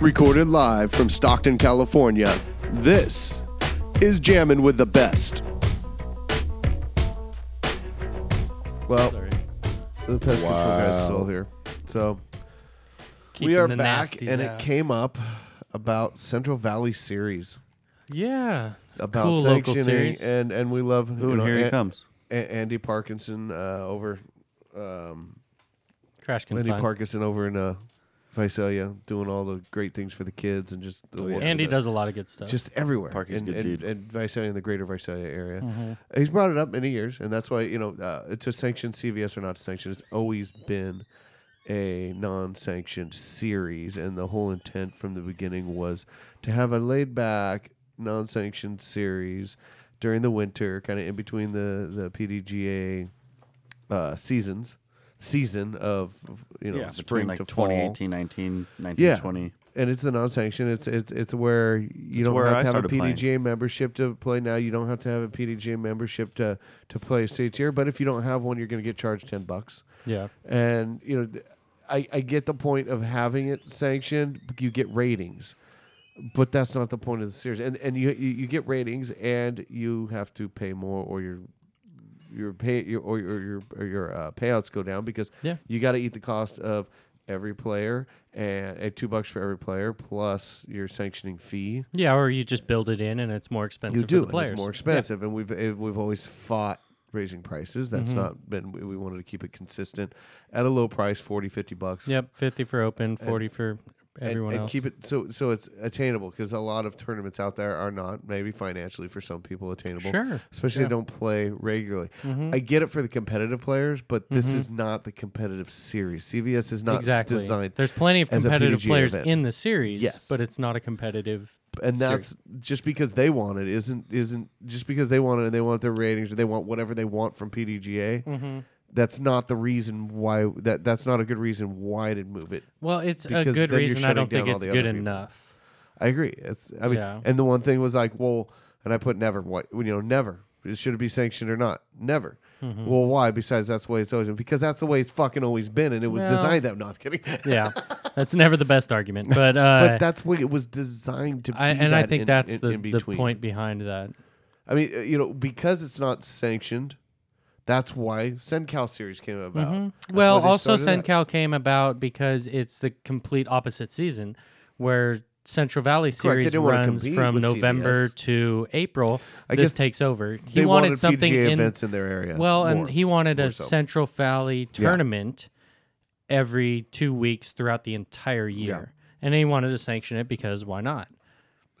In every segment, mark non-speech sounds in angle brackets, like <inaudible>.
Recorded live from Stockton, California, this is Jammin' with the Best. Well, Sorry. the pest control guy's still Wow. here. So we Keeping are the back, nasties and it out. came up about Central Valley series Yeah. about Cool local sanctioning, series. and and we love Ooh, you and know, here An- he comes. A- Andy Parkinson uh, over um, Crash can Andy sign. Parkinson over in uh, Visalia doing all the great things for the kids and just the Uh, Oh, yeah. wonder Andy that- does a lot of good stuff. just everywhere. Parky's and, a good and, dude. and Visalia in the greater Visalia area. He's brought it up many years, and that's why you know uh, to sanction CVS or not to sanction, it's always been a non-sanctioned series, and the whole intent from the beginning was to have a laid-back, non-sanctioned series during the winter, kind of in between the the PDGA uh, seasons, season of you know yeah, spring between like to fall. 2018, 19, Yeah. 1920. And it's the non-sanctioned. It's it's it's where you It's don't where have I to have a started playing. PDGA membership to play now. You don't have to have a PDGA membership to to play state tier. But if you don't have one, you're going to get charged ten bucks. yeah. And you know, th- I I get the point of having it sanctioned. You get ratings, but that's not the point of the series. And and you you, you get ratings, and you have to pay more, or your your pay your or your your, or your uh, payouts go down because Yeah. you got to eat the cost of every player and at two bucks for every player plus your sanctioning fee. Yeah, or you just build it in and it's more expensive You do. for the and players. It's more expensive, and we've eh, we've always fought raising prices. That's Mm-hmm. not been. We we wanted to keep it consistent at a low price, 40, 50 bucks. Yep, 50 for open, 40 for And, everyone and else. keep it so so it's attainable because a lot of tournaments out there are not maybe financially for some people attainable. Sure, especially yeah. Mm-hmm. they don't play regularly. I get it for the competitive players, but this is not the competitive series. CVS is not s- exactly. designed There's plenty of as a competitive PDGA players event. in the series, Yes. but it's not a competitive and that's series. just because they want it isn't isn't just because they want it and they want their ratings or they want whatever they want from PDGA. Mm-hmm. That's not the reason why that that's not a good reason why to move it. Well, it's a because good then you're reason I shutting don't think down all it's the good other people. enough. I agree. It's I mean, Yeah. and the one thing was like, well, and I put never. What you know, never. Should it be sanctioned or not? Never. Mm-hmm. Well, why? Besides, that's the way it's always been. Because that's the way it's fucking always been, and it was Well- designed that. No, I'm kidding. Yeah. that's never the best <laughs> argument, but uh But that's what it was designed to be. I, and I that think in- that's in- the, in the between. point behind that. I mean, uh, you know, because it's not sanctioned, that's why SendCal series came about. That's why Mm-hmm. Well, they also started that. SenCal came about because it's the complete opposite season where Central Valley series didn't wanna runs compete from with November CBS. to April. I this guess takes over. He They wanted, something PGA in events in their area. well, more. and he wanted more a so. Central Valley tournament every 2 weeks throughout the entire year. And he wanted to sanction it because why not?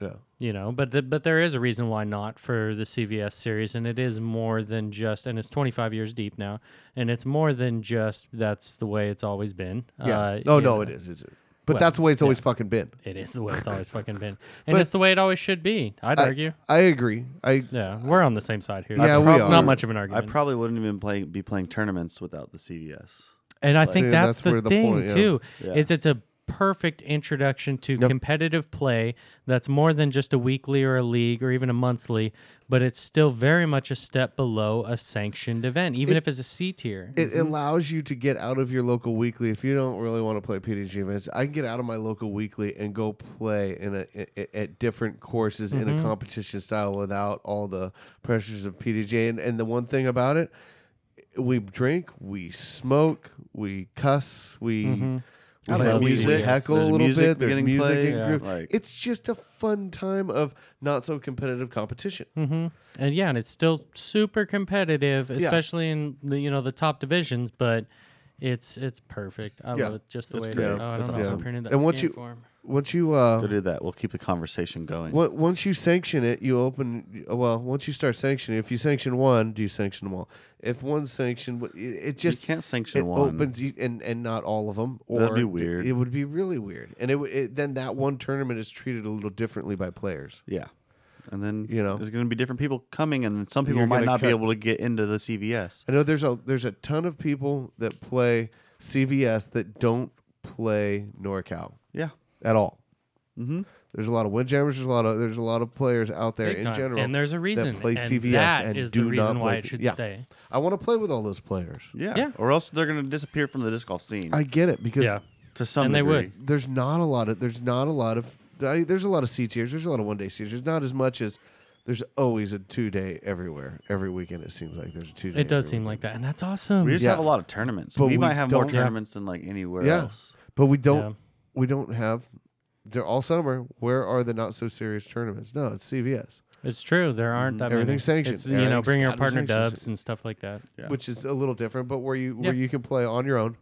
yeah. you know but the, but there is a reason why not for the cvs series and it is more than just and it's 25 years deep now and it's more than just that's the way it's always been Yeah. Oh, uh, no, you no, know, it is. It is. But Well, that's the way it's always fucking been. it is the way it's always fucking <laughs> been and But- it's the way it always should be i'd I- argue I agree. I yeah we're on the same side here Yeah, It's we not- it's are. not much of an I argument probably wouldn't even play, be playing tournaments without the CVS. and i think See, that's, that's the where the thing point, yeah. too Yeah. is it's a perfect introduction to competitive play that's more than just a weekly or a league or even a monthly but it's still very much a step below a sanctioned event even if it's a c tier Mm-hmm. it allows you to get out of your local weekly if you don't really want to play PDG events. I can get out of my local weekly and go play in a, a- at different courses in a Mm-hmm. competition style without all the pressures of PDG. And, and the one thing about it, we drink, we smoke, we cuss, we. Mm-hmm. I we love we music. heckle There's a little music bit. There's getting music played. and Yeah. group. Like- it's just a fun time of not so competitive competition. Hmm. Mm-hmm. and yeah, and it's still super competitive, especially in the, you know the top divisions. But it's it's perfect. I Yeah, love it just the it's way. great. It, oh, I It's don't know. if I awesome. printed that And once scan you- form. Once you uh, Go do that. We'll keep the conversation going. Wa- Once you sanction it, you open. Well, once you start sanctioning, if you sanction one, do you sanction them all? If one's sanctioned, it, it just can't sanction it one. Opens you, and and not all of them. Or That'd be weird. It would be really weird, and it, w- it then that one tournament is treated a little differently by players. Yeah. And then You know. there's going to be different people coming, and then some people You're might gonna not be cut- able to get into the CVS. I know there's a there's a ton of people that play CVS that don't play NorCal Yeah. at all. Mm-hmm. There's a lot of windjammers. There's a lot of there's a lot of players out there Big in time. general. and there's a reason. play and CVS that and is do the not reason why play it P- should yeah. stay. I want to play with all those players. Yeah. Yeah. Or else they're going to disappear from the disc golf scene. I get it because Yeah. to some And they degree. would. there's not a lot of there's not a lot of I- there's a lot of C tiers. There's a lot of one day C tiers. Not as much as there's always a two day everywhere. Every weekend it seems like there's a two day. It does seem like that, and that's awesome. We just Yeah. have a lot of tournaments. But we, we might have more don't- Yeah. tournaments than like anywhere Yeah. else. But we don't Yeah. we don't have they're all summer. Where are the not so serious tournaments? No, it's CVS, It's true. There aren't that Mm-hmm. Everything's many. sanctioned. It's, you know, Everything's bring your gotta be partner sanctioned. dubs and stuff like that. Yeah. which is a little different. But where you where Yeah. you can play on your own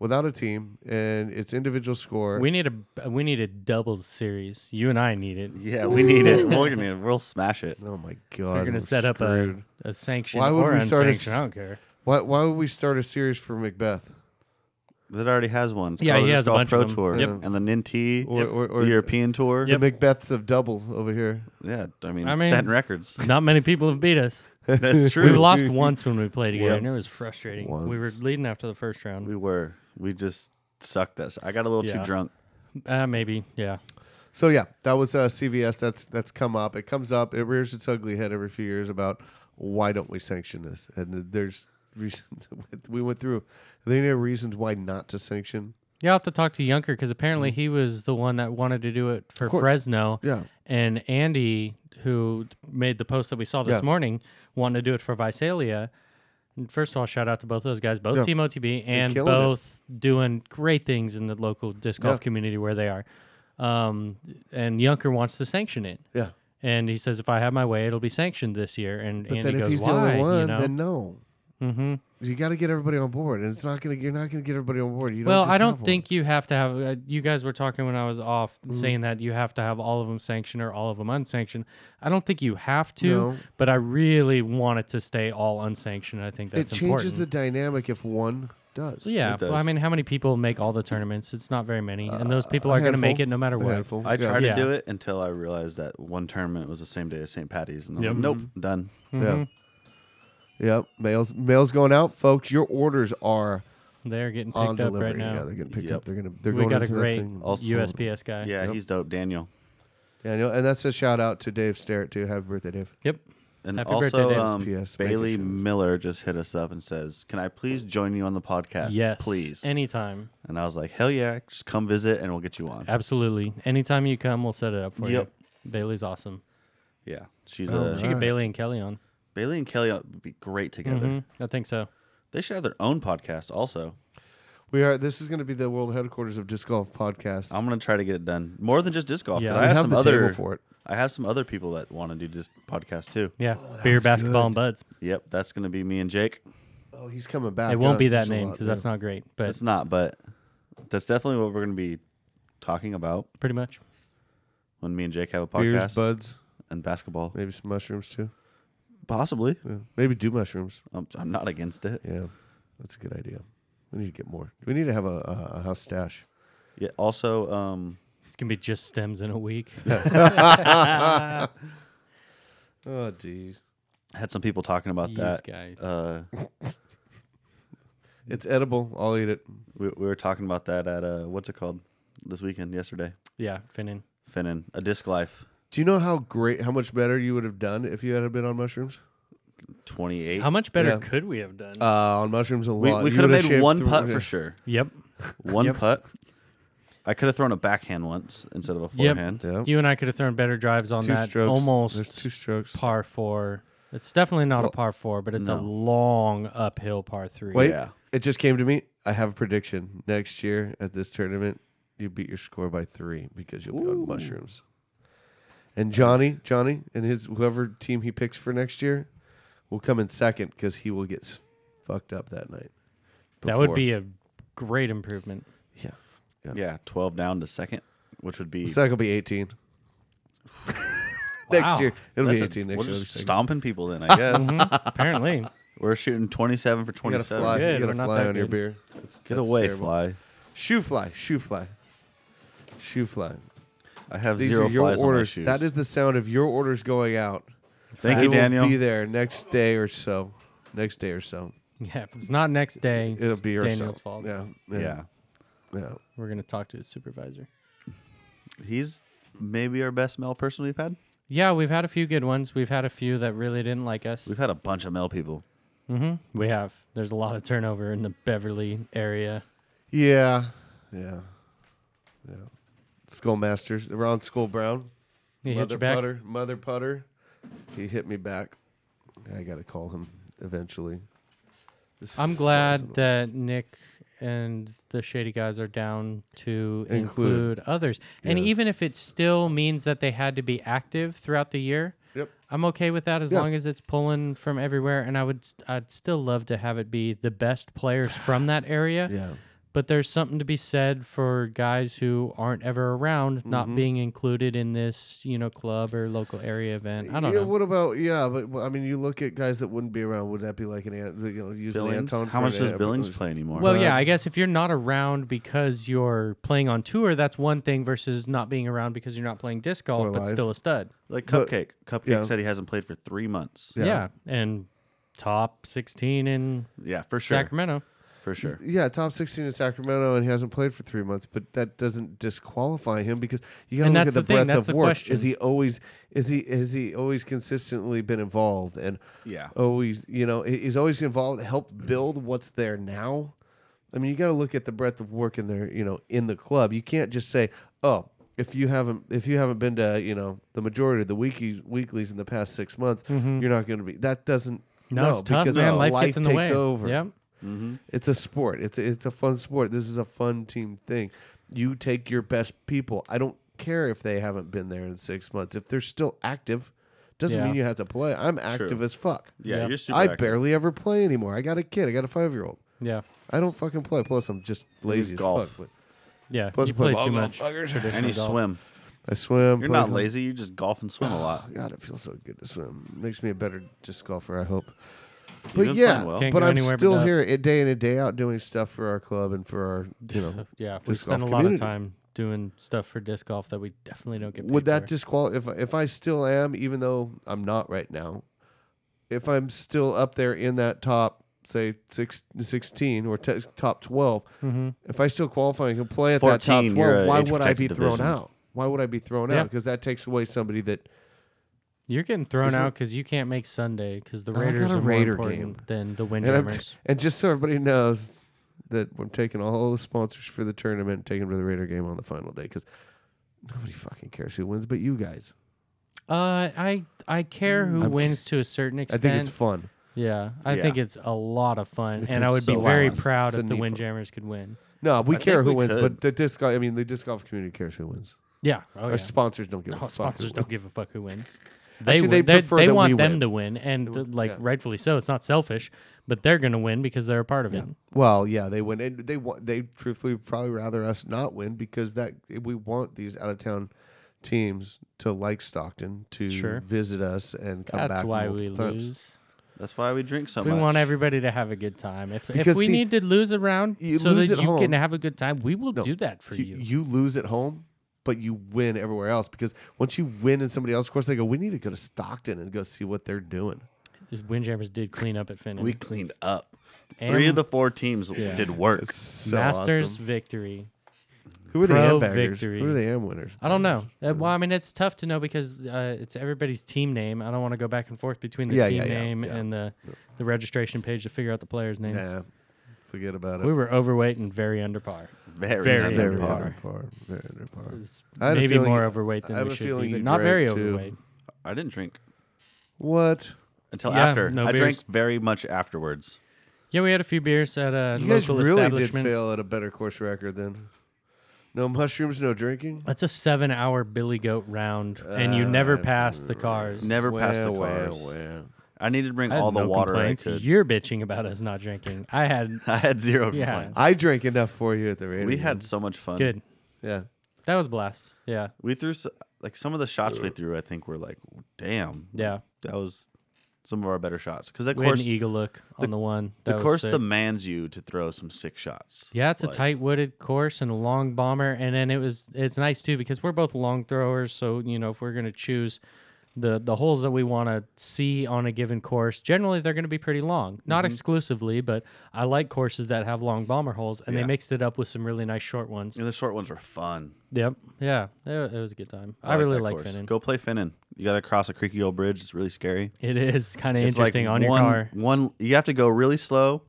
without a team and it's individual score. We need a we need a doubles series. You and I need it. Yeah, we need it. We're gonna we'll smash it. oh my god, We're gonna we're set up screwed. a, a sanction Why would or we start a unsanctioned. s- I I don't care. Why why would we start a series for Macbeth? That already has one. It's Yeah, called- he it's has a called bunch Pro of them. Tour Yep. and the NT Or, or, or the European Tour. the Macbeths of double over here. Yeah, I mean, I mean- <laughs> setting records. Not many people have beat us. That's We true. lost once when we played together, and it was Once. frustrating. Once. We were leading after the first round. we were. We just sucked us. I got a little Yeah. too drunk. Uh, maybe, yeah. So yeah, that was uh, CVS. That's that's come up. It comes up. It rears its ugly head every few years about why don't we sanction this? And there's <laughs> reason we went through. Are there any reasons why not to sanction? Yeah, I'll have to talk to Yunker because apparently he was the one that wanted to do it for Mm-hmm. course. Fresno. Yeah. And Andy, who made the post that we saw this Yeah. morning, wanted to do it for Visalia. And First of all, shout out to both of those guys, both Yeah. Team OTB and killing it. both doing great things in the local disc golf Yeah. community where they are. Um, and Yunker wants to sanction it. Yeah. And he says, if I have my way, it'll be sanctioned this year. And But Andy then if goes, he's why? the only one, you know? then no. mm-hmm. You got to get everybody on board, and it's not gonna. You're not gonna get everybody on board. You don't Well, just I have don't one. Mm-hmm. think you have to have. Uh, you guys were talking when I was off, saying that you have to have all of them sanctioned or all of them unsanctioned. I don't think you have to, No. but I really want it to stay all unsanctioned. I think it that's changes important. the dynamic if one does. yeah, It well, I does. mean, how many people make all the tournaments? It's not very many, and those people Uh, a are going to make handful. it no matter A what. handful. I Yeah. tried Yeah. to do it until I realized that one tournament was the same day as St. Patty's, and I'm Yep. Mm-hmm. like, nope, done. Yeah. Yep. Mail's mail's going out, folks. Your orders are They're getting on picked up delivery. right Yeah, now. they're getting picked Yep. up. They're gonna. They're we going got a into that great thing. Also- USPS guy. Yeah, Yep. he's dope, Daniel. Yeah, I know, and that's a shout out to Dave Starrett too. Happy birthday, Dave. Yep. And Happy birthday, also, Dave. um, PS, make Bailey it sure. Miller just hit us up and says, "Can I please join you on the podcast? Yes. please." Anytime. and I was like, "Hell yeah, just come visit, and we'll get you on." Absolutely. Anytime you come, we'll set it up for Yep. Uh, you. Bailey's awesome. Yeah, she's Oh, a She get Bailey and Kelly on. Bailey and Kelly would be great together. Mhm. I think so. They should have their own podcast. Also, We are. This is going to be the world headquarters of disc golf podcasts. I'm gonna try to get it done more than just disc golf. Yeah. 'cause We I have, have some the other. table for it. I have some other people that want to do this podcast too. Yeah, beer, basketball, and buds. Yep, that's gonna be me and Jake. oh, he's coming back. It won't up. be that There's a name lot because that's there. not great, but It's not, but that's definitely what we're gonna be talking about pretty much. when me and Jake have a beers, podcast buds, and basketball. maybe some mushrooms too. Possibly, Yeah. Maybe do mushrooms. I'm, I'm not against it. Yeah, that's a good idea. We need to get more. We need to have a, a, a house stash. Yeah. Also, um, It can be just stems in a week. Oh, jeez. I had some people talking about These that. guys. Uh, It's edible. I'll eat it. we, we were talking about that at uh, what's it called this weekend? Yesterday, yeah, Finnan. Finnan, a disc life, Do you know how great, how much better you would have done if you had been on mushrooms? twenty eight. How much better Yeah. could we have done? Uh, on mushrooms a We, lot. we You could have would made shaved one through- putt yeah. for sure. yep. um, One Yep. putt. I could have thrown a backhand once instead of a Yep. forehand. Yeah. You and I could have thrown better drives on Two that. strokes. There's Almost two strokes. par four. It's definitely not Well, a par four, but it's a no. long uphill par three. Wait, Yeah. it just came to me. I have a prediction. Next year at this tournament, you beat your score by three because you'll be on mushrooms. And Johnny, Johnny, and his whoever team he picks for next year will come in second because he will get s- fucked up that night. that would before. be a great improvement. yeah. Yeah. Yeah, twelve down to second, which would be Second will be eighteen <laughs> Wow. next year. It'll that's be a- eighteen we're next year. it'll just be second. stomping people then, <laughs> I guess. Mm-hmm. <laughs> Apparently, we're shooting twenty seven for You twenty gotta seven. fly. you Good, we're gotta not fly that on your good. beer. That's- Get that's away, terrible. fly. Shoe fly. Shoe fly. Shoe fly. I have These zero are your flies on my orders. shoes. That is the sound of your orders going out. Thank They you, will Daniel. Be there next day or so. Next day or so. yeah. If it's not next day, It'll be it's or so. Daniel's fault. Yeah, yeah. Yeah. yeah. We're gonna talk to his supervisor. He's maybe our best male person we've had. Yeah, we've had a few good ones. We've had a few that really didn't like us. Mm-hmm. We've had a bunch of male people. We have. There's a lot of turnover in the Beverly area. Yeah. Yeah. Skullmaster Ron Skull Brown, He hit mother you back. putter, mother putter. He hit me back. I got to call him eventually. This I'm fuck glad is- that Nick and the Shady Guys are down to Include. include, others. And even if it Yes. still means that they had to be active throughout the year, Yep. I'm okay with that as Yeah. long as it's pulling from everywhere. And I would, s- I'd still love to have it be the best players from that area. Yeah. But there's something to be said for guys who aren't ever around not Mm-hmm. being included in this, you know, club or local area event. I don't yeah, know. What about yeah? But well, I mean, you look at guys that wouldn't be around. Would that be like an Ant- you know use an Billings? Anton? How for much an does Ab- Billings play anymore? Well, yeah, I guess if you're not around because you're playing on tour, that's one thing versus not being around because you're not playing disc Or golf, but live. still a stud. like But- Cupcake. Cupcake yeah. said he hasn't played for three months. Yeah. Yeah. And top 16 in Yeah, for sure. Sacramento. <laughs> For sure. Yeah, top sixteen in Sacramento, and he hasn't played for three months. But that doesn't disqualify him because you got to And look that's at the, the thing, breadth that's of the work. question. Is he always is he is he always consistently been involved and Yeah. always you know he- he's always involved, helped build what's there now. I mean, you got to look at the breadth of work in there. You know, in the club, you can't just say, "Oh, if you haven't if you haven't been to you know the majority of the weekies, weeklies in the past six months, you're not going to be." That doesn't Mm-hmm. No, it's tough, because man. uh, Life, gets in the takes way. over. Yep. It's a sport. It's a, it's a fun sport. This is a fun team thing. You take your best people. I don't care if they haven't been there in six months. If they're still active, doesn't Yeah. mean you have to play. I'm active as fuck. Yeah, Yeah. you're super I active. barely ever play anymore. I got a kid. I got a five year old. Yeah. I don't fucking play. Plus, I'm just lazy as golf. fuck. But Yeah. Plus you play play ball too golf, much. and you golf. swim. I swim. play You're not golf. lazy. You just golf and swim a lot. <sighs> Oh, God, it feels so good to swim. Makes me a better disc golfer. I hope. But You've been yeah, playing well. Can't but go I'm anywhere but still up. here eh, day in and day out doing stuff for our club and for our you know Yeah. We Disc spend a golf lot community. of time doing stuff for disc golf that we definitely don't get paid would that for. disqualify if if I still am, even though I'm not right now, if I'm still up there in that top say six, 16 or te- top 12 Mm-hmm. if I still qualify and can play at that top 14, you're 12, a why age would I be protected thrown division. out? Why would I be thrown Yeah. out? Because that takes away somebody that You're getting thrown Isn't it- Oh, out because you can't make Sunday because the I got Raiders a are more Raider important than and, the I'm t- Windjammers. and just so everybody knows that I'm taking all the sponsors for the tournament, and taking them to the Raider game on the final day because nobody fucking cares who wins but you guys. Uh, I I care who Mm, I'm- wins to a certain I extent. think it's fun. yeah, I Yeah. think it's a lot of fun, It's and a- I would be so very fun. proud It's a if the neat fun. Windjammers could win. No, we I care think who we wins, could. but the disc golf, I mean, the disc golf community cares who wins. Yeah, oh, Our yeah. sponsors don't give a No, fuck. sponsors don't give a fuck who wins. They Actually, they win. They, prefer they that want we them win. to win, and uh, like yeah. rightfully so. It's not selfish, but they're gonna win because they're a part of it. <laughs> Well, yeah, they win, and they want. They truthfully would probably rather us not win because that we want these out of town teams to like Stockton to Sure. visit us and come That's back. why we multiple times. lose. That's why we drink so We much. want everybody to have a good time. If, if Because, we see, need to lose a round you so lose that at you home. can have a good time, we will No, do that for You, you. you lose at home, but you win everywhere else because once you win in somebody else's course, they go, "We need to go to Stockton and go see what they're doing." Windjammers did clean up at Finnan. We cleaned up. And Three of the four teams did work. So Masters awesome. victory. who are the Pro am baggers? victory. Who are the am winners? I don't know. Uh, well, I mean, it's tough to know because uh, it's everybody's team name. I don't want to go back and forth between the Yeah, team yeah, yeah, name yeah. and the, the registration page to figure out the players' names. Yeah, forget about it. We were overweight and very under par. Very, Very very under hard. par. Very under par. It's I had a Maybe feeling more you- overweight I than have we a should feeling be, you but not very drank, too. overweight. I didn't drink What? until Yeah, after. no I beers. drank very much afterwards. Yeah, we had a few beers at a You guys local really did establishment. fail at a better course record then. No mushrooms, no drinking. That's a seven-hour Billy Goat round, and you Uh, never pass the cars. Never passed the Well, well, cars. well. I needed to drink I had all the no water complaints. I could. <laughs> You're bitching about us not drinking. I <laughs> had I had zero Yeah. complaints. I drank enough for you at the radio. We had so much fun. good. yeah. That was a blast. Yeah, We threw s- like some of the shots we threw. I think were like, damn, yeah. that was some of our better shots. Because that We had course, an eagle look on the one. That the was course sick. demands you to throw some sick shots. Yeah, it's a Like- tight wooded course and a long bomber, and then it was it's nice too because we're both long throwers. So you know if we're gonna choose the the holes that we want to see on a given course, generally they're gonna be pretty long. Not Mm-hmm. exclusively, but I like courses that have long bomber holes, and Yeah. they mixed it up with some really nice short ones. And the short ones were fun. Yep, yeah, it, it was a good time. I, like really that like course. Finnan. Go play Finnan. You got to cross a creaky old bridge. It's really scary. It is kind of It's like interesting on your one- car. One, you have to go really slow,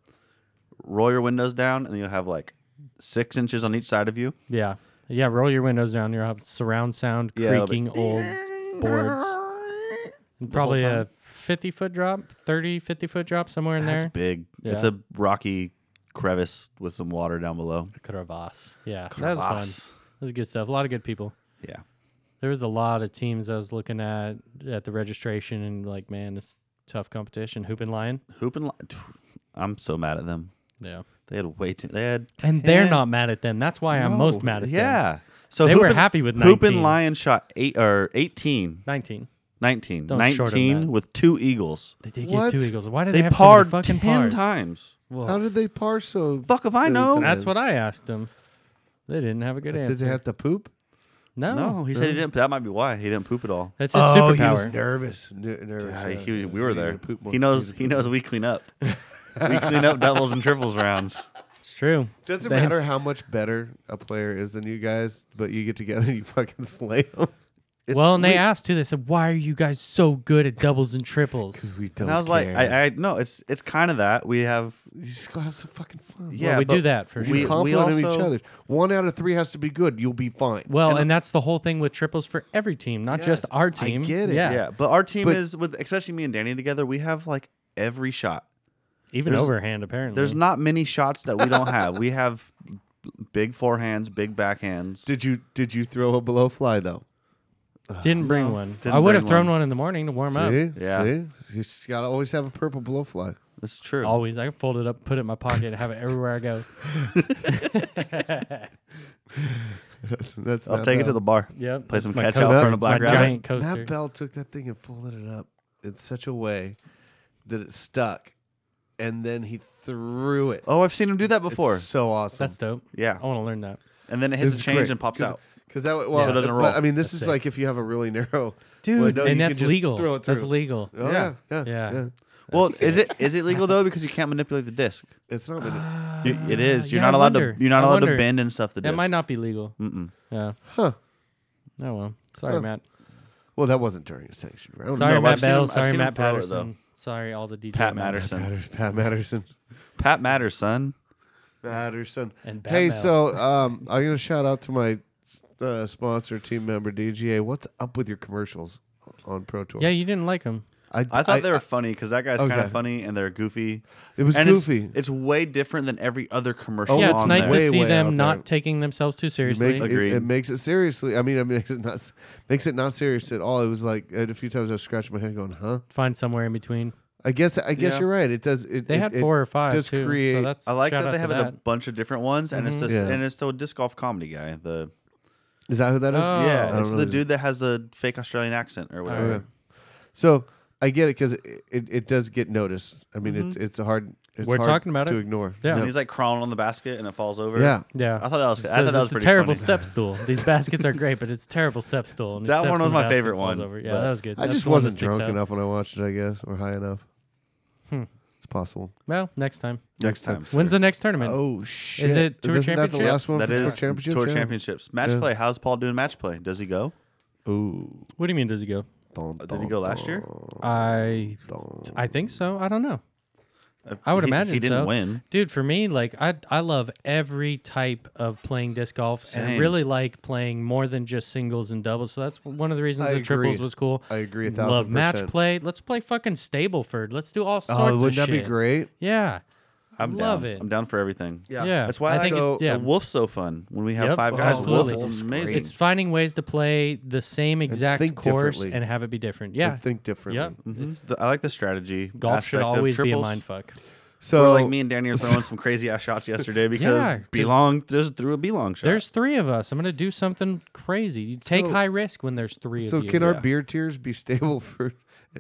roll your windows down, and you'll have like six inches on each side of you. Yeah, Yeah, roll your windows down. You'll have surround sound, Yeah, it'll creaking be- <laughs> old boards. And probably a 50 foot drop, 30, 50 foot drop somewhere in That's there. big. It's Yeah. a rocky crevice with some water down below. Crevasse. Yeah, that was fun. Crevasse. That was good stuff. A lot of good people. Yeah. There was a lot of teams I was looking at at the registration and like, man, it's tough competition. Hoop and Lion. Hoop and li- I'm so mad at them. Yeah. They had way too. They had. And they're 10 not mad at them. That's why I'm most No, mad at them. Yeah. So They Hoop were and- happy with Hoop 19. and Lion shot eight or 18, 19. 19, Don't short 'em 19 that. with two eagles. They did What? get two eagles. Why did they, They have so many parred fucking ten pars? times. Well, How did they par so? Oh. Fuck if I know. that's what I asked them. They didn't have a good Did answer. they have to poop? no. No, Oh, he said he didn't. That might be why he didn't poop at all. That's his Oh, he was superpower. nervous. ner- nervous. Yeah, yeah. he- we were He there. pooped more. He knows. He knows we clean <laughs> up. we clean up doubles and <laughs> triples rounds. It's true. Doesn't They- matter how much better a player is than you guys, but you get together and you <laughs> fucking slay them. well, and they asked too. They said, "Why are you guys so good at doubles <laughs> and triples?" We don't. And I was like, I, I no, it's it's kind of that we have. you just go have some fucking fun. Yeah, we but do that for we- sure. compliment each also- other. One out of three has to be good. You'll be fine. Well, and, that's the whole thing with triples for every team, not just Yes, I our team. get it. Yeah, Yeah. but our team But- is with especially me and Danny together. We have like every shot. even There's- overhand apparently. There's not many shots that we <laughs> don't have. We have big forehands, big backhands. did you did you throw a below fly though? didn't bring one. didn't I would bring have thrown one. one in the morning to warm up. See, Yeah. see, you just gotta always have a purple blow fly. <laughs> That's true. Always, I can fold it up, put it in my pocket, and have it everywhere I <laughs> go. <laughs> That's, that's I'll Matt take it to Bell. the bar. Yep, Play that's some my catch coaster. out front of That's Black my Rabbit. giant coaster. Matt Bell took that thing and folded it up in such a way that it stuck, and then he threw it. Oh, I've seen him do that before. It's so awesome. That's dope. yeah, I want to learn that. and then it hits the change and pops out. Because that well, So it doesn't but, roll. I mean, this That's is sick. like if you have a really narrow <laughs> Dude, window, you and can that's just legal. Throw it through. That's legal. Oh, Yeah. yeah, yeah, Yeah. Well, is it is it legal though? Because you can't manipulate the disc. It's not. been- You- it is. You're Ah, yeah, I not allowed wonder. to. You're not I allowed wonder. to bend and stuff the disc. It might not be legal. Mm-mm. Yeah. Huh. Oh well. Sorry, Huh. Matt. well, that wasn't during a sanctioned round. Sorry, no, I've Matt seen Bell. him- I've Sorry, seen him Matt throw it, though. Patterson. Sorry, all the DJ. Pat men. Matterson. Matters, Pat Matterson. Pat Matterson. Patterson. And Bat Hey, Bell. so um, I'm gonna shout out to my uh, sponsor, team member DGA. What's up with your commercials on Pro Tour? Yeah, you didn't like him. I thought they were funny because that guy's kind Okay. of funny and they're goofy. It was and goofy. It's, it's way different than every other commercial. Oh, yeah, it's on nice there. way, to see way out them there. not taking themselves too It, seriously. make, it, Agreed. it makes it seriously. I mean, <laughs> it makes it not makes it not serious at all. It was like a few times I was scratching my head, going, "Huh." Find somewhere in between. I guess I guess Yeah. you're right. It does. It, They it- had it four or five does too. create- so that's I like shout that out they to have it that. Mm-hmm. a bunch of different ones, and it's this, Yeah. and it's the disc golf comedy guy. The Is that who that is? Oh. I yeah, don't it's know the who- dude that has a fake Australian accent or whatever. Okay. So I get it because it, it, it does get noticed. I mean, it's it's hard. It's Mm-hmm. We're hard talking about to it. ignore. Yeah. And he's like crawling on the basket, and it falls over. yeah. yeah. I thought that was. It I says thought that it's was a pretty terrible funny. step stool. These baskets are great, but it's a terrible step stool. And he That steps one in was the my basket favorite and falls one, Over. Yeah, but that was good. I That's just the one that wasn't sticks drunk out. Hmm. enough when I watched it. I guess or high enough. It's possible. Well, next time. Next time, sir. When's the next tournament? Oh shit! it Tour Isn't that the Championship? last one? That for is Tour Championships. Tour Yeah. championships. Match Yeah. play. How's Paul doing match play? Does he go? Ooh. Oh, What do you mean? Does he go? Dun, Did he dun, go last year? Uh, I dun. I think so. I don't know. I would Uh, He- imagine he didn't so. win. Dude, for me, like I I love every type of playing disc golf and Same. really like playing more than just singles and doubles. So that's one of the reasons I the triples agree. was cool. I agree a thousand Love match percent. play. Let's play fucking Stableford. Let's do all sorts Oh, of wouldn't that be shit. great? Yeah. I'm Love down. it. I'm down for everything. Yeah. Yeah. That's why I think so- it's, yeah. The Wolf's so fun when we have Yep. five guys. Oh, Wolf Wolf's is amazing. it's finding ways to play the same exact think course differently. and have it be different. Yeah. And think differently. Mm-hmm. Yep. It's the- I like the strategy. Golf should aspect of always be a triples. mind fuck. So Or like me and Danny are throwing some crazy ass shots yesterday because <laughs> Yeah, 'cause- Belong just threw a Belong shot. There's three of us. I'm gonna do something crazy. You take So- high risk when there's three So of you. can our beer tiers be <laughs> stable for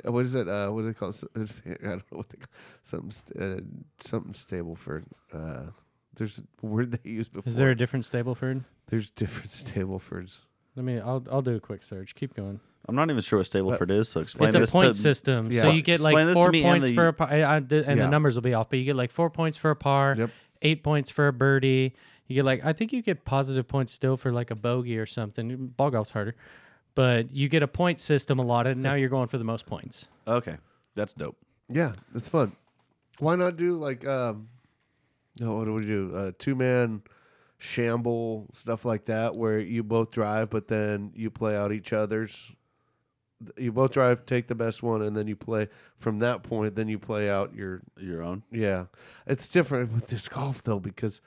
uh, what is it? Uh, what do they call? it? <laughs> I don't know what they call something. st- Uh, something stable for. Uh, there's a word they use before. Is there a different Stableford? There's different <laughs> stable fords. Let me. I'll I'll do a quick search. Keep going. I'm not even sure what Stableford is, so explain It's a this point to system, so yeah. you get Explain like this to four me and points the- for a par, I, I did- and Yeah. the numbers will be off, but you get like four points for a par, Yep. eight points for a birdie. You get like I think you get positive points still for like a bogey or something. Ball golf's harder, but you get a point system allotted. And now you're going for the most points. Okay, that's dope. Yeah, that's fun. Why not do like um? No, what do we do? Uh, two man shamble stuff like that where you both drive but then you play out each other's you both drive take the best one and then you play from that point then you play out your Your own. yeah it's different with disc golf though because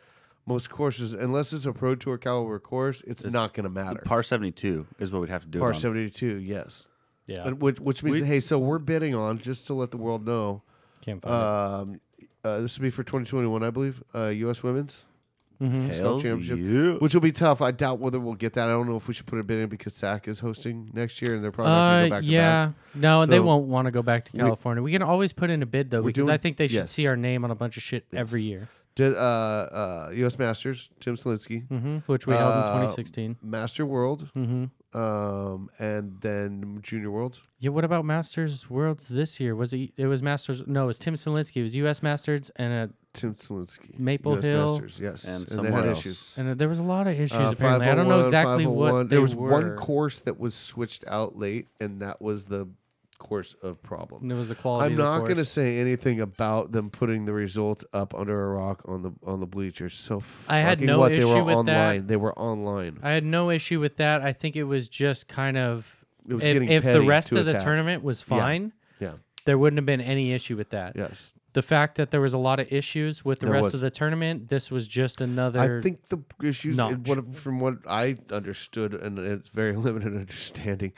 most courses unless it's a pro tour caliber course it's, not going to matter Par 72 is what we'd have to do. it par on. 72 yes Yeah. and which, which means We- hey so we're bidding on just to let the world know Can't find it. um, uh, this will be for 2021 i believe uh, us women's Hells championship. Uh, yeah. which will be tough. I doubt whether we'll get that. I don't know if we should put a bid in because SAC is hosting next year, and they're probably not going to go Uh, back to yeah. No, they So- won't want to go back to California. We, can always put in a bid though, We're because doing- I think they should yes. see our name on a bunch of shit every year, back. Did, uh, uh, U.S. Masters, Tim Slinsky, hmm which we held in Uh, 2016. Master World, hmm um, and then Junior World. Yeah. What about Masters Worlds this year? Was it? It was Masters. No, it was Tim Selinsky. It was U.S. Masters, and Tim Selinsky. Maple Hill. Masters, yes. And they somewhere had else. issues. a, and a, there was a lot of issues. Uh, apparently, I don't 501, know exactly what 501. There they was were. oh one course that was switched out late, and that was the course of problem. And it was the quality. I'm of the not going to course. say anything about them putting the results up under a rock on the on the bleachers. So I had fucking no what they were issue with that. online. They were online. I had no issue with that. I think it was just kind of It was if, getting if the petty rest to of the attack. tournament was Yeah. fine, Yeah. there wouldn't have been any issue with that. Yes. The fact that there was a lot of issues with the There rest was. of the tournament, this was just another. I think the issues, notch. and what, from what I understood, and it's very <laughs> limited understanding,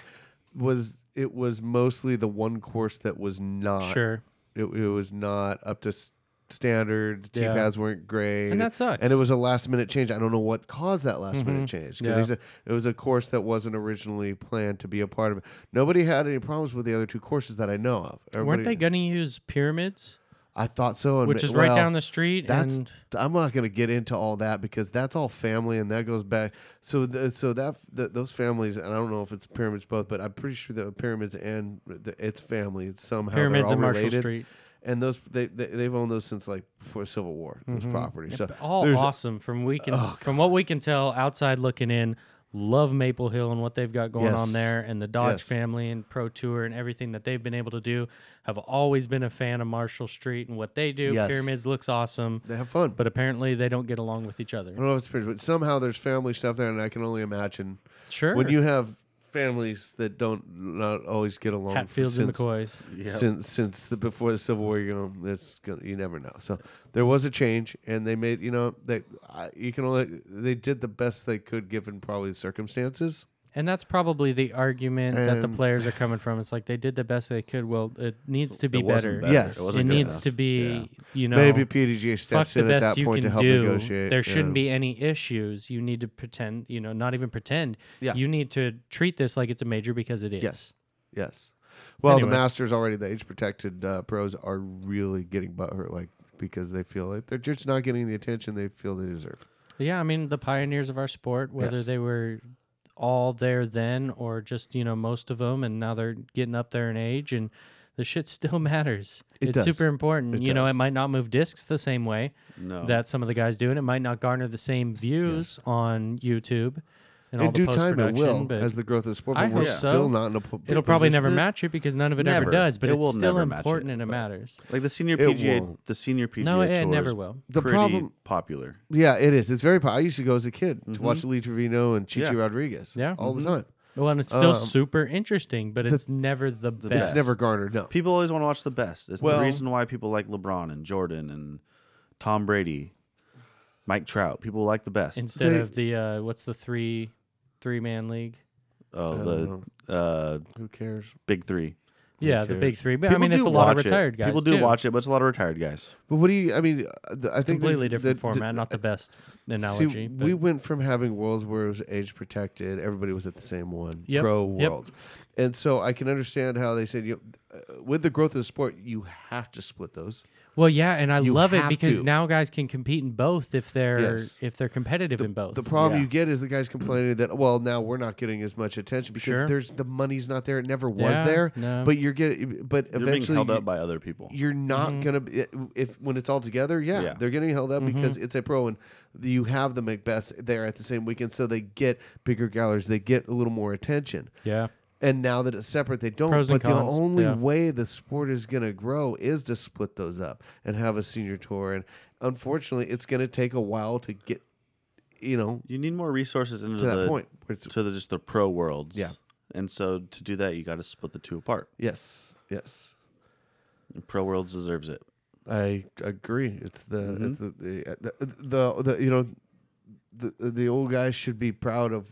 was it was mostly the one course that was not sure, It, it was not up to s- standard. T Yeah. pads weren't great, and that sucks. And it was a last minute change. I don't know what caused that last minute change because Mm-hmm. Yeah. said it was a course that wasn't originally planned to be a part of it. Nobody had any problems with the other two courses that I know of. weren't they Everybody- going to use pyramids, I thought so. And which ma- is right well, down the street? That's. and I'm not going to get into all that because that's all family, and that goes back. So, the, so that th- those families, and I don't know if it's pyramids both, but I'm pretty sure the pyramids and the, its family somehow pyramids they're all and Marshall related. Street, And those they, they they've owned those since like before Civil War. Those Mm-hmm. property. So all there's- awesome from we can from what we can tell outside looking in. Love Maple Hill and what they've got going on Yes. there, and the Dodge Yes. family and Pro Tour and everything that they've been able to do. Have always been a fan of Marshall Street and what they do. Yes. Pyramids looks awesome, They have fun. but apparently they don't get along with each other. I don't know if it's pretty, but somehow there's family stuff there, and I can only imagine Sure. when you have families that don't not always get along. Hatfields since, and McCoys. Since since the before the Civil War, you know, it's gonna, you never know. So there was a change, and they made you know they I- you can only they did the best they could given probably the circumstances. And that's probably the argument that the And- players are coming from. It's like they did the best they could. Well, it needs to be It better. wasn't better. Yes. It, It, wasn't good needs enough. to be, Yeah. you know, Maybe PDGA fuck steps the in at that best you point can to help do. negotiate. there you shouldn't know. be any issues. You need to pretend, you know, not even pretend. Yeah. You need to treat this like it's a major because it is. Yes. Yes. Well, Anyway. the Masters already, the age protected uh, pros are really getting butthurt, like because they feel like they're just not getting the attention they feel they deserve. Yeah, I mean the pioneers of our sport, whether Yes. they were all there then or just you know most of them, and now they're getting up there in age, and the shit still <laughs> matters. It it's does. super important. It you know, does. it might not move discs the same way No. that some of the guys do, and it might not garner the same views on YouTube and all In the due time, it post-production, will But as the growth of the sport. I But we're hope so. still not in a. Po- it'll probably position- never match it because none of it Never. ever does. But It it's will still never match important it, and it matters. Like the senior It PGA, won't. the senior PGA No, it tour never is will. The pretty problem- popular. Yeah, it is. It's very. po- I used to go as a kid to watch Lee Trevino and Chichi Yeah. Rodriguez. Mm-hmm. Yeah. Mm-hmm. all the time. Well, and it's still Um, super interesting, but it's never the, best. best. It's never garnered. No, People always want to watch the best. It's Well- the reason why people like LeBron and Jordan and Tom Brady, Mike Trout. People like the best. instead They- of the uh, what's the three three man league? oh, I the don't uh, who cares? big three. Yeah, the cares? big three. But I People mean, it's do a lot of watch it. retired guys. People do too. watch it, but it's a lot of retired guys. But what do you? I mean, uh, the- I think the- completely different the- format. the- not the best See, analogy. but we went from having worlds where it was age protected, everybody was at the same one, Yep, pro yep. worlds, and so I can understand how they said, you know, uh, with the growth of the sport, you have to split those. well, yeah, and I you love it have because to. now guys can compete in both if they're Yes. if they're competitive in both. The problem Yeah. you get is the guys complaining that, well, now we're not getting as much attention because Sure. there's the money's not there. It never was Yeah, there, no. but you're getting, but You're eventually being held you- up by other people. you're not Mm-hmm. gonna be if when it's all together. Yeah, Yeah. they're getting held up because it's a pro, and you have the Macbeths there at the same weekend, so they get bigger galleries, they get a little more attention. yeah, And now that it's separate, they don't. Pros and but cons, the only yeah. way the sport is going to grow is to split those up and have a senior tour. And unfortunately, it's going to take a while to get you know, You need more resources into to that the point. where it's- to the just the pro worlds. Yeah. And so to do that, you got to split the two apart. yes, yes, And pro worlds deserves it. I agree. It's the it's the the, the the you know the the old guys should be proud of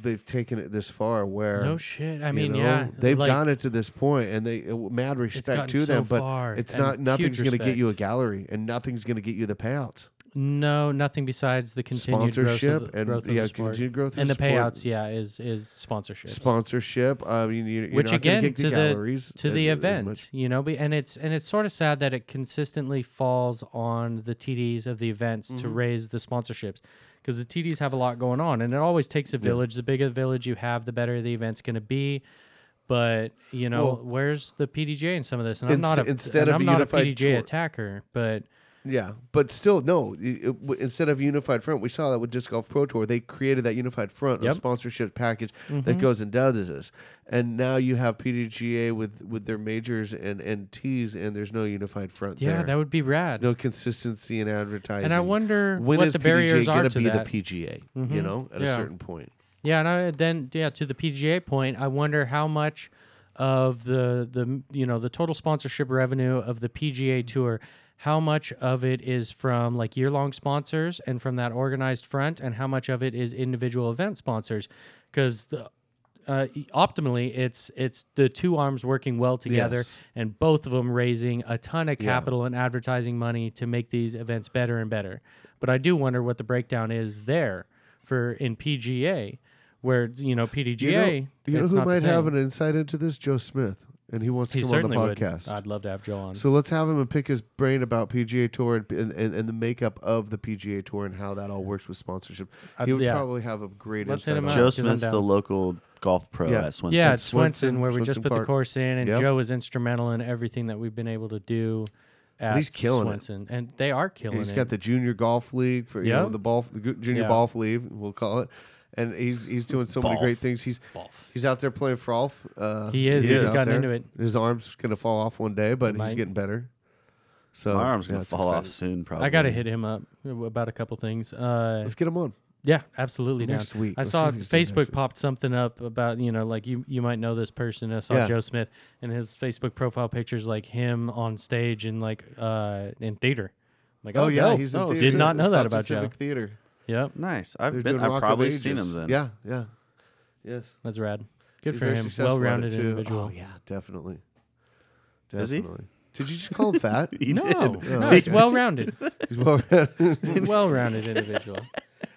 they've taken it this far. Where No shit. I you mean, know, yeah, they've like, gotten it to this point, and they uh, mad respect gotten to so them, but far, it's and not nothing's huge going to get you a respect. gallery, and nothing's going to get you the payouts, No, nothing besides the continued sponsorship, growth of the, and growth of yeah, the sport. continued growth of and the sport. payouts. Yeah, is is sponsorship. sponsorship. I mean, you you're Which not gonna again, get to the- galleries to as- the as event, much. you know, be- and it's and it's sort of sad that it consistently falls on the TDs of the events to Mm-hmm. raise the sponsorships because the TDs have a lot going on, and it always takes a village. The bigger the village you have, the better the event's going to be. But you know, Well- where's the PDJ in some of this? And I'm Ins- not a, instead and of I'm the not a unified PDJ tour- attacker, but Yeah, but still, no. i- it- w- instead of unified front, we saw that with Disc Golf Pro Tour, they created that unified front Yep. Mm-hmm. of sponsorship package that goes and does this, and now you have PDGA with with their majors and and T's, and there's no unified front. yeah, there. that would be rad. no consistency in advertising. and I wonder when what is the PDGA barriers are gonna to be that. the PGA. You know, at Yeah. a certain point. Yeah, and I, then yeah, to the PGA point, I wonder how much of the the you know the total sponsorship revenue of the PGA Tour, how much of it is from like year long sponsors and from that organized front, and how much of it is individual event sponsors, because the uh, optimally, it's it's the two arms working well together, Yes. and both of them raising a ton of capital and advertising money to make these events better and better. But I do wonder what the breakdown is there for in PGA, where you know PDGA. You know, you know it's who not the might have same. an insight into this? Joe Smith, and he wants to He come on certainly the podcast. would. I'd love to have Joe on. So let's have him and pick his brain about PGA Tour and, and, and, and the makeup of the PGA Tour and how that all works with sponsorship. I- he would Uh, yeah. probably have a great Let's hit insight. on him up. that. Oh, Joe 'cause I'm Smith's the down. local golf pro Yeah. at Swenson. yeah, it's Swenson- Swenson, where we Swenson just put Park. the course in, and Yep. Joe was instrumental in everything that we've been able to do. At he's killing it. Swenson, and they are killing He's it. got the junior golf league for you Yeah. know, the ball the gu- junior Yeah. golf league we'll call it, and he's he's doing so many Golf. great things. He's Golf. he's out there playing frolf. Uh, He is. He's out gotten into it. His arm's gonna fall off one day, but he's Might. getting better. So My arm's yeah, gonna it's fall off exciting. soon, probably. I gotta hit him up about a couple things. Oh, Uh, Let's get him on. Yeah, absolutely. down. Next week. I Let's see saw if he's doing next Facebook week. popped something up about you know like you you might know this person. I saw Yeah. Joe Smith and his Facebook profile pictures like him on stage and like uh in theater. I'm like Oh, yeah, dope. he's Oh, in did theater not know at that South about Pacific Joe. Theater. yep, Nice. I've They're been. doing Rock I've of probably Ages. seen him then. Yeah, yeah, yes. that's rad. Good He's for very him. successful at it, Well-rounded too. individual. Oh yeah, definitely. Is he? Definitely. Did you just call him fat? <laughs> <laughs> He no, did. no, Oh, he's well-rounded. He's well- well-rounded individual.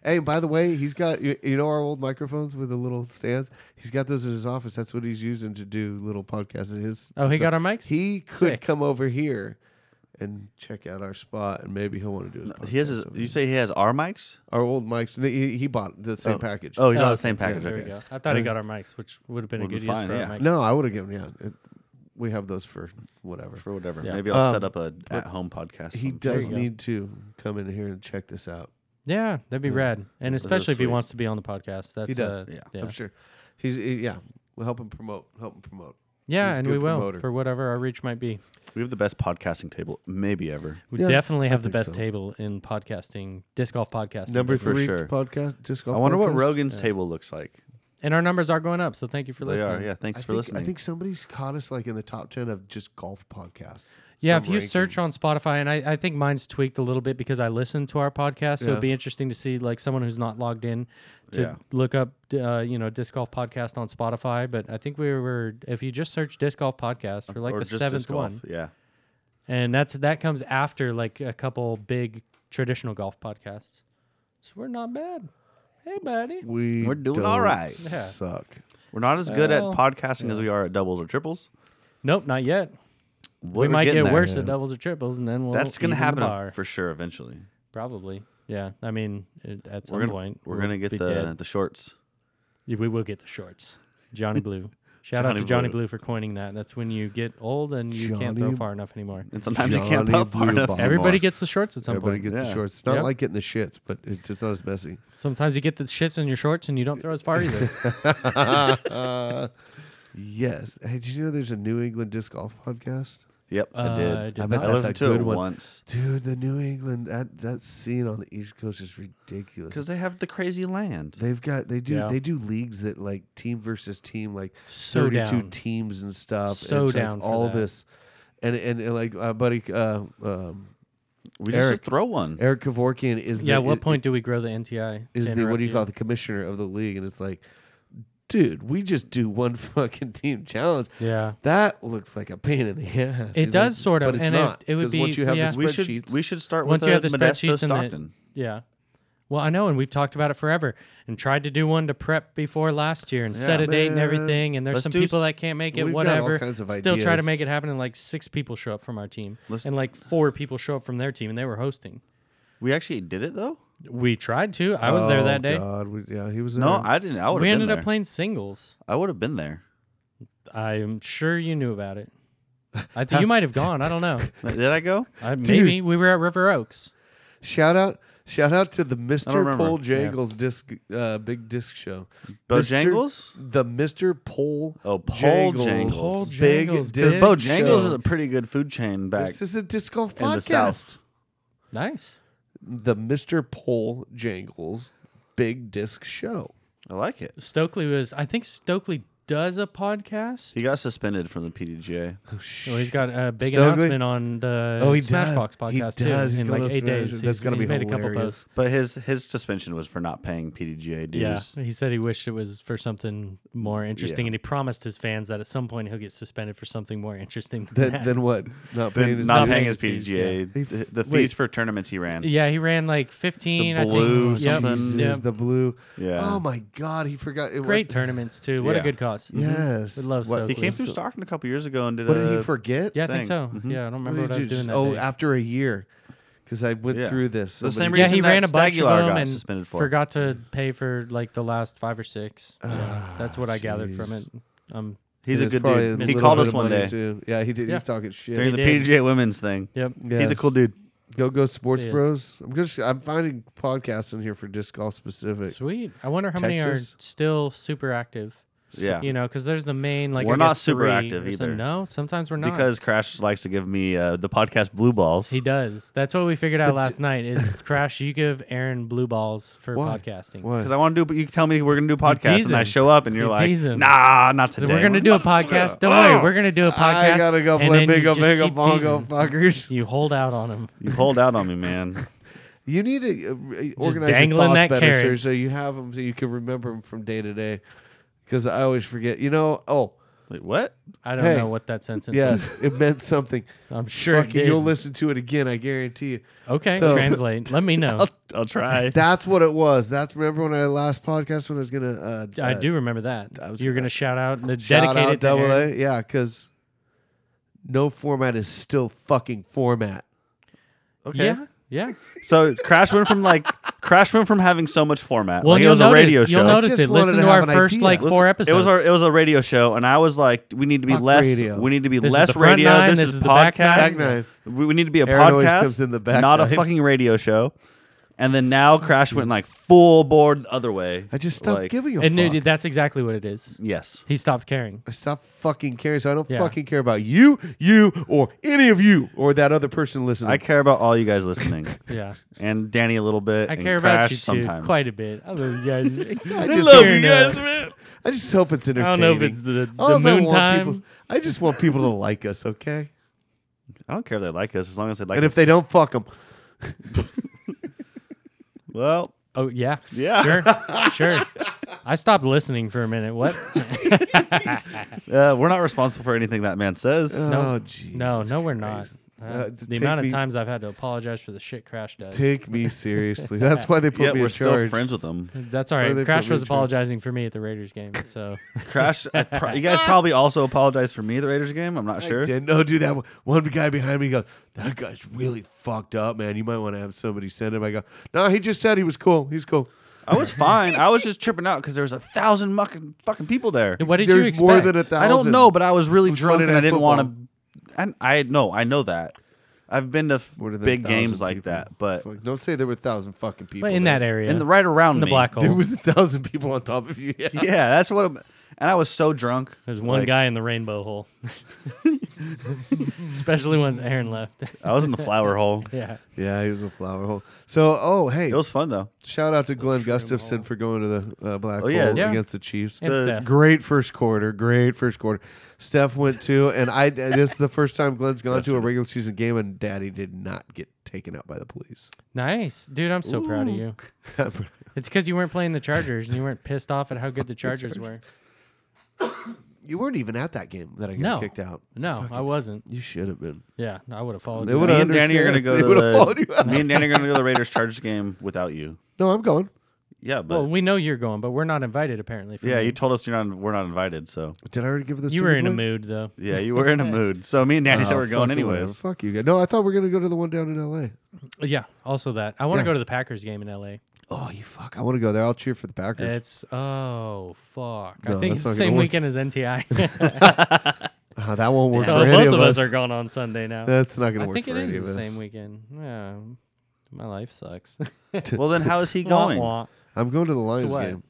hey, by the way, he's got you, you know our old microphones with the little stands. He's got those in his office. That's what he's using to do little podcasts. His Oh, he so got our mics. He could Sick. come over here and check out our spot, and maybe he'll want to do his. He has. podcast His, over you here. say he has our mics? our old mics. He, he bought the same package. Oh, he Oh, got the same okay. Yeah, package. there okay. we go. I thought he got our mics, which would have been a Would've good been use fine, for yeah. our mics. no, I would have given him. Yeah, it, we have those for whatever. For whatever. Yeah. Maybe I'll Um, set up a at-home podcast. He sometime. does you go. need to come in here and check this out. Yeah, that'd be rad, and Those are especially if he sweet. wants to be on the podcast. That's does, uh, yeah. I'm sure he's he- yeah. We'll help him promote. Help him promote. Yeah, He's a and good we will promoter. for whatever our reach might be. We have the best podcasting table maybe ever. We Yeah, definitely have the think best so. table in podcasting, disc golf podcasting. Number For three sure. podcast. Disc golf I wonder what podcast. Rogan's table looks like. and our numbers are going up, so thank you for They listening. are. Yeah. Thanks I for think, listening. I think somebody's caught us like in the top ten of just golf podcasts. Yeah, Some if you ranking. search on Spotify, and I, I think mine's tweaked a little bit because I listen to our podcast, so Yeah. it'd be interesting to see like someone who's not logged in to Yeah. look up uh, you know disc golf podcast on Spotify. But I think we were if you just search disc golf podcast for like Or the just disc seventh golf. one, Yeah. and that's that comes after like a couple big traditional golf podcasts. So we're not bad. Hey, buddy. we We're doing don't all right. Yeah. Suck. We're not as good Well, at podcasting as we are at doubles or triples. Nope, not yet. We're we might getting get there. worse at doubles or triples, and then we'll That's going to even the happen bar. for sure eventually. Probably. Yeah. I mean, it- at some We're gonna, point, we're we'll gonna get be the dead. the shorts. Yeah, we will get the shorts. <laughs> Johnny Blue. Shout out Johnny to Johnny Blue. Blue. for coining that. That's when you get old and you can't Johnny- throw far enough anymore. And sometimes you can't Johnny puff hard Blue enough. Bombs. anymore. Everybody gets the shorts at some Everybody point. gets the Yeah. shorts. It's not Yep. like getting the shits, but it's just not as <laughs> messy. Sometimes you get the shits in your shorts and you don't throw as <laughs> far either. Yes. Hey, did you know there's a New England disc golf podcast? Yep, I did. Uh, I did I bet not. I that's listened a to good it one. once Dude, the New England that that scene on the East Coast is ridiculous. because they have the crazy land. They've got they do Yeah. they do leagues that like team versus team like So 32 down. teams and stuff. So and it's, like, down for all that. this, and, and and, like uh, buddy uh, um, we just Eric- throw one. Eric Kevorkian is yeah, the, at what i- point do we grow the NTI? is To the what do you interrupt call it, the commissioner of the league, and it's like, dude, we just do one <laughs> fucking team challenge. Yeah. That looks like a pain in the ass. It He's does like, sort of, but it's and it- not, it would 'cause once be- you have yeah. the we spreadsheets, should we should start Once with you a have the Modesto spreadsheets and the- Stockton. Yeah. Well, I know, and we've talked about it forever, and tried to do one to prep before last year, and set a Yeah. date and Man, everything. And there's let's some do people s- that can't make it, we've got all whatever. kinds of Still try to ideas. make it happen, and like six people show up from our team, Let's- and like four people show up from their team, and they were hosting. We actually did it though. We tried to. I was there oh, that day. God, we- yeah, he was No, there. I didn't. I would We have been ended there. up playing singles. I would have been there. I'm sure you knew about it. <laughs> I think you might have gone. I don't know. Uh, Did I go? I, maybe we were at River Oaks. Shout out, shout out to the Mister remember. Pole Jangles disc, uh, big disc show. Mr. Bojangles? the Mister Pole. Oh, Pole Jangles. Pole big Jangles, disc Big Bo Jangles show. is a pretty good food chain back This is a disc golf in the podcast. South. Nice. The, Mister Pole Jangles big disc show. I like it. Stokely was. I think Stokely does a podcast. He got suspended from the PDGA. Oh, he's got a big Stokely? announcement on the Oh, he Smashbox does. podcast He too. does. He's In gonna like eight listen to that. days, That's He's- gonna he's be made a couple hilarious. posts. But his his suspension was for not paying PDGA dues. Yeah, he said he wished it was for something more interesting, and he promised his fans that at some point he'll get suspended for something more interesting than Then, that. then what? Not paying his Not dues? paying his fees, PDGA. yeah. The, the fees Wait. for tournaments he ran. yeah, he ran like fifteen. I blue think. Yep, something. yep. Jesus, the blue. Yeah. Oh my God, he forgot. It Great was- tournaments too. What a Yeah. good cause. Mm-hmm. Yes. We love What- He Stokely. came through Stockton a couple years ago and did What a. did he forget? Yeah, I think thing. so. Yeah, I don't remember What did what, I you was doing just- that oh, day. after a year, because I went Yeah. through this. The Somebody- same yeah, reason he that ran a bunch of Stagular them got and suspended for. forgot to pay for like the last five or six. Yeah, that's what I gathered from Ah, jeez. it. Um, He's a It's good probably dude. a He little called bit us of one money, day too. Yeah, he did. Yeah. He was talking shit. during He the did. PDGA women's thing. yep. He's a Yes. cool dude. Go go sports He is. bros. I'm just I'm finding podcasts in here for disc golf specific. Sweet. I wonder how many are Texas? still super active. Yeah. You know, because there's the main like We're I not guess super three active or something. either. No, sometimes we're not Because Crash likes to give me uh, the podcast Blue Balls. he does. That's what we figured out last night. <laughs> Is Crash? You give Aaron blue balls for Why? podcasting. What? Because I want to do, but you tell me we're going to do a podcast, tease and I him. show up, and you're You like, tease him. nah, not today. So we're gonna do a podcast. Don't worry, we're gonna do a <laughs> podcast. I gotta go and play then you bingo, just bingo, keep bongo, teasing. fuckers. You hold out on him. <laughs> You hold out on me, man. You need to uh, re- organize your dangling thoughts that better, sir, carrot. so you have them, so you can remember them from day to day. Because I always forget. You know. <laughs> Oh, Wait, what? I don't Hey. know what that sentence is. yes, it meant something. I'm sure it Fucking, did. you'll listen to it again. I guarantee you. Okay, So- translate. Let <laughs> me know. I'll, I'll try. That's what it was. That's remember when I last podcast when I was gonna. Uh, I uh, do remember that. I was You're gonna- gonna shout out and Shout dedicate out it to double Aaron. A. Yeah, because no format is still fucking format. Okay. Yeah, yeah. So Crash went from like Crash went from having so much format. Well, like it you'll was notice, a radio show. You'll notice just it. wanted Listen to to have our an first idea. like Listen, four episodes. It was our it was a radio show, and I was like, we need to be Fuck less. radio. We need to be This is less the front radio. nine, this, this is is the back podcast. nine. Back nine. We, we need to be a Aaron always podcast, comes in the back not a nine. fucking radio show. And then now Crash went like full board the other way. I just stopped Like, giving a and fuck. no, that's exactly what it is. Yes. He stopped caring. I stopped fucking caring, so I don't Yeah. fucking care about you, you, or any of you, or that other person listening. I care about all you <laughs> guys listening, <laughs> Yeah, and Danny a little bit. I and care Crash about you too sometimes. quite a bit. I <laughs> love you guys. <laughs> I just love hope you you guys. I just hope it's I entertaining. don't know if it's the, the Alls I moon want time. People, I just want people to like us, okay? I don't care if they like us as long as they like and us. if they don't, fuck them. well, <laughs> Oh yeah, yeah. sure, sure. I stopped listening for a <laughs> minute. What? Uh, we're not responsible for anything that man says. Oh, jeez. No, no, we're not. Christ. Uh, Uh, t- the take amount of me- times I've had to apologize for the shit Crash does. Take me seriously. That's why they put yeah, me we're in still charge. friends with them. That's all why right. they Crash put me was in charge. apologizing for me at the Raiders game, <laughs> so Crash, I pro- you guys probably also apologized for me at the Raiders game. I'm not I sure. did. No, do that one. One guy behind me goes, "That guy's really fucked up, man. You might want to have somebody send him." I go, "No, he just said he was cool. He's cool." I was fine. I was just tripping out because there was a thousand mucking, fucking people there. what did you There's expect? more than a thousand. I don't know, but I was really Who's drunk Monday and I Night didn't want Football? to. And I know, I know that. I've been to f- More than a big thousand games like people. that, but Fuck, don't say there were a thousand fucking people But in there. that area, in the right around in the me, black hole. There was a thousand people on top of you. <laughs> Yeah. <laughs> Yeah, that's what. I'm, And I was so drunk. There's one like, guy in the <laughs> rainbow hole. Especially once Aaron left. I was in the flower hole. yeah. <laughs> Yeah, he was a flower hole. So, oh hey, It was fun though. shout out to Glenn Gustafson for going to the uh, black Oh, yeah. hole Yeah. against the Chiefs. And The Steph. Great first quarter. Great first quarter. Steph went too, and I. <laughs> This is the first time Glenn's gone to a regular season game, and Daddy did not get taken out by the police. <laughs> Nice. Dude, I'm so proud of you. It's because you weren't playing the Chargers and you weren't pissed off at how good <laughs> the Chargers were. you weren't even at that game that I got No. kicked out. No, I wasn't. You should have been. Yeah, I would have followed They you. would Me have and Danny are gonna go They to would have the- followed you out. Me and Danny are gonna go to the Raiders Chargers game without you. No, I'm going. Yeah, but Well, mm-hmm. we know you're going, but we're not invited apparently. For yeah, me. you told us you're not. We're not invited. So Did I already give this? You were in a mood though. yeah, you were in a mood. So me and Danny said we're going anyways. Oh, Fuck you. guys. No, I thought we were gonna go to the one down in L.A. Yeah. Also that I want to Yeah. go to the Packers game in L.A. Oh, you fuck! I want to go there. I'll cheer for the Packers. It's oh fuck. No, I think that's it's the not gonna same work. weekend as <laughs> NTI. Ah, that won't work so for any both of us. are going on Sunday now. That's not gonna I work think for it any of is us. the same weekend. Yeah. My life sucks. Well, then how is he Wah, going? You're wah. I'm going to the Lions what? game.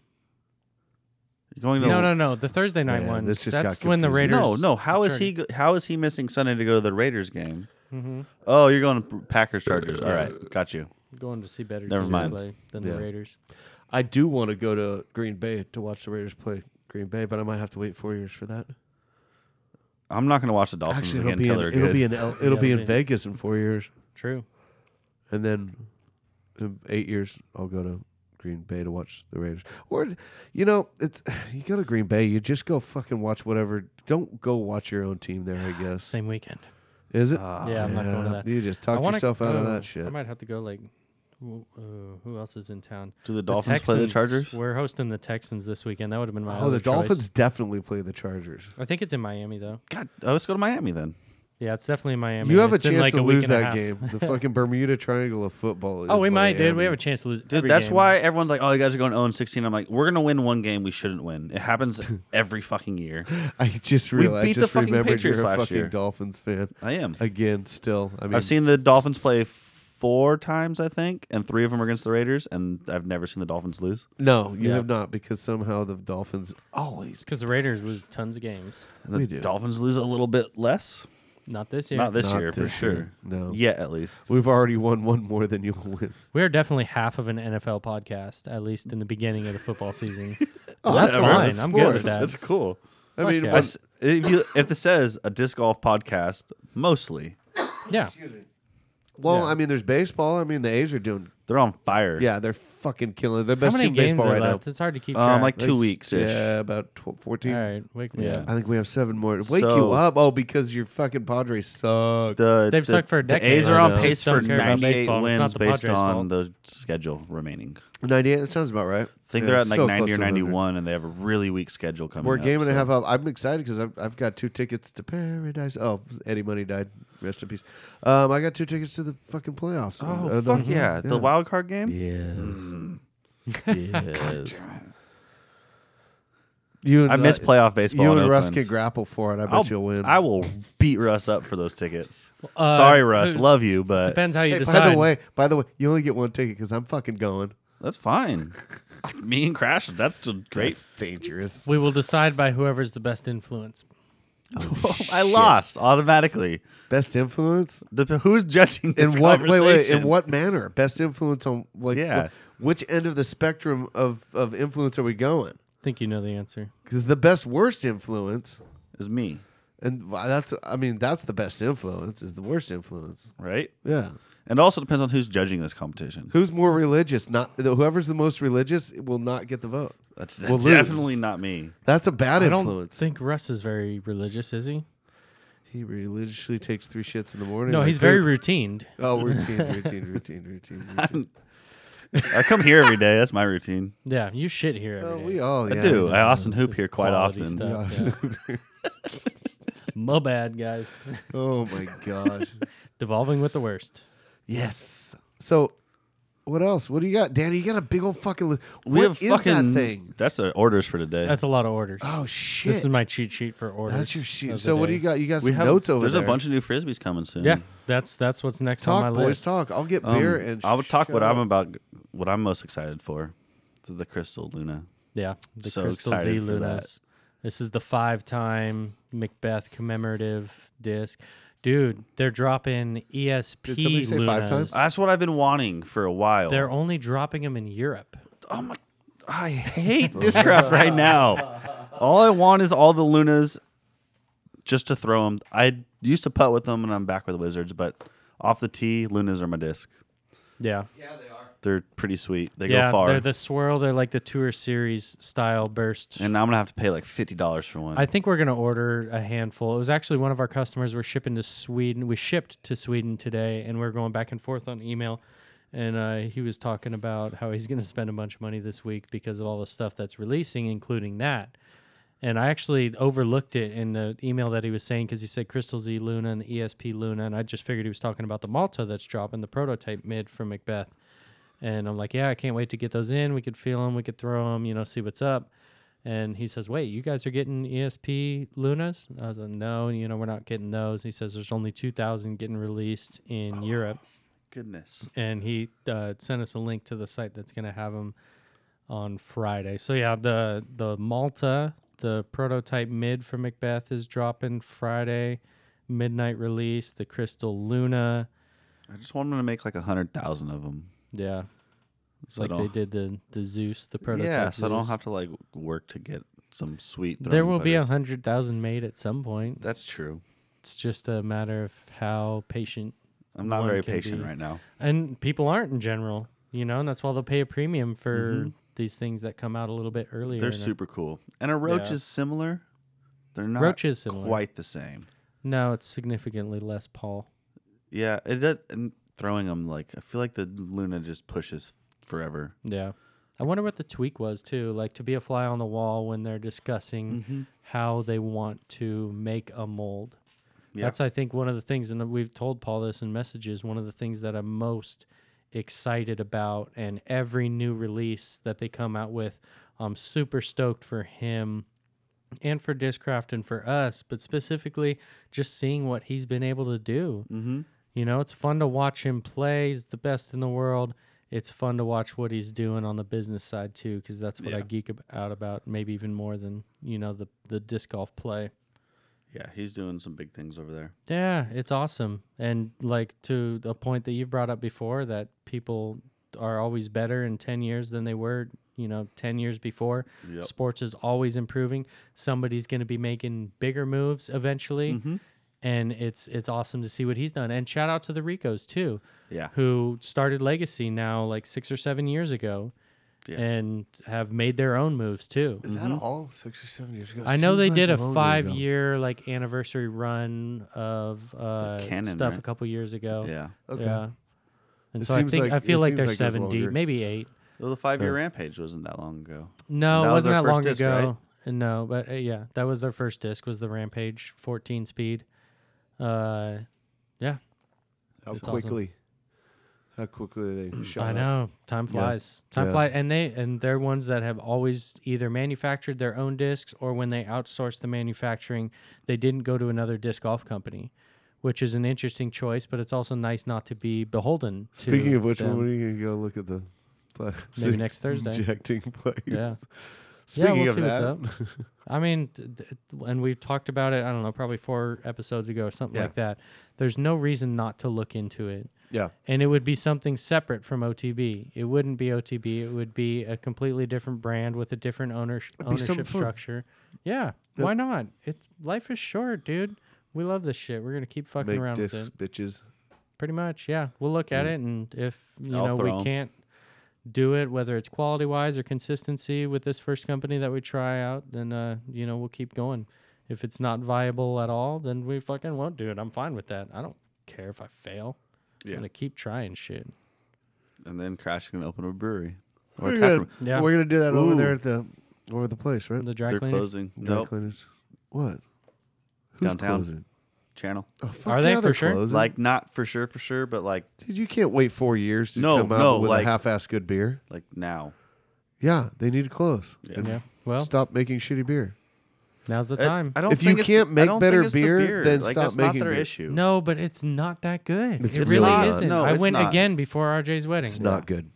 going to No, no, no. The Thursday night Yeah, one. this just That's got when the confusing. Raiders. no, no. How is he? go- How is he missing Sunday to go to the Raiders game? hmm Oh, you're going to Packers Chargers. All right, got you. Going to see better Never teams mind. play than Yeah. the Raiders. I do want to go to Green Bay to watch the Raiders play Green Bay, but I might have to wait four years for that. I'm not going to watch the Dolphins Actually, again it'll be until in, they're it'll good. be in L- it'll be it'll in be- Vegas in four years, True. and then in eight years I'll go to Green Bay to watch the Raiders. Or, you know, it's <sighs> you go to Green Bay, you just go fucking watch whatever. Don't go watch your own team there. I guess Same weekend. is it? Ah. yeah, I'm not going to that. You just I talked wanna- yourself out of oh, that I shit. might have to go like. Who, uh, who else is in town? Do the Dolphins play the Chargers? We're hosting the Texans this weekend. That would have been my. Oh, the other choice. Dolphins definitely play the Chargers. I think it's in Miami though. God, oh, let's go to Miami then. Yeah, it's definitely in Miami. you have a It's in, chance like, to week lose and a that half. game. <laughs> The fucking Bermuda Triangle of football. Is Oh, we might, dude. We Miami. have a chance to lose. Dude, every that's game. why everyone's like, "Oh, you guys are going 0 16." I'm like, "We're going to win one game we shouldn't win." <laughs> It happens every fucking year. <laughs> I just realized. beat I the just fucking remembered Patriots you're a last fucking year. Dolphins fan I am. again. Still, I mean, I've seen the Dolphins play four times, I think, and three of them are against the Raiders, and I've never seen the Dolphins lose. no, you Yeah. have not because somehow the Dolphins <laughs> always. Because the Raiders lose tons of games. And the We do. Dolphins lose a little bit less. Not this year. Not this Not year, for this sure. year. No. Yeah, at least. We've already won one more than you'll win. we are definitely half of an NFL podcast, at least in the beginning of the <laughs> football season. Oh, that's whatever, fine. it's I'm good with sports. that. That's cool. I mean, yeah. I what- s- if, you, if it says a disc golf podcast, mostly yeah. well, Yeah. I mean, there's baseball. I mean, the A's are doing. they're on fire. Yeah, they're fucking killing. They're How best many team in games baseball are right left? now. It's hard to keep um, track. like two Like, weeks ish. Yeah, about 12, 14. All right, wake me Yeah. up. I think we have seven more. Wake you So- up! Oh, because your fucking Padres suck. The, They've the- sucked for a the decade. A's are I on know. pace Just don't for care about 98 baseball. It's not wins the based Padres' on the schedule remaining. Ninety-eight. That sounds about right. I think Yeah, they're at like so 90 close or to 100. 91, and they have a really weak schedule coming. We're a up, game and a so- half up. I'm excited because I've, I've got two tickets to paradise. Oh, Eddie Money died. Rest in peace. Um, I got two tickets to the fucking playoffs. Oh Uh, the- fuck yeah. The wild card game. Yes. you and, I miss uh, playoff baseball. You in and Russ Oakland. can grapple for it. I bet I'll, you'll win. I will beat Russ up for those tickets. Uh, Sorry, Russ. who- Love you, but Depends how you Hey, decide. by the way, by the way, you only get one ticket because I'm fucking going. <laughs> that's fine. Me and Crash. That's a great. That's dangerous. we will decide by whoever's the best influence. <laughs> I lost automatically. Best influence Dep- who's judging in this what? Wait, wait. In conversation? what manner? Best influence on like? Yeah. wh- which end of the spectrum of of influence are we going? I think you know the answer. Because the best worst influence, is me, and why- that's I mean that's the best influence is the worst influence. right? Yeah. And also depends on who's judging this competition. Who's more religious? Not the- whoever's the most religious will not get the vote. That's, We'll that's lose. definitely not me. That's a bad I don't influence. think Russ is very religious, is he? he religiously takes three shits in the morning. No, like, he's very "Hey, routined. <laughs> Oh, routine, routine, routine, routine. <laughs> routine. I come here every day. That's my routine. <laughs> Yeah, you shit here. oh, every day. we all. I yeah, do. we I just- Austin hoop here quite Quality often. stuff, yeah. <laughs> My bad, guys. Oh my gosh. Devolving with the worst. yes. So, what else? What do you got, Danny? You got a big old fucking. Li- We what have is fucking that thing? That's the orders for today. That's a lot of orders. Oh shit! this is my cheat sheet for orders. That's your shit. of the So what do day. you got? You got some we have notes over There's there. a bunch of new frisbees coming soon. Yeah, that's that's what's next talk, on my boys. list. Talk. I'll get Um, beer and. I would talk what shut I'm up. about, what I'm most excited for, the, the Crystal Luna. Yeah, the So Crystal excited Z for that. Lunas. This is the five time Macbeth commemorative disc. Dude, they're dropping ESP. Did somebody say five times? Lunas. That's what I've been wanting for a while. They're only dropping them in Europe. oh my, <laughs> I hate Discraft right now. All I want is all the Lunas just to throw them. I used to putt with them and I'm back with the Wizards, but off the tee, Lunas are my disc. Yeah. They're pretty sweet. They yeah, go far. they're the swirl. They're like the tour series style bursts. and I'm going to have to pay like $50 for one. I think we're gonna order a handful. It was actually one of our customers. We're shipping to Sweden. We shipped to Sweden today, and we're going back and forth on email. And uh, he was talking about how he's gonna spend a bunch of money this week because of all the stuff that's releasing, including that. And I actually overlooked it in the email that he was saying because he said Crystal Z Luna and the ESP Luna, and I just figured he was talking about the Malta that's dropping the prototype mid for Macbeth. And I'm like, yeah, I can't wait to get those in. We could feel them, we could throw them, you know, see what's up. And he says, wait, you guys are getting ESP Lunas? I was like, no, you know, we're not getting those. He says, there's only 2,000 getting released in Europe. Goodness. And he uh, sent us a link to the site that's going to have them on Friday. So yeah, the the Malta, the prototype mid for Macbeth is dropping Friday, midnight release. The Crystal Luna, I just want them to make like a 100,000 of them. yeah, So I like they don't- did the the Zeus, the prototype. Yeah, so I don't Zeus. have to like work to get some sweet. There throwing will be a putters. hundred thousand made at some point. That's true. It's just a matter of how patient I'm not One very can patient be- right now. and people aren't in general, you know, and that's why they'll pay a premium for these things that come out a little bit earlier. Mm-hmm. They're in it. super cool, and a roach Yeah. is similar. They're not Roach is similar. quite the same. No, it's significantly less Paul. Yeah, it does, and throwing them like I feel like the Luna just pushes forever. Yeah. I wonder what the tweak was too, like to be a fly on the wall when they're discussing how they want to make a mold. Yeah. That's I think one of the things, and we've told Paul this in messages. One of the things that I'm most excited about, and every new release that they come out with, I'm super stoked for him and for Discraft and for us, but specifically just seeing what he's been able to do. Mm-hmm. You know, it's fun to watch him play. He's the best in the world. It's fun to watch what he's doing on the business side too, because that's what I geek ab- out about, maybe even more than you know the the disc golf play. Yeah, he's doing some big things over there. Yeah, it's awesome. And like to a point that you've brought up before that people are always better in 10 years than they were, you know, 10 years before. Sports is always improving. Somebody's going to be making bigger moves eventually. And it's it's awesome to see what he's done. And shout out to the Ricos too Yeah, who started Legacy now like 6 or 7 years ago Yeah. and have made their own moves too. Is that Mm-hmm. all? Six or seven years ago. I know they did a five year like anniversary run of uh, Canon, stuff a right? couple years ago. yeah. Okay. Yeah. And It so I seems think like- I it feel like seems they're like it was seven longer. deep, maybe eight. Well, the five year rampage wasn't that long ago. No, that it was wasn't their that first long disc, ago. No, but uh, yeah, that was their first disc was the Rampage 14 speed. Uh, yeah, How It's quickly? How quickly they shot? Mm, I up. know. Time flies. Time Yeah. flies, and they and they're ones that have always either manufactured their own discs or when they outsourced the manufacturing, they didn't go to another disc golf company, which is an interesting choice. But it's also nice not to be beholden. to Speaking of which, them. when are you gonna go look at the place? <laughs> <laughs> Maybe next Thursday. Injecting place. <laughs> Yeah. Speaking yeah, we'll of see that, what's up. I mean, d- d- and we've talked about it. I don't know, probably four episodes ago or something Yeah. like that. There's no reason not to look into it. yeah, and it would be something separate from OTB. It wouldn't be OTB. It would be a completely different brand with a different owner, something ownership fun. structure. Yeah, why not? It's life is short, dude. We love this shit. We're gonna keep fucking make around discs, with it. bitches. Pretty much, yeah. We'll look at it, and if you Mm. I'll know throw 'em. we can't do it, whether it's quality wise or consistency with this first company that we try out, then uh, you know we'll keep going. If it's not viable at all, then we fucking won't do it. I'm fine with that. I don't care if I fail. Yeah. I'm gonna keep trying shit. And then crashing and open a brewery. Or We're tap gonna, room. Yeah. we're gonna do that over Ooh. there at the over the place, right? The dry They're cleaner. closing. Dry Nope. cleaners. What? Who's Downtown. closing? Channel. Oh, fuck Are they yeah, they're for sure? Closing. Like not for sure, for sure, but like dude, you can't wait four years to No, come out no, with like- a half-ass good beer. like now. Yeah, they need to close. Yeah. And Yeah. Well, Stop making shitty beer. now's the I- time. I don't If you think it's the- can't I make don't better think it's the beer, then Like, stop that's not making their beer. issue. no, but it's not that good. It's it It's really not. isn't. No, I it's went not. again before RJ's wedding. It's not good.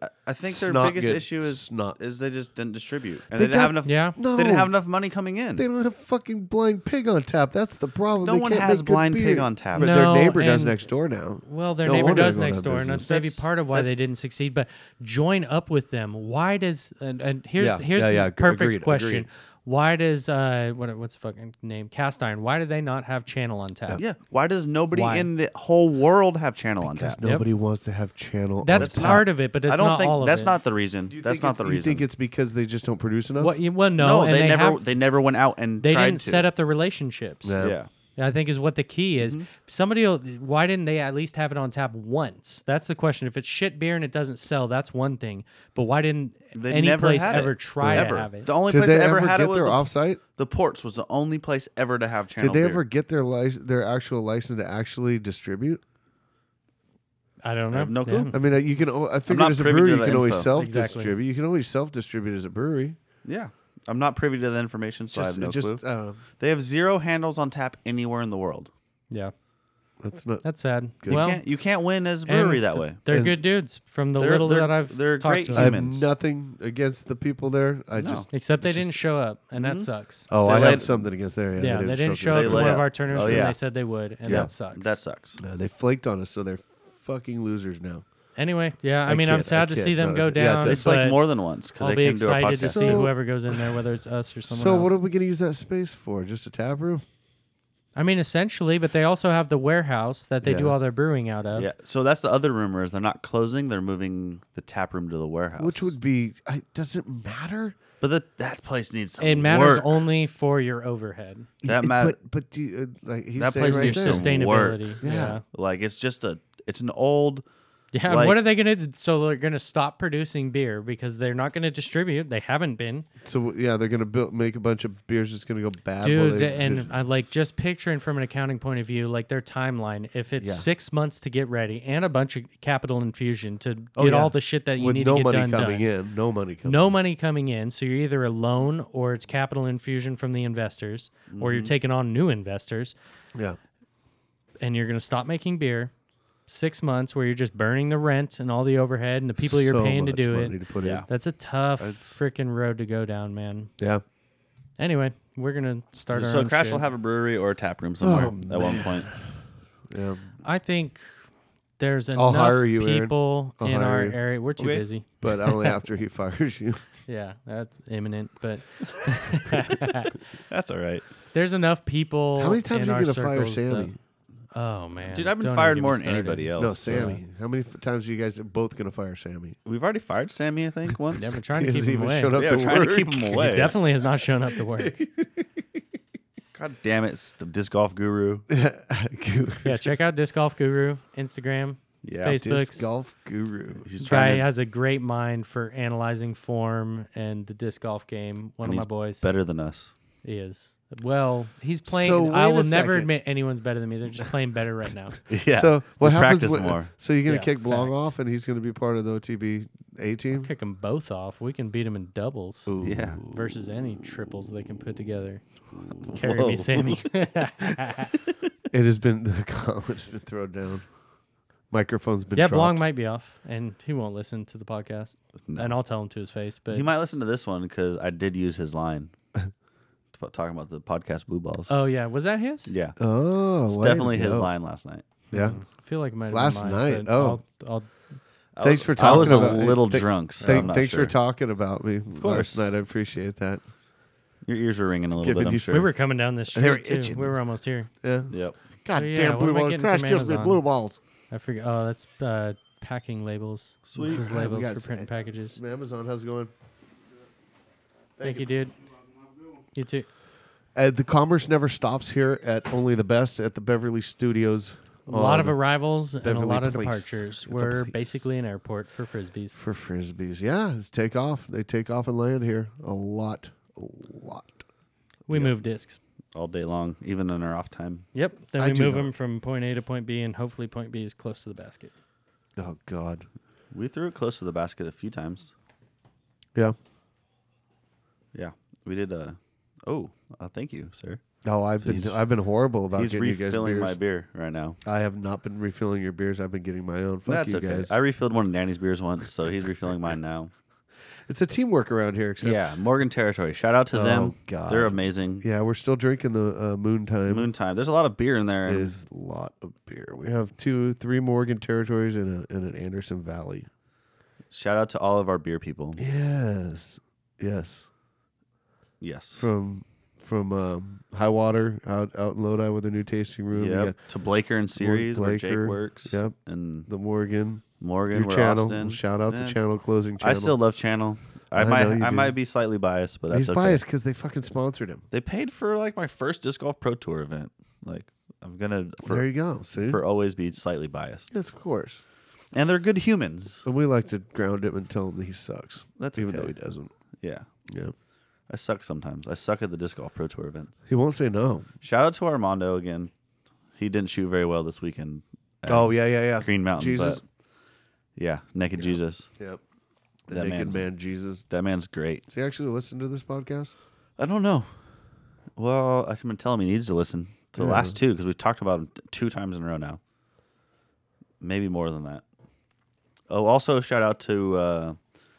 I- I think their Snot biggest good. issue is Snot. is they just didn't distribute and They they, didn't have def- enough. Yeah. No. they didn't have enough money coming in. They don't have fucking blind pig on tap. That's the problem. no They one can't has make good blind beer. pig on tap. But No, their neighbor does and- next door now. Well, their No neighbor wonder does they don't next have door, and that's business. maybe That's- part of why that's- they didn't succeed. But join up with them. Why does and, and here's Yeah, here's yeah, yeah, the ag- perfect agreed, question. agreed. Why does uh what what's the fucking name cast iron? Why do they not have channel on tap? Yeah. Why does nobody Why? in the whole world have channel on tap? Because nobody wants to have channel. that's, on tap. part of it, but it's I don't not think all of that's it. not the reason. You That's think not it's- the You reason. think it's because they just don't produce enough? what you well no, no, and they, never have- they never went out and they tried didn't to. set up the relationships. Yeah. Yeah. I think is what the key is. Mm-hmm. Somebody, will- why didn't they at least have it on tap once? That's the question. If it's shit beer and it doesn't sell, that's one thing. But why didn't They any never place had ever it. try ever. to have it? The only Did place they that ever, ever had it get was their the, offsite? the ports was the only place ever to have channel. Did they beer. ever get their license, their actual license to actually distribute? I don't know. have no Yeah. clue. I mean, uh, you can. al- I figure not as a privy to brewery, you that can always info. self distribute. Exactly. You can always self distribute as a brewery. Yeah, I'm not privy to the information, so I have Just, no just uh, clue. I don't know. They have zero handles on tap anywhere in the world. Yeah, That's not. that's sad. You Well, can't you can't win as a brewery and that th- way. They're And- good dudes from the They're- little they're- that I've they're talked great to I have them. humans. nothing against the people there. I No. just. Except they didn't show up, and that sucks. Oh, They I laid- have something against there. Yeah, yeah, they didn't show up Mm-hmm. They to let one of up. our turners Oh, when yeah. they said they would, and that sucks. That sucks. No, they flaked on us, so they're fucking losers now. anyway. Yeah, I, mean, kid, I I'm sad to kid, see them no, go yeah, down. It's but like more than once because I'll they be came to our excited to podcast. see So- whoever goes in there, whether it's us or someone so, else. what are we going to use that space for? Just a tap room? I mean, essentially, but they also have the warehouse that they do Yeah. all their brewing out of. Yeah, so that's the other rumor is they're not closing; they're moving the tap room to the warehouse. Which would be. I, does it matter? but the, that place needs some It matters work. only for your overhead <laughs> that It- matter. But but do you, uh, like he's That saying place right needs there. some- work. sustainability. Yeah. Yeah. Like it's just a it's an old Yeah, and Like- what are they going to do? So they're going to stop producing beer because they're not going to distribute. They haven't been. So yeah, they're gonna build, make a bunch of beers that's gonna go bad. while Dude, they- and I like just picturing from an accounting point of view, like their timeline, if it's Yeah. six months to get ready and a bunch of capital infusion to get Oh, yeah. all the shit that you with need no to get money done, coming done. in, no money coming. No money coming in, so you're either a loan or it's capital infusion from the investors, or Mm-hmm. you're taking on new investors, in. yeah, and you're going to stop making beer. Six months where you're just burning the rent and all the overhead and the people you're So paying to much do money it. to put Yeah. in. That's a tough freaking road to go down, man. Yeah, Anyway, we're gonna start our. So own Crash shit. Oh, will have a brewery or a tap room somewhere at one <laughs> point. yeah. I think there's enough I'll hire you, Aaron. people I'll in hire our you. area. We're too Okay. busy. But <laughs> only after he fires you. Yeah, that's imminent. But That's all right, there's enough people. How many times in are our you gonna fire circles that- Sammy? oh man, dude. I've don't been even fired get more me than started. anybody else. No, so- Sammy. How many f- times are you guys both gonna fire Sammy? We've already fired Sammy, <laughs> I think, <laughs> once. Yeah, we're trying to He keep hasn't him even away. shown up Yeah, to we're trying to work. <laughs> keep him He away. definitely has not shown up to work. God damn it, it's the disc <laughs> golf guru. yeah, check out Disc Golf Guru Instagram. Yeah, Facebook's Disc golf guru. He's guy trying to has a great mind for analyzing form and the disc golf game. One And of my he's boys. better than us. He is. Well, he's playing. So I wait will a never second. admit anyone's better than me. They're just playing better right <laughs> now. <laughs> Yeah. So what we happens? practice when- more. So you're gonna Yeah, kick Blanc facts. off, and he's gonna be part of the OTB A team. Kick them both off. We can beat them in doubles Yeah. versus any triples they can put together. Carry Whoa. me, <laughs> Sammy. It has been <laughs> the column has been thrown down. Microphone's been yeah, dropped. Blong might be off, and he won't listen to the podcast. And I'll tell him to his face. But He might listen to this one because I did use his line about talking about the podcast Blue Balls. oh yeah, was that his? yeah. Oh, It's way to definitely his go. line last night. Yeah. I feel like it might have Last been mine, night, but oh. I'll, I'll, I Thanks was- for I talking was a about it. little Th- drunk. So Thank- I'm not thanks sure. for talking about me course. last night. I appreciate that. Your ears were ringing a little Giving bit. I'm you- sure. we were coming down this They were street too. itching. We were almost here. Yeah. Yep. God So, yeah, damn what blue am I ball. getting Crash from gives me Amazon? blue balls. I forget. Oh, that's uh, packing labels. Sweet. This is Alright, we labels got for print some- packages. Amazon, how's it going? Thank you, dude. You too. Uh, the commerce never stops here at Only the Best at the Beverly Studios. A lot of on- arrivals and a Beverly lot of Place. departures. It's a We're place. basically an airport for frisbees. for frisbees. Yeah, it's take off. They take off and land here a lot, a lot. We move discs. All day long, even in our off time. Yep. Then I we do move know. them from point A to point B, and hopefully point B is close to the basket. Oh God. We threw it close to the basket a few times. Yeah. Yeah. We did. Uh, oh, uh, thank you, sir. No, I've been I've been horrible about He's getting you guys refilling beers. my beer right now. I have not been refilling your beers. I've been getting my own. Fuck That's you okay. guys. I refilled one of Danny's beers once, so he's refilling <laughs> mine now. it's a teamwork around here. Except Oh, Yeah, Morgan Territory. Shout out to them. God. They're amazing. yeah, we're still drinking the uh, moon time. Moon time. There's a lot of beer in there. and is a lot of beer. We have two, three Morgan territories and, a, and an Anderson Valley. Shout out to all of our beer people. Yes, yes. Yes. From from um, High Water out out in Lodi with a new tasting room. We Yep. got To Blaker and Series, where Blaker. Jake works. Yep. And the Morgan. Morgan, Your where channel. Austin. Shout out Yeah. the channel closing I channel. still love Channel. I, I might know you I do. might be slightly biased, but that's He's okay. biased because they fucking sponsored him. They paid for like my first disc golf pro tour event. Like I'm gonna there for, you go. See, for always be slightly biased. yes, of course. And they're good humans. And we like to ground him and tell him that he sucks. That's Oh, even okay. though he doesn't. Yeah. Yeah, I suck sometimes. I suck at the disc golf pro tour events. he won't say no. Shout out to Armando again. He didn't shoot very well this weekend. at Oh yeah, yeah, yeah. Green Mountain. Jesus. but- yeah, naked Jesus. Yep. The That naked man's- man, Jesus. That man's great. Does he actually listen to this podcast? I don't know. Well, I've been telling him he needs to listen to the Yeah. last two because we've talked about him t- two times in a row now. Maybe more than that. Oh, also shout out to uh,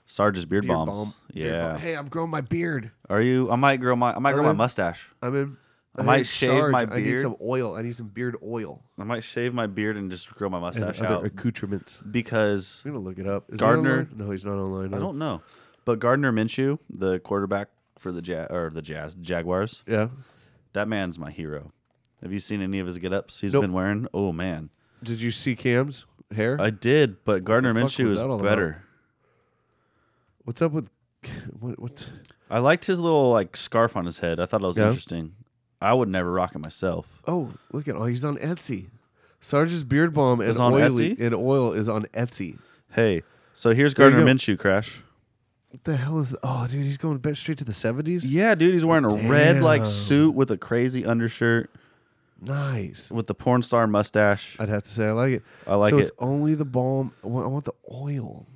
Sarge's beard, Beard bombs. bomb. Yeah. Beard bomb. Hey, I'm growing my beard. Are you? I might grow my. I might grow my Other- mustache. I'm in. I might hey, shave Sarge, my I need beard. some oil. I need some beard oil. I might shave my beard and just grow my mustache other out accoutrements. because I'm gonna look it up. Is he Gardner- online? No, he's not online. I no. don't know. But Gardner Minshew, the quarterback for the ja- or the Jazz Jaguars, Yeah. that man's my hero. Have you seen any of his get-ups he's Nope. been wearing? Oh man. Did you see Cam's hair? I did, but Gardner the fuck Minshew was is that all better. What's up with <laughs> what? What's I liked his little like scarf on his head. I thought that was Yeah. interesting. I would never rock it myself. Oh, look at oh, he's on Etsy. Sarge's beard bomb and on oily Etsy? and oil is on Etsy. Hey, so here's There you Gardner go. Minshew crash. What the hell is? Oh, dude, he's going back straight to the seventies. Yeah, dude, he's wearing a red like Damn. suit with a crazy undershirt Nice. with the porn star mustache. I'd have to say I like it. I like so It's it. only the balm. I want I want the oil.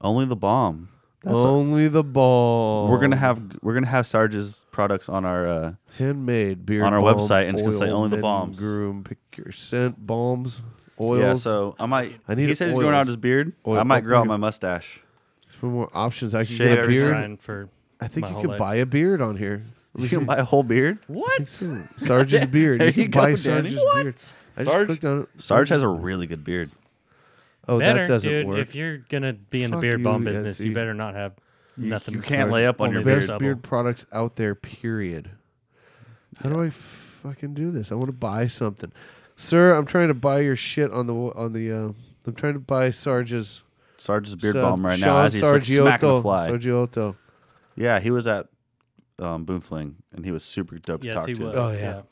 Only the bomb. That's only the balm. We're gonna have we're gonna have Sarge's products on our uh, handmade beard on our balm, website, and it's gonna say oil, only the men bombs. Groom, pick your scent balms, oils. yeah. So I might. I I need need he said he's growing oils. out his beard. Oil- I might grow oil- out my mustache. There's more options. I can Shave get a every beard. Trying for I think my you whole could life. buy a beard on here. Let me <laughs> You see. can buy a whole beard. what? Sarge's beard. There you can you go, buy Danny. Sarge's beard. I just Sarge- clicked on it. Sarge has a really good beard. Oh, better, that doesn't dude. work. If you're gonna be in Fuck the beer you, bomb business, you Etsy. better not have nothing. you to can't start. lay up on Only your the beard. Best stubble. beard products out there. Period. How do I fucking do this? I want to buy something, sir. I'm trying to buy your shit on the on the. Uh, I'm trying to buy Sarge's Sarge's beard stuff. bomb right now Sean as he's like smacking the Sargiotto. fly. Sargiotto. Yeah, he was at um, Boomfling and he was super dope to Yes, talk he to. was. Oh, yeah. yeah.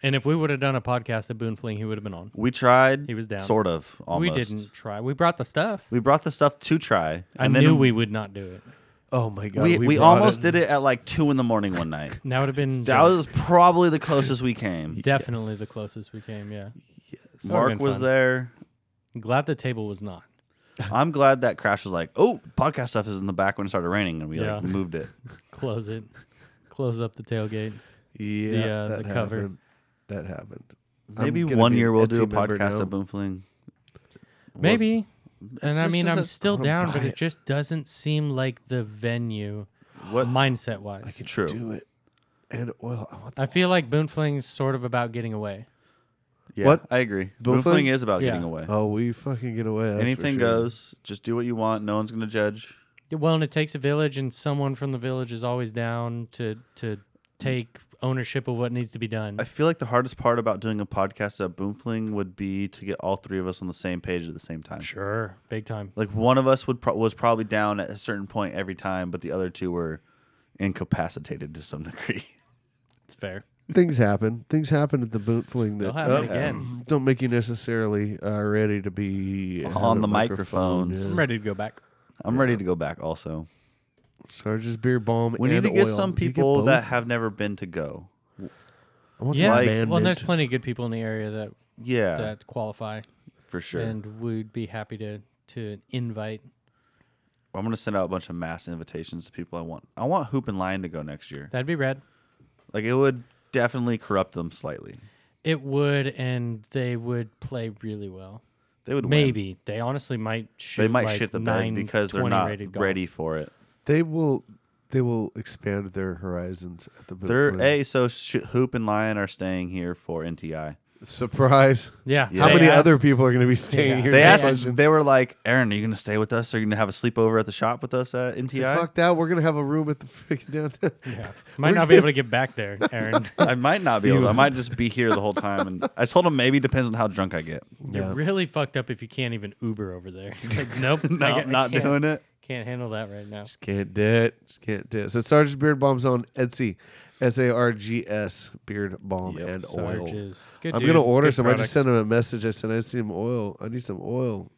And if we would have done a podcast at Boone Fling, he would have been on. We tried. He was down. Sort of. Almost. We didn't try. We brought the stuff. We brought the stuff to try. I and knew then we would not do it. Oh my god. We, we, bought almost did it at like two in the morning <laughs> one night. Now would have been that was probably the closest we came. definitely the closest we came. Yeah. That would've Mark been was fun. <laughs> there. Glad the table was not. I'm glad that Crash was like, "Oh, podcast stuff is in the back when it started raining," and we like Yeah. moved it. Close it. Close up the tailgate. Yeah, the, uh, that the cover. happened. That happened. I'm Maybe gonna one be year an we'll do a Etsy member podcast now. at Boomfling. Maybe. and I just- mean, it's I'm just- still wanna down, but buy it it. just doesn't seem like the venue What mindset wise. True. Do it. And oil. I want I feel like Boone Fling's sort of about getting away. Yeah, What? I agree. Boomfling? Boomfling, is about Yeah. getting away. the- oh, we fucking get away. that's for Anything sure. goes. Just do what you want. No one's gonna judge. Well, and it takes a village, and someone from the village is always down to to take ownership of what needs to be done. I feel like the hardest part about doing a podcast at Boomfling would be to get all three of us on the same page at the same time. sure, big time. Like one of us would pro- was probably down at a certain point every time, but the other two were incapacitated to some <laughs> degree. It's fair. Things happen. Things happen at the boot fling that They'll happen uh, again. don't make you necessarily uh, ready to be at On a the microphone, microphones. yeah. I'm ready to go back. I'm ready to go back. Also, Sarge's beer bomb. we need and to get oil. some You get people that both? have never been to go. I want some Yeah, like- man well, and there's mint. plenty of good people in the area that Yeah, that qualify, for sure. and we'd be happy to to invite. I'm gonna send out a bunch of mass invitations to people I want. I want Hoop and Lion to go next year. That'd be rad. Like it would definitely corrupt them slightly. It would, and they would play really well. They would win. Maybe they honestly might. Shoot They might like shit the bed nine, because they're 20 not rated golf. ready for it. They will. They will expand their horizons at the. They're Bigfoot. hey, so Sh- Hoop and Lion are staying here for NTI. surprise. Yeah. Yeah. How They many asked- other people are going to be staying Yeah. here? They for asked. luncheon? They were like, "Aaron, are you going to stay with us? Are you going to have a sleepover at the shop with us at Say, NTI?" Fuck that. We're going to have a room at the freaking downtown. <laughs> Yeah. Might not be able to get back <laughs> there, Aaron. I might not be <laughs> able. to. I might just be here the whole time. And I told him maybe depends on how drunk <laughs> I get. You're really fucked up if you can't even Uber over there. <laughs> It's <laughs> like, nope, No, I, I'm not doing it. Can't handle that right now. <laughs> Just can't do it. Just can't do it. So Sarge's Beard Bombs on Etsy. S A R G S Beard Balm Yep, and oil. Sarge's. Good I'm dude, gonna order good some. I just products. sent him a message. I said I just need some oil. I need some oil.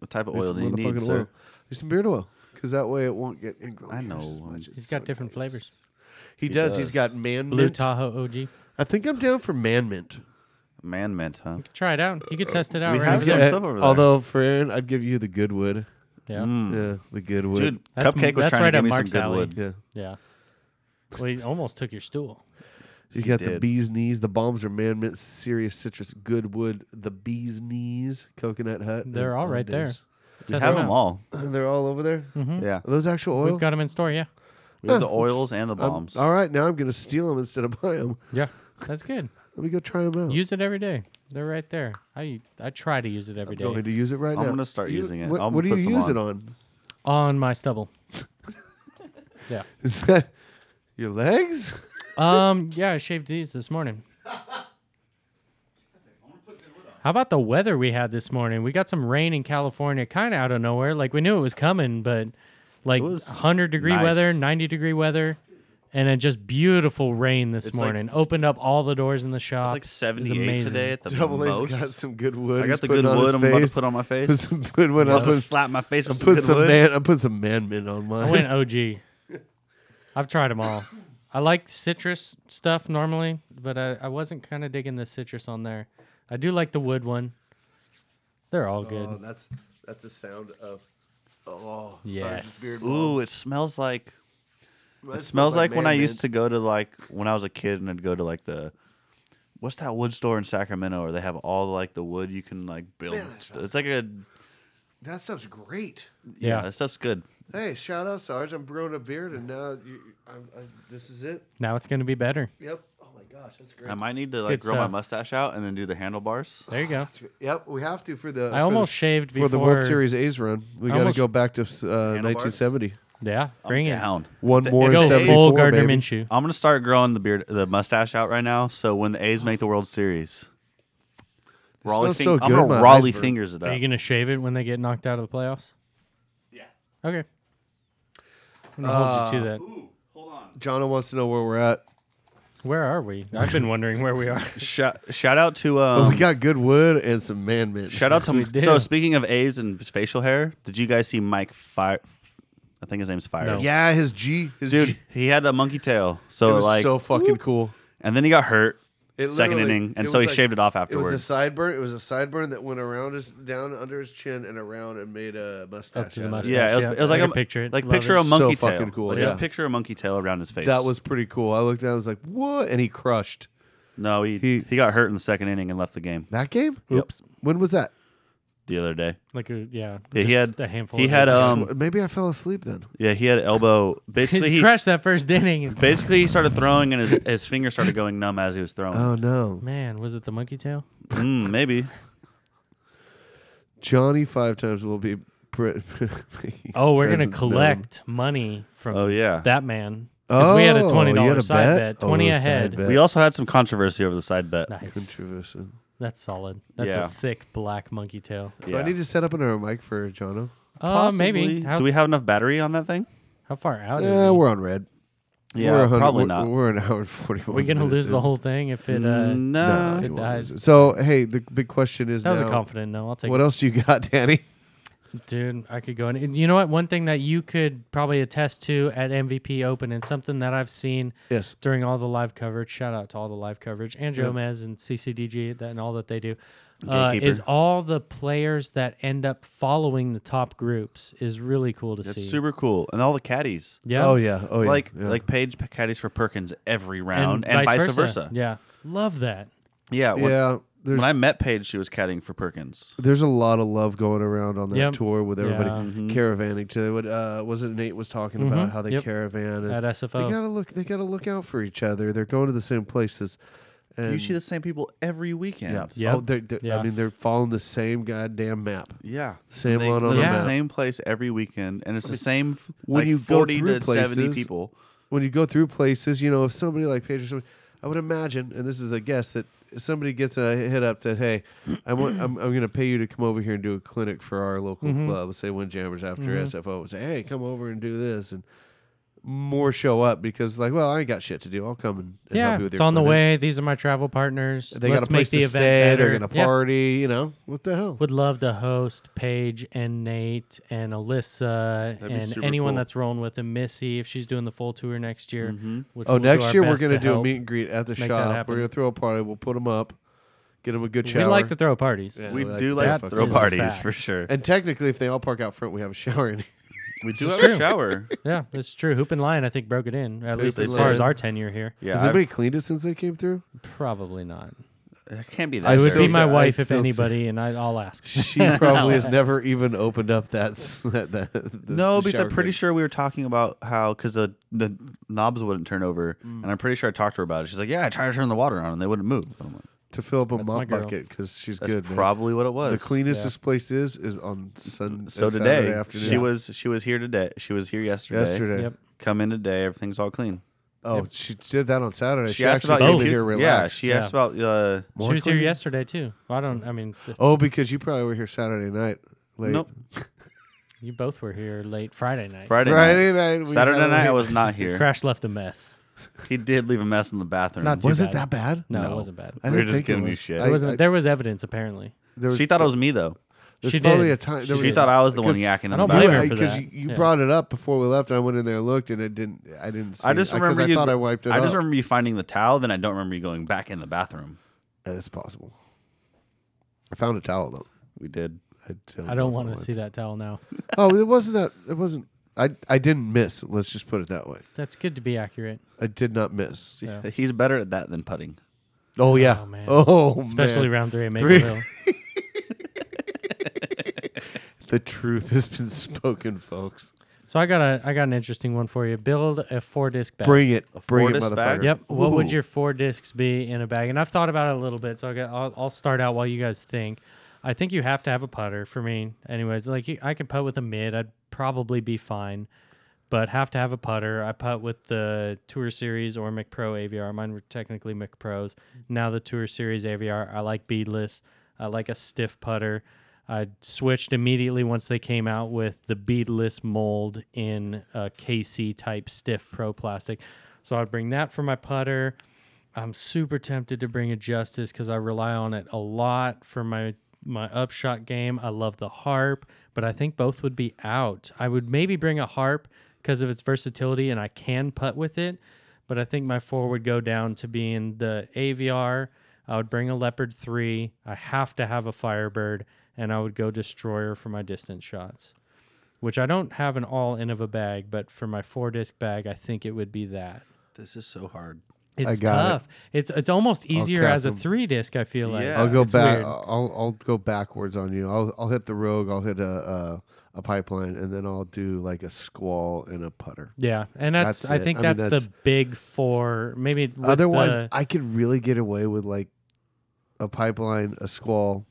What type of I need oil some do you need, motherfucking sir? oil. Need some beard oil because that way it won't get ingrown. I ears know, as um, much. He's It's got so different nice. flavors. He, He does. does. He's got man Blue mint. Tahoe OG. You I think I'm down for man mint. Man mint, huh? could try it out. You could test it out we right have over some there. stuff over there. Hmm. Although, friend, I'd give you the good wood. Yeah. Yeah, the good wood. Dude, That's- Cupcake was that's trying right to up give me some Mark's good alley. wood. Yeah. Yeah. Well, he almost took your stool. You got the did. bee's knees. The bombs are man mint, serious citrus, good wood, the bee's knees, coconut hut. They're and all right there. Mondays. We Test have it them out. all. <clears throat> They're all over there. <laughs> Mm-hmm. Yeah, Are those actual oils? We've got them in store. Yeah. we have Huh. the oils and the I'm- bombs. all right, now I'm going to steal them instead of buy them. Yeah. That's good. Let me go try them out. Use it every day. They're right there. I I try to use it every I'm day going to use it right I'm now. gonna start You- using it. What, I'll what do put you some use on. it on? <laughs> on my stubble. <laughs> yeah. Is that your legs? <laughs> Um. Yeah. I shaved these this morning. How about the weather we had this morning? We got some rain in California, kind of out of nowhere. Like we knew it was coming, but like It was 100 degree nice. weather, 90 degree weather, and then just beautiful rain this It's like- morning. Opened up all the doors in the shop. It's like 78 today at the Double H most. got some good wood. I he's got the putting good on his wood. I'm about to face. put on my <laughs> face. Put some good wood. I'll I'll put, just slap my face I'll with some put good some wood. man. I put some man mint on I mine. went OG. I've tried them all. I like citrus stuff normally, but I, I wasn't kind of digging the citrus on there. I do like the wood one. They're all good. Oh, that's that's the sound of oh Yes. Sergeant Beard Ooh, it smells like Bomb. it smells, like, when I used to go to like when I was a kid and I'd go to like the what's that wood store in Sacramento where they have all like the wood you can like build. Man, that it's like a That stuff's great. yeah, Yeah. that stuff's good. Hey, shout out Sarge. I'm growing a beard, and now you, I'm, i this is it. Now it's going to be better. Yep. Oh my gosh, that's great. I might need to like good grow stuff. my mustache out and then do the handlebars. There you go. That's great. Yep, we have to for the. I almost shaved for before the World Series A's run. We got to almost- go back to uh, 1970. Yeah, I'm bring it. down. One more in Go full 74, Gardner baby. Minshew. I'm gonna start growing the beard, the mustache out right now. So when the A's make the World Series, Raleigh smells fing- so I'm good, gonna my Raleigh iceberg. fingers it Are up. you gonna shave it when they get knocked out of the playoffs? Yeah. Okay. I'm gonna hold you Uh, to that. Jono wants to know where we're at. Where are we? I've been wondering where <laughs> we are. shout, shout out to But um, we got good wood and some man mint. shout out we to. do. So speaking of A's and facial hair, did you guys see Mike Fire? I think his name's Fire. No. Yeah, his G, his G. dude, he had a monkey tail. So it was like, so fucking cool. and then he got hurt. It second literally- inning, and it so he was like- shaved it It off was a afterwards. sideburn. It was a sideburn that went around his down under his chin and around and made a mustache. Up to the out of it. mustache. yeah, it was, Yeah, it was I like can a picture it. Like Love picture it. a monkey So tail. fucking cool, Like, yeah. Just picture a monkey tail around his face. That was pretty cool. I looked at. it, I was like, "What?" And he crushed no. He, he- he got hurt in the second inning and left the game that game. Oops. When was that? the other day. Like a, yeah. Yeah, he just had- a handful. he of had, those. um, Sw- Maybe I fell asleep then. Yeah, he had elbow. <laughs> Basically, He's he crushed that first inning. basically he started throwing, and his, his finger started going numb as he was throwing. Oh no, Man, was it the monkey tail? <laughs> Mm, maybe Johnny five times will be. <laughs> Pre- making Oh, his we're gonna presence known. collect money from Oh, yeah. that man because we had a Oh, twenty you had dollar a side bet? bet, twenty Oh, side ahead. bet. we also had some controversy over the side bet. Nice. Controversial. That's solid. That's Yeah. a thick black monkey tail. Do I need to set up another mic for Jono? Uh, Possibly. maybe. How, Do we have enough battery on that thing? how far out is Yeah, he? we're on red. we're a hundred- probably we're- not. Mm, We're an hour and forty-one. We're gonna minutes lose in. the whole thing if it. Uh, Mm, no. it dies. So hey, the big question is That was a now, confident no. I'll take What it. else do you got, <laughs> Danny? Dude, I could go in. and You know what? One thing that you could probably attest to at MVP Open and something that I've seen Yes. during all the live coverage. Shout out to all the live coverage and Jomez and CCDG that, and all that they do. uh, Gatekeeper. is all the players that end up following the top groups is really cool to That's see. super cool. And all the caddies. yeah. Oh yeah. Oh yeah. like yeah. like Paige caddies for Perkins every round and, vice, versa. Yeah. Love that. Yeah. When, yeah. when There's I met Paige, she was caddying for Perkins. there's a lot of love going around on that Yep. tour with everybody Yeah. Mm-hmm. caravanning to what uh was it Nate was talking about how they Mm-hmm. Yep. caravan and At SFO. They gotta look they gotta look out for each other. They're going to the same places. And You see the same people every weekend. yeah. Yep. Oh, they're, they're, I Yeah. mean they're following the same goddamn map. Yeah. Same they one on live the in map. same place every weekend, and it's the same f- when like you go 40 through to 70 places- people. when you go through places, you know, if somebody like Paige or somebody, I would imagine, and this is a guess that somebody gets a hit up that, hey, I want, I'm, I'm going to pay you to come over here and do a clinic for our local Mm-hmm. club, say Windjammers after SFO, and say, hey, come over and do this, and more show up because, like, well, I ain't got shit to do. I'll come and, and yeah. help you with It's your on the clinic. way. These are my travel partners. They Let's got a place make the to event stay. They're better. going to Yeah. party. You know what the hell? Would love to host Paige and Nate and Alyssa That'd be and super anyone cool. that's rolling with them. Missy, if she's doing the full tour next year. Mm-hmm. Which Oh, we'll do next our year we're best going to do a help. meet and greet at the make that shop. We're happen. going to throw a party. We'll put them up, get them a good We shower. like to throw parties. Yeah, we we like do to like throw throw parties. parties Fact. for sure. And technically, if they all park out front, we have a <laughs> shower in here. we do is have a true. <laughs> shower. Yeah, that's true. Hoop and Lion, I think, broke it in, at least they as far did. as our tenure here. Yeah, Has I- anybody cleaned it since they came through? Probably not. I can't be I that. It would still be serious. my say- I wife, if still say- anybody, and I, I'll ask. She <laughs> probably has never even opened up that s- <laughs> that, that the- no, the because I'm shower pretty curtain. sure we were talking about how because the the knobs wouldn't turn over, Mm. and I'm pretty sure I talked to her about it. She's like, "Yeah, I tried to turn the water on, and they wouldn't move." I'm like, to fill up a my mop girl. bucket because she's That's good. man. probably what it was. The cleanest Yeah. this place is is on sun, So uh, today, Saturday afternoon. she was she was here today. She was here yesterday. yesterday. Yep. Come in today. Everything's all clean. Oh, she did that on Saturday. She, She, asked actually came about your in both. here computer. Yeah, relaxed. she Yeah. asked about uh, More she was here clean? yesterday, too. I don't, I mean, th- Oh, because you probably were here Saturday night. Late. nope you both were here late Friday night. Friday, night. Friday night. we Saturday had a night I late- was not here. Crash left a mess. he did leave a mess in the bathroom. Not too Was it bad. that bad? No, No. it wasn't bad. I We were didn't just think it giving you was. shit. I- There, wasn't, I- there was evidence, apparently. there was- she thought it was me though. there's She probably did. a time. She there was- She thought I was the one because- yakking. I on don't the blame her bathroom. for because that. you, you Yeah. brought it up before we left. and I went in there, and looked, and it didn't. I didn't. See I just it, 'cause remember I you. thought I wiped it. I just up. remember you finding the towel. Then I don't remember you going back in the bathroom. Uh, It's possible. I found a towel though. We did. I don't, I know don't if want wiped to see that <laughs> towel now. it. Oh, it wasn't that. It wasn't. I I didn't miss. Let's just put it that way. That's good to be accurate, I did not miss. Yeah. He's better at that than putting. Oh yeah. Oh, man. Oh, especially man. round three at Three. Maple Hill. the truth has been <laughs> spoken, folks. So I got a I got an interesting one for you. Build a four disc bag. Bring it. Bring it, Fortis bag? motherfucker. Yep. What Ooh. would your four discs be in a bag? And I've thought about it a little bit, so I got, I'll, I'll start out while you guys think. I think you have to have a putter for me, anyways. Like you, I could putt with a mid, I'd probably be fine, but have to have a putter. I putt with the Tour Series or McPro AVR. Mine were technically McPros. Now the Tour Series AVR. I like beadless. I like a stiff putter. I switched immediately once they came out with the beadless mold in a KC type stiff pro plastic. So I'd bring that for my putter. I'm super tempted to bring a justice because I rely on it a lot for my my upshot game. I love the harp, but I think both would be out. I would maybe bring a harp because of its versatility and I can putt with it, but I think my four would go down to being the AVR. I would bring a leopard three. I have to have a firebird, and I would go destroyer for my distance shots, which I don't have an all in of a bag, but for my four disc bag, I think it would be that. This is so hard. It's got it. Oh, tough. It's it's almost easier cap as a him. three disc. I feel like Yeah. I'll go It's back. weird. I'll I'll go backwards on you. I'll I'll hit the rogue. I'll hit a a, a pipeline, and then I'll do like a squall and a putter. Yeah, and that's, That's I it. think I mean, that's, that's- the big four. Maybe with Otherwise, the- I could really get away with like a pipeline, a squall,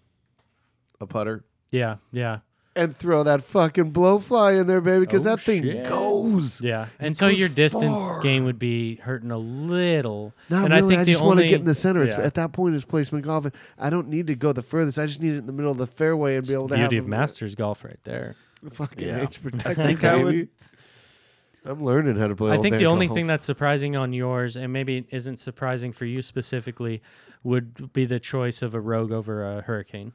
a putter, yeah, yeah, and throw that fucking blowfly in there, baby, because Oh, that thing shit. goes. yeah. And so goes your distance far. game would be hurting a little. Not and really. I, I think just the want only, to get in the center. It's yeah. At that point, it's placement golf. and I don't need to go the furthest. I just need it in the middle of the fairway and be able to beauty have of masters golf right there. a fucking Yeah. <laughs> edge protector. I think I would. baby. I'm learning how to play. I old think man the only golf. thing that's surprising on yours, and maybe it isn't surprising for you specifically, would be the choice of a rogue over a hurricane.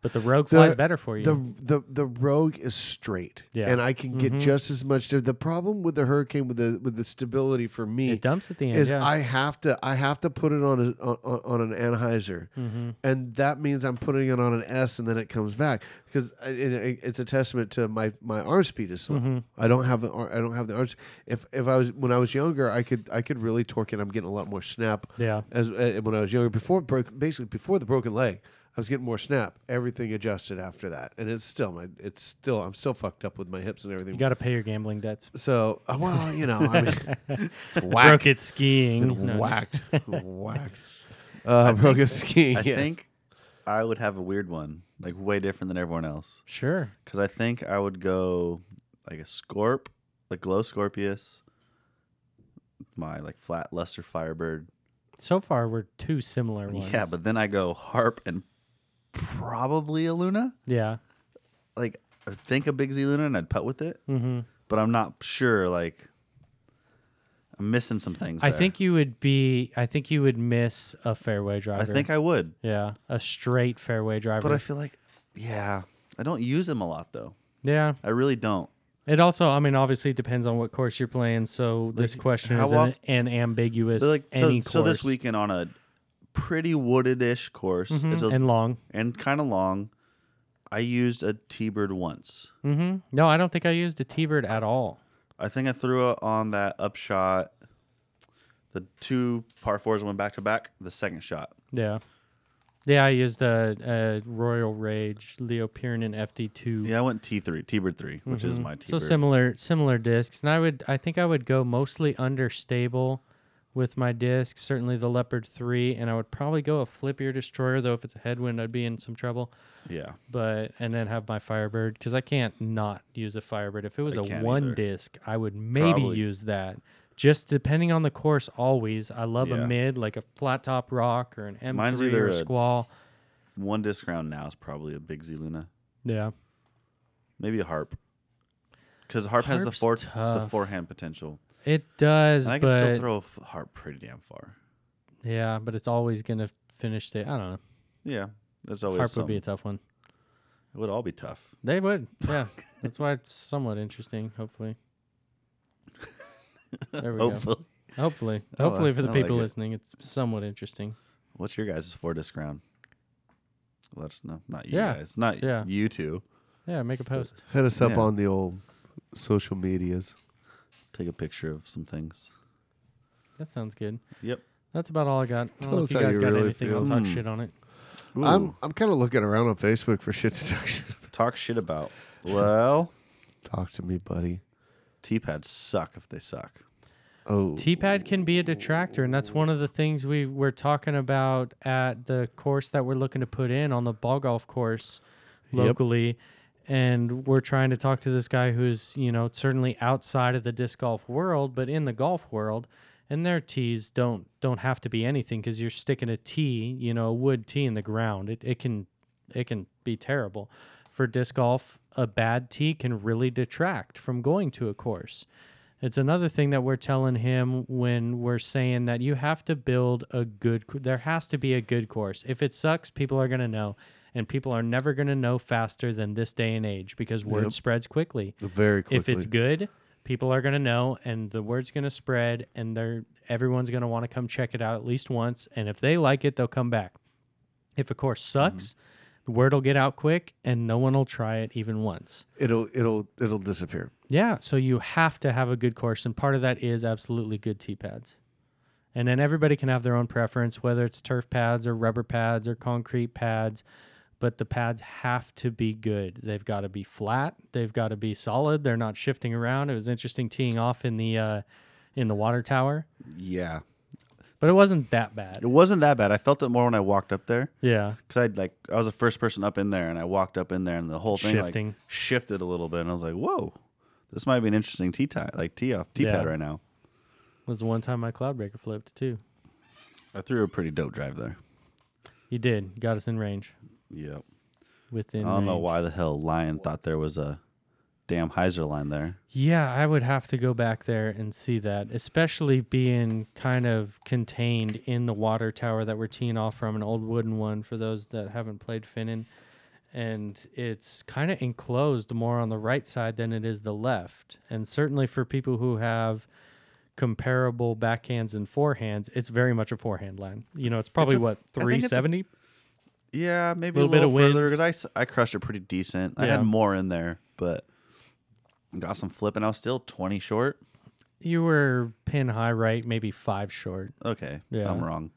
But the rogue flies better for you. The the the rogue is straight, Yeah. Mm-hmm. and I can get just as much. The problem with the hurricane with the with the stability for me, It dumps at the end, Is yeah. I have to I have to put it on a, on, on an anhyzer, Mm-hmm. and that means I'm putting it on an S, and then it comes back because I- it, it- it's a testament to my my arm speed is slow. Mm-hmm. I don't have the ar- I don't have the arms. If if I was when I was younger, I could I could really torque it. I'm getting a lot more snap. Yeah. As uh, when I was younger, before broke, basically before the broken leg, I was getting more snap. Everything adjusted after that, and it's still my it's still I'm still fucked up with my hips and everything. you got to pay your gambling debts. so uh, well, you know, I mean. <laughs> <laughs> Broke it skiing. No, whacked, whacked. Uh, broke a ski. I yes. think I would have a weird one, like way different than everyone else. Sure. Because I think I would go like a Scorp, like Glow Scorpius, my like flat Luster Firebird. So far, we're two similar ones. Yeah, but then I go Harp and probably a Luna. yeah, Like I think a Big Z Luna and I'd putt with it, mm-hmm. but I'm not sure. Like I'm missing some things. I there. think you would be. I think you would miss a fairway driver. I think I would, yeah, a straight fairway driver. but I feel like yeah, I don't use them a lot though. yeah, I really don't. it also. I mean, obviously, it depends on what course you're playing. So this question how is an, oft- an ambiguous. But, like so, any course so this weekend on a pretty wooded-ish course it's a, Mm-hmm. and and, long. kind of long i used a t-bird once hmm No, I don't think I used a T-bird at all. i think i threw it on that upshot the two par fours went back to back the second shot Yeah. Yeah, I used a, a Royal Rage Leo Piernan FD2. yeah i went t3 t-bird 3 which is my Mm-hmm. So t-bird similar similar discs. And I would I think I would go mostly understable with my disc, certainly the Leopard 3, and I would probably go a flip ear destroyer though if it's a headwind I'd be in some trouble. yeah But and then have my Firebird cuz I can't not use a Firebird. If it was I a can't one either. disc, I would maybe Probably. use that. Just depending on the course always. I love Yeah. a mid like a flat top rock or an M3 Mine's or either a a- squall. one disc round now is probably a big z luna Yeah. maybe a harp because harp has the Harp's four the tough. forehand potential It does, and i can but still throw a f- harp pretty damn far yeah, but it's always going to finish the I don't know. yeah there's always Harp some. would be a tough one. It would all be tough. They <laughs> would, yeah. That's why it's somewhat interesting. Hopefully, there we go. Hopefully. Hopefully, Oh, I hopefully like- for the I people like it. listening, it's somewhat interesting. <laughs> What's your guys' four disc round? Let us know. Not you Yeah. guys. Not Yeah. you two. Yeah, make a post. Hit us up Yeah. on the old social medias. Take a picture of some things. That sounds good. Yep. That's about all I got. I don't Tell know us if you how guys you got really anything, I'll feel. talk Hmm. shit on it. I'm I'm kind of looking around on Facebook for shit detection. Talk shit about. Well, Talk to me, buddy. T pads suck if they suck. Oh, T-pad can be a detractor, and that's one of the things we were talking about at the course that we're looking to put in on the ball golf course locally. And we're trying to talk to this guy who's, you know, certainly outside of the disc golf world, but in the golf world. And their tees don't don't have to be anything because you're sticking a tee, you know, a wood tee in the ground. It, it can it can be terrible. For disc golf, a bad tee can really detract from going to a course. It's another thing that we're telling him when we're saying that you have to build a good co- there has to be a good course. If it sucks, people are going to know and people are never going to know faster than this day and age because word spreads quickly. very quickly. If it's good, people are going to know and the word's going to spread and they're everyone's going to want to come check it out at least once and if they like it, they'll come back. If a course sucks, the word will get out quick and no one will try it even once. it'll it'll it'll disappear. Yeah, so you have to have a good course, and part of that is absolutely good tee pads. And then everybody can have their own preference, whether it's turf pads or rubber pads or concrete pads, but the pads have to be good. They've got to be flat. They've got to be solid. They're not shifting around. It was interesting teeing off in the uh, in the water tower, Yeah. but it wasn't that bad. It wasn't that bad. I felt it more when I walked up there. Yeah, Cause I like I was the first person up in there, and I walked up in there, and the whole thing like, Shifting. shifted a little bit, and I was like, "Whoa, this might be an interesting tee tie, like tee off tee Yeah. pad right now." was the one time my cloudbreaker flipped too. I threw a pretty dope drive there. You did. Got us in range. Yep. Within. I don't know range. why the hell Lion thought there was a damn hyzer line there. Yeah, I would have to go back there and see that, especially being kind of contained in the water tower that we're teeing off from, an old wooden one for those that haven't played Finnan. and it's kind of enclosed more on the right side than it is the left. And certainly for people who have comparable backhands and forehands, it's very much a forehand line. You know, it's probably what I think it's a- 370. Yeah, maybe Little bit a little of wind. further because I, s- I crushed it pretty decent. I Yeah. had more in there, but got some flip, and I was still twenty short. You were pin high right, maybe five short, Okay, Yeah. I'm wrong,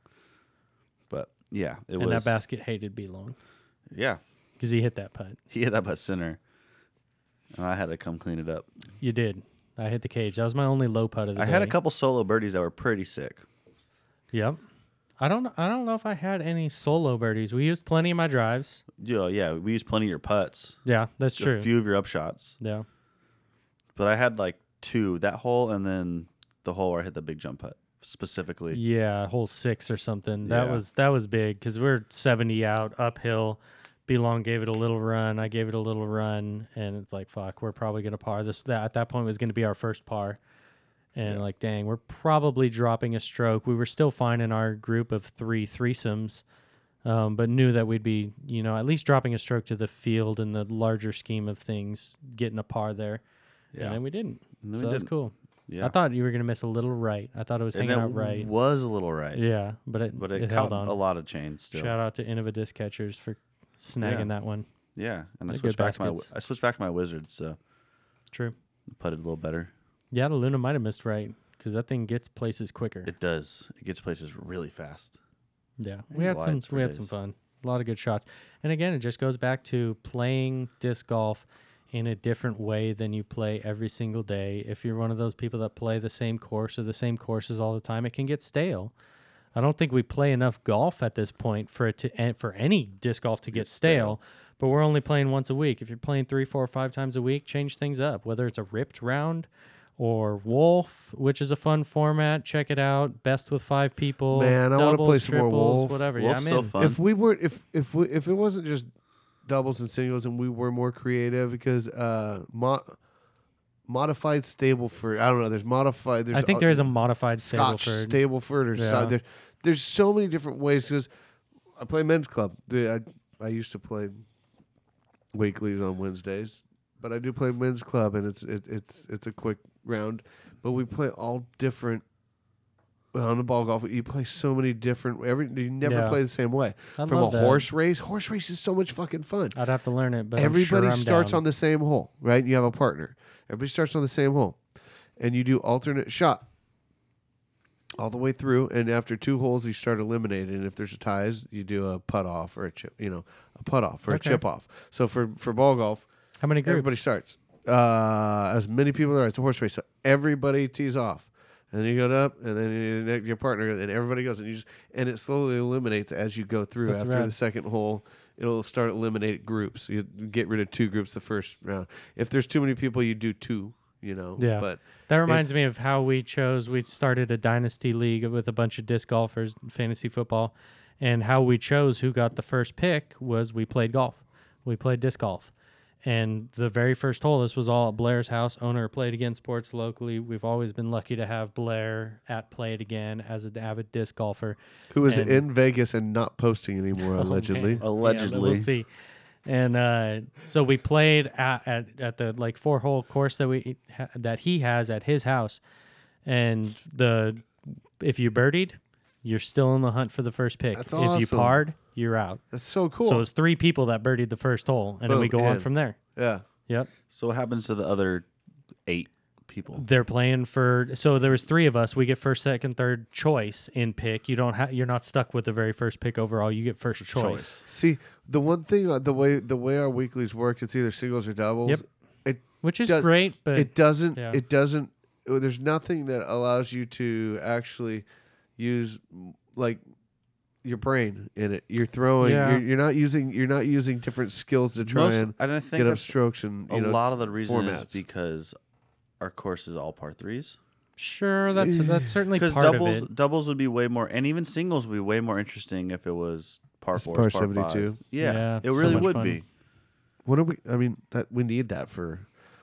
but yeah, it and that was. basket hated B long Yeah, <laughs> because he hit that putt. he hit that butt center, and I had to come clean it up. You did. I hit the cage. That was my only low putt of the I day. had a couple solo birdies that were pretty sick. Yep. I don't. I don't know if I had any solo birdies. We used plenty of my drives. Yeah, yeah, we used plenty of your putts, Yeah, that's a true. few of your upshots, yeah. but I had like two that hole and then the hole where I hit the big jump putt specifically. Yeah, hole six or something. That Yeah. was that was big because we are seventy out uphill. Belong gave it a little run. I gave it a little run, and it's like fuck, we're probably gonna par this. That at that point was gonna be our first par, and like dang, we're probably dropping a stroke. We were still fine in our group of three threesomes, um, but knew that we'd be you know at least dropping a stroke to the field in the larger scheme of things, getting a par there. Yeah. And then we didn't. then so we that was didn't. cool. Yeah. I thought you were gonna miss a little right. I thought it was and hanging it out right. was a little right. Yeah, but it, but it, it caught held on. a lot of chains still. Shout out to Innova Disc Catchers for snagging Yeah. that one. Yeah, and They're I good switched back to my baskets. I switched back to my wizard, so True. putted a little better. Yeah, the Luna might have missed right because that thing gets places quicker. It does. It gets places really fast. yeah, it we had some glides for we had some days. fun. A lot of good shots. And again, it just goes back to playing disc golf in a different way than you play every single day. If you're one of those people that play the same course or the same courses all the time, it can get stale. I don't think we play enough golf at this point for it to and for any disc golf to get stale. But we're only playing once a week. If you're playing three, four, or five times a week, change things up. Whether it's a ripped round or Wolf, which is a fun format, check it out. Best with five people. Man, I wanna doubles, play some more triples, Wolf. Whatever. yeah, Wolf's I'm so in. fun. If we weren't, if if we, if it wasn't just doubles and singles, and we were more creative, because uh, mo- modified Stableford, I don't know. There's modified. There's I think all- there is a modified Scotch Stableford. Stableford or Yeah. so, there, there's so many different ways because I play men's club. The, I I used to play weeklies on Wednesdays, but I do play men's club and it's it, it's it's a quick round, but we play all different. On the ball golf, you play so many different. Every you never Yeah. play the same way. I From a love that. horse race, horse race is so much fucking fun. I'd have to learn it, but Everybody I'm sure I'm starts down. on the same hole, right? You have a partner. Everybody starts on the same hole, and you do alternate shot all the way through. And after two holes, you start eliminating. And if there's a ties, you do a putt off or a chip, you know, a putt off or Okay. a chip off. So for for ball golf, how many groups? everybody starts. Uh, as many people there, are, it's a horse race, so everybody tees off. And then you go up, and then you- your partner, and everybody goes, and you just, and it slowly eliminates as you go through. That's After rad. the second hole, it'll start eliminate groups. You get rid of two groups the first round. If there's too many people, you do two. You know, Yeah. But That reminds It's- me of how we chose. We started a dynasty league with a bunch of disc golfers, fantasy football, and how we chose who got the first pick was we played golf. We played disc golf. And the very first hole, this was all at Blair's house. Owner of Play It Again Sports locally. We've always been lucky to have Blair at Play It Again as an avid disc golfer. who is And- Oh, in Vegas and not posting <laughs> anymore allegedly? man. Yeah, but Allegedly, we'll see. And uh, so we played at, at, at the like four hole course that we ha- that he has at his house, and the if you birdied, you're still in the hunt for the first pick. That's If you awesome. parred, you're out. That's so cool. So it's three people that birdied the first hole, and then we Boom, go on in. from there. yeah. Yep, so what happens to the other eight people? they're playing for. So there was three of us. We get first, second, third choice in pick. You don't. Ha- you're not stuck with the very first pick overall. You get first choice. See, the one thing uh, the way the way our weeklies work, it's either singles or doubles. Yep. It Which is does- great, but it doesn't yeah. it doesn't uh, there's nothing that allows you to actually use like your brain in it you're throwing Yeah. you're, you're not using you're not using different skills to try Most- and and I think get up that's strokes and A you know, lot of the reason formats. is because our course is all par threes. Sure, that's that's certainly Because part doubles of it. doubles would be way more, and even singles would be way more interesting if it was par It's fours, par par, 72. fives. Yeah, Yeah, it so really much would fun. be. what do we i mean that we need that for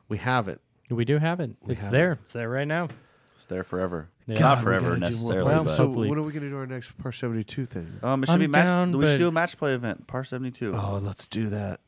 we have it We do have it. it's have there. It's there right now. It's there forever. Yeah. God, Not we forever gotta do one necessarily. par- Well, but- so Hopefully. what are we going to do our next par 72 thing Um, it should I'm be match. down, we should do but- a match play event. Par seventy two. oh let's do that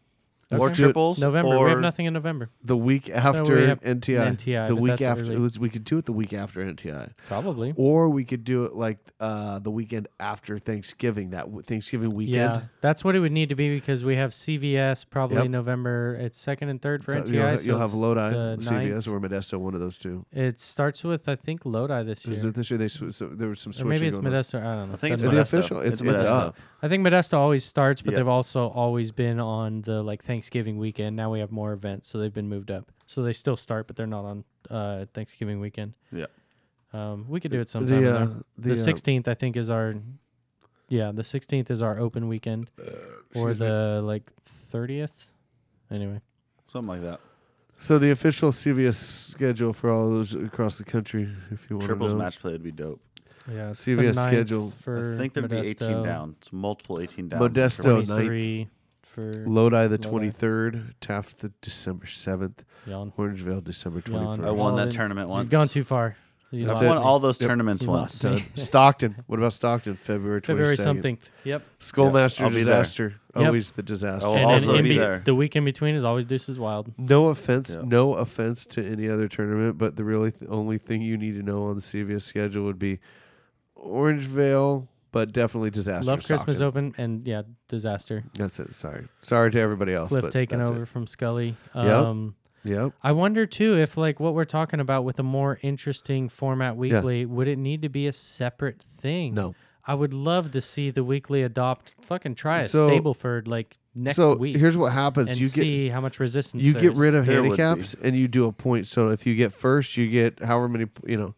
do or it. triples. November. Or we have nothing in November. The week after we have NTI. NTI, the but week that's after early. let's- we could do it the week after NTI. Probably. Or we could do it like uh, the weekend after Thanksgiving, that w- Thanksgiving weekend. Yeah, that's what it would need to be because we have CVS probably Yep. November. It's second and third for So NTI. you'll, ha- so you'll have it's Lodi, the CVS, ninth. or Modesto, one of those two. It starts with I think Lodi this year, Is it this year they sw- so there was some or switching? maybe it's going on. Modesto. I don't know. I think it's The Doesn't Modesto. matter. official- it's- it's it's Modesto. up. I think Modesto always starts, but Yeah. they've also always been on the like Thanksgiving weekend. Now we have more events, so they've been moved up. So they still start, but they're not on uh, Thanksgiving weekend. Yeah. Um, we could do it sometime. The, uh, The the, uh, sixteenth, I think, is our yeah. The sixteenth is our open weekend, or uh, excuse me. the like thirtieth. Anyway, Something like that. So the official CVS schedule for all those across the country, if you want Triples to know. match play would be dope. yeah. It's CVS the 9th schedule. for I think there'd be 18 Modesto, down. It's multiple 18 down. Modesto, So ninth. Twenty-three for Lodi the Lodi. twenty third, Taft the December seventh, yawn. Orangeville December twenty Yawn. I first. won that Holiday. tournament once. You've gone too far. You I've That's lost it. won me. all those Yep. tournaments You once. lost me. Stockton. What about Stockton? February twenty February second. something. Yep. Schoolmaster I'll be there. disaster. Yep. Always the disaster. I'll and then also in be be- there. the week in between is always Deuces Wild. No offense, Yeah. no offense to any other tournament, but the really th- only thing you need to know on the CVS schedule would be Orangevale, but definitely disaster. Love Christmas Stockton. Open and yeah, disaster. That's it. Sorry, sorry to everybody else. Cliff but taking that's over from Scully. Yeah. Um, It. Yep. I wonder too if like what we're talking about with a more interesting format weekly, would it need to be a separate thing? No. I would love to see the weekly adopt. Fucking try a So- Stableford like next so week here's what happens: and you get see how much resistance you there get is. rid of There would be. handicaps and you do a point. So if you get first, you get however many. You know,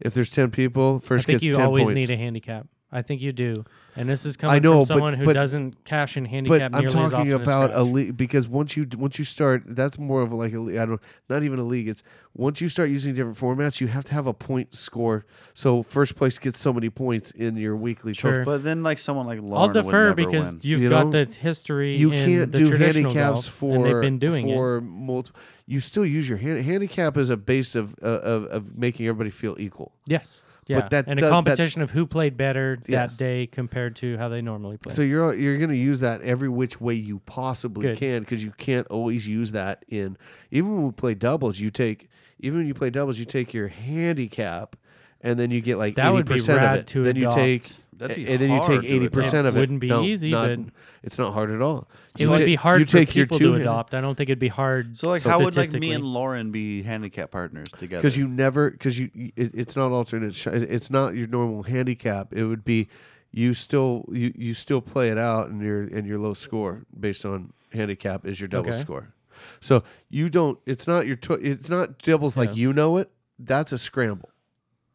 if there's ten people, I first think gets you ten always points. need a handicap. I think you do, and this is coming know, from but- someone who but- doesn't cash in handicap but I'm nearly as often talking as about a scratch. league because once you once you start, that's more of like a league. I don't not even a league. It's once you start using different formats, you have to have a point score. So first place gets so many points in your weekly. total. Sure. But then, like, someone like Lauren I'll defer would never because win. you've You got know? the history. You in can't the do traditional handicaps golf, for and they've been doing it. for multiple. You still use your hand, handicap as a base of, uh, of of making everybody feel equal. Yes. Yeah. that- that- and a that- competition of who played better Yes. that day compared to how they normally play. So you're you're going to use that every which way you possibly Good. can because you can't always use that in even when we play doubles. You take even when you play doubles, you take your handicap, and then you get like That eighty would be percent rad of it. to then you adopt. take That'd be and then you hard take to eighty percent of adopt. it. Wouldn't be No, easy, not- but- it's not hard at all. it You would ta- be hard you for take your people two to hand- adopt. I don't think it'd be hard. So, like, how would like me statistically. and Lauren be handicap partners together? because you never because you you- it, it's not alternate sh- it's not your normal handicap it would be you still you, you still play it out and your and your low score based on handicap is your double Okay. score so you don't it's not your tw- it's not doubles like Yeah. you know it that's a scramble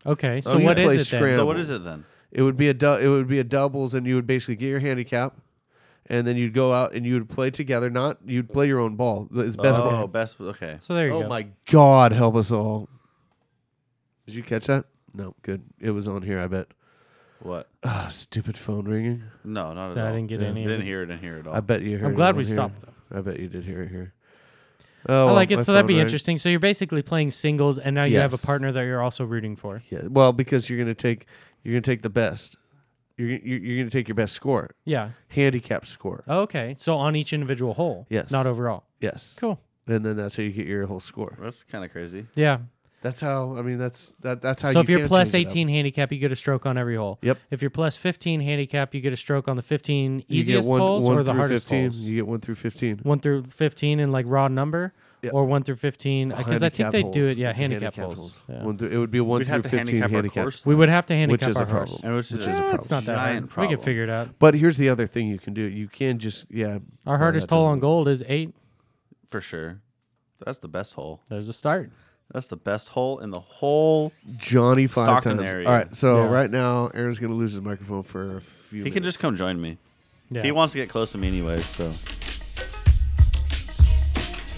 Okay. So Oh, you what play is it then? scram- So what is it then? it would be a du- it would be a doubles and you would basically get your handicap and then you'd go out and you would play together not you'd play your own ball it's best oh, ball. best. Okay. So there you oh go. my god, help us all. Did you catch that? No, good. It was on here, I bet. What? Ah, stupid phone ringing. No, not at No, all. I didn't get Yeah, any. of Didn't it. hear it. Didn't hear it all. I bet you heard I'm it glad on we here. stopped them. I bet you did hear it here. Oh, I well, like my it. So that'd be phone rang. interesting. So you're basically playing singles, and now you have Yes. a partner that you're also rooting for. Yeah, well, because you're gonna take you're gonna take the best. You're gonna- you're, you're gonna take your best score, Yeah. handicap score. Okay. So on each individual hole. Yes. Not overall. Yes, Cool. and then that's how you get your whole score. That's kind of crazy. Yeah. That's how I mean. That's that. That's how. So you if you're can plus change it up. 18 handicap, you get a stroke on every hole. Yep. If you're plus 15 handicap, you get a stroke on the 15 you get easiest one, holes one or the through hardest 15, holes. You get one through fifteen. One through 15 in like raw number, Yeah. or one through 15 because Mm, I think Handicap they holes. do it. Yeah, It's a handicap, handicap holes. Yeah. One through, it would be a one We'd through have to fifteen handicap, our handicap. course. We would have to handicap is our a problem. horse. And which is, is a Eh, problem. It's not that Giant hard. We problem. could figure it out. But here's the other thing you can do: you can just yeah. Our hardest that hole doesn't on gold is eight. for sure. That's the best hole. There's a start. That's the best hole in the whole. Johnny five Stockton times. area. All right, so Yeah. right now Aaron's gonna lose his microphone for a few. He can just come join me. Yeah. He wants to get close to me anyway, so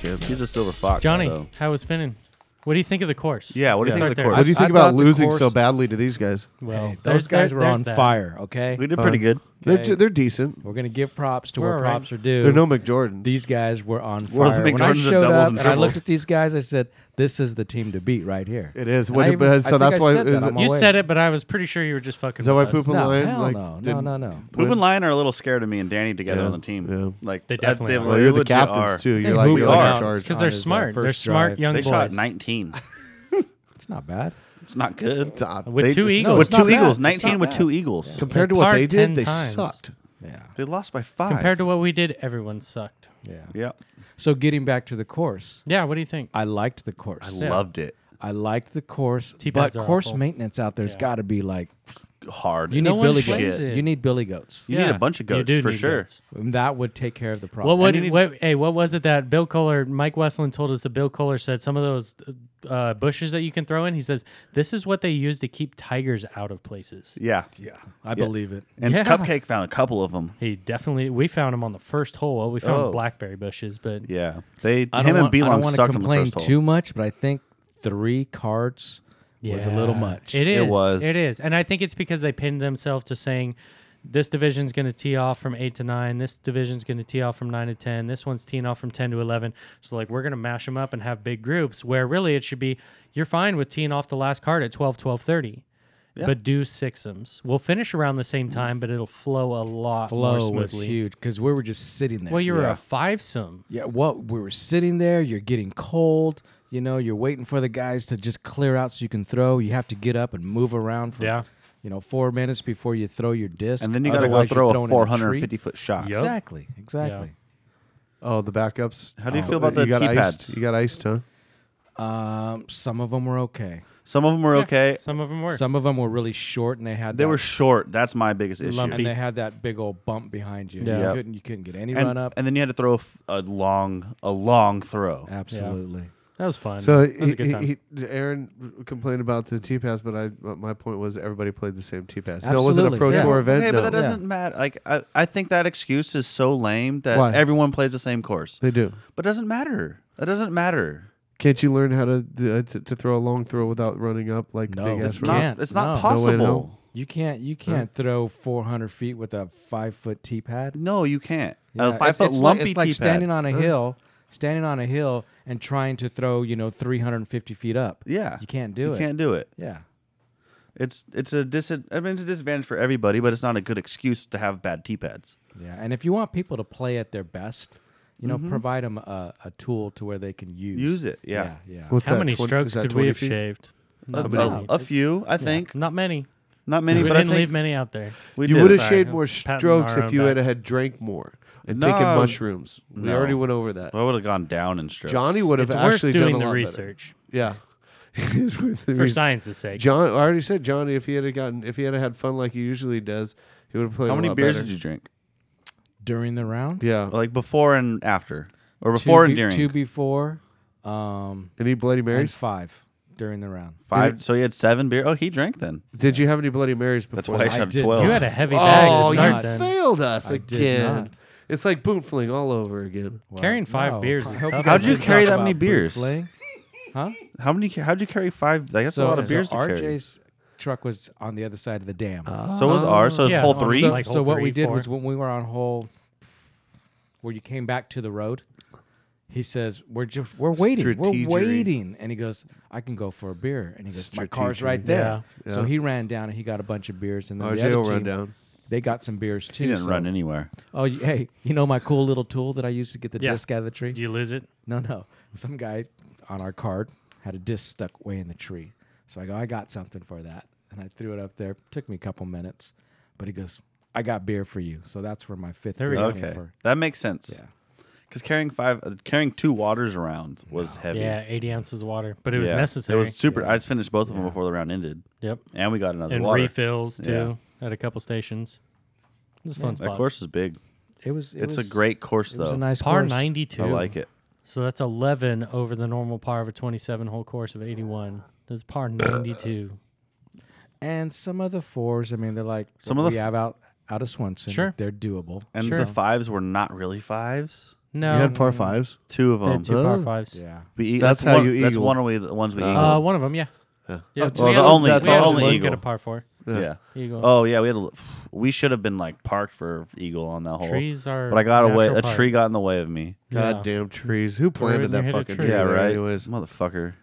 he's a silver fox. Johnny, so- how was Finnan? What do you think of the course? Yeah. What do you Yeah. think Start of the there. course? What do you I think thought about the losing so course- badly to these guys? Well, Hey, there's- those guys there- were there's on that. fire. Okay, we did pretty good. They're Okay. d- they're decent. We're gonna give props to We're where all right. props are due. They're no McJordans. these guys were on We're the fire. When I McDonald's of showed doubles up and and I triples. looked at these guys, I said, "This is the team to beat right here." it is. And What I it- even- I so that's think I why. said that Is, on my is You way. said it, but I was pretty sure you were just fucking. that why with us. Poop and No, Lion? hell like, no, no, didn't- no, no. Poop and Lion are a little scared of me and Danny together Yeah, on the team. yeah. Like uh, They I- definitely are. Well, you're the legit captains are. too. They You're like moved you're it like out. in charge. It's 'cause they're on his, uh, smart. They're first smart drive. young They shot boys. 19. It's not bad. It's not good. Stop. With two it's- eagles. with it's not two bad. eagles, It's 19 not with bad. two eagles. compared to They what parred they did, 10 they times. sucked. Yeah, They lost by five. compared to what we did, everyone sucked. yeah. yeah, So getting back to the course, Yeah, what do you think? I liked the course. loved it I, liked the course, T-pads but are course awful. maintenance out there's got to be like hard. you as need No one billy plays goats. it. You need billy goats. You need a bunch of you goats, do for need sure. goats. And that would take care of the problem. What would you need- what, hey? What was it that Bill Kohler, Mike Westland told us that Bill Kohler said some of those uh, bushes that you can throw in. He says this is what they use to keep tigers out of places. Yeah, yeah, I believe it. and Yeah. Cupcake found a couple of them. He definitely. We found him on the first hole. Well, we found Oh. blackberry bushes, but Yeah, they I him don't and want, I don't Belong want to sucked on the complain first hole. too much, but I think three cards was a little Yeah. much. It is. It was. was. It is. And I think it's because they pinned themselves to saying this division's going to tee off from 8 to 9. This division's going to tee off from 9 to 10. This one's teeing off from 10 to 11. So, like, we're going to mash them up and have big groups where really it should be you're fine with teeing off the last card at 12, 12, 30. But do sixums. We'll finish around the same time, but it'll flow a lot more Flow was smoothly. huge because we were just sitting there. Well, you were a fivesome. Yeah, what we were sitting there, you're getting cold, you know, you're waiting for the guys to just clear out so you can throw. You have to get up and move around for Yeah. you know, four minutes before you throw your disc. And then you got to go Otherwise, you're throw a thrown in tree. 450 foot shot. Yep. Exactly, exactly. Oh, the backups. How do Uh, you Oh, feel about the you got tee iced? pads? You got iced, huh? Um, some of them were okay. Some of them were Yeah, okay. Some of them were. Some of them were really short and they had They that, were short. That's my biggest issue. and they had that big old bump behind you. Yeah. You Yep. couldn't you couldn't get any and, run up. and then you had to throw a, f- a long, a long throw. Absolutely. that was fun. So that was a good time. he, he, Aaron complained about the tee pass, but I but my point was everybody played the same tee pass. No, was it a Absolutely, pro yeah. tour event? Okay, but No. that doesn't matter. Like I, I think that excuse is so lame that Why? everyone plays the same course. They do. But doesn't matter. That doesn't matter. Can't you learn how to do, uh, to, to throw a long throw without running up like No. big It's ass? You Not- rock? can't. it's not No. No way, possible. no. No, You can't you can't throw 400 feet with a five foot tee pad. you can't. Yeah, a five it's- foot it's lumpy like, it's like tee standing pad. on a hill, standing on a hill and trying to throw, you know, 350 feet up. Yeah, You can't do you it. can't do it. Yeah. It's it's a dis. I mean, it's a disadvantage for everybody, but it's not a good excuse to have bad tee pads. Yeah. And if you want people to play at their best, you know, provide them a, a tool to where they can use. Mm-hmm. Use it. Yeah, Yeah. yeah. What's How that, many 20 strokes is that could we have 20 feet? shaved? a, Not a- many. a few, I think. Not many. Not many, we but I didn't think leave many out there. we You did. would have Sorry, shaved I'm more patting strokes our if own you had backs. had drank more and No. taken mushrooms. We No. already went over that. I would have gone down in strokes. Johnny would have It's worth actually doing done a the lot research Better. Yeah, <laughs> It's worth the for research. science's sake. John, I already said Johnny. If he had gotten, if he had had fun like he usually does, he would have played. How a many lot beers better. did you drink? During the round? Yeah, Uh, Like before and after, or Two before be- and during? Two before, um, any Bloody and Marys? five during the round. Five. So he had seven beer. Oh, he drank then. Did you have any Bloody Marys before? That's why I that? shot did. twelve. you had a heavy bag Oh, to you start not. then. failed us I did again. not. It's like boot fling all over again. Well, Carrying five beers I is hope tough. guys How'd you didn't carry talk that many about boot beers? flaying. Huh? How many? How'd you carry five? Like, that's a lot of beers so to carry. RJ's truck was on the other side of the dam. So was ours. So Yeah, whole on three. So, Uh, Like so hole what three, we did four. was when we were on hole where you came back to the road, he says, "We're just we're waiting, Strategery. we're waiting," and he goes, "I can go for a beer," and he goes, "My car's Strategery. right there." Yeah. So Yeah. he ran down and he got a bunch of beers, and then the RJ other will team, run down. they got some beers too. he didn't so- run anywhere. Oh, you- hey, you know my cool little tool that I used to get the Yeah. disc out of the tree? Did you lose it? No, no. Some guy on our card had a disc stuck way in the tree. So I go, I got something for that. And I threw it up there. Took me a couple minutes. But he goes, I got beer for you. So that's where my fifth There we beer go. came Okay, for. that makes sense. Yeah. Because carrying five, uh, carrying two waters around was heavy. Yeah, 80 ounces of water, but it was Yeah. necessary. It was super. I just finished both of them before the round ended, Yep. and we got another And water. refills too at a couple stations. It was a fun That spot. course is big. It was it it's was, a great course it was though. a nice Par course. 92. I like it. So that's 11 over the normal par of a 27 hole course of 81. That's par 92. And some of the fours, I mean, they're like Some some of of the we f- have out out of Swanson. Sure. They're doable. And Sure. the fives were not really fives. No. you had par fives. Two of they had them. two par Oh. fives. Yeah. We, That's how one, you That's eagled. one of we- the ones we. Uh, eagled. Uh, one of them, yeah. Yeah. Yeah, Oh, we just- had the a- only- we that's had our a only look eagle. at a par four. yeah. Eagle. Oh yeah, we had a, l- we should have been like parked for eagle on that hole. Trees are. but I got away. natural A park. tree got in the way of me. Yeah. Goddamn trees. Who planted in there, that hit a fucking tree. tree? Yeah, there right. Anyways. Motherfucker.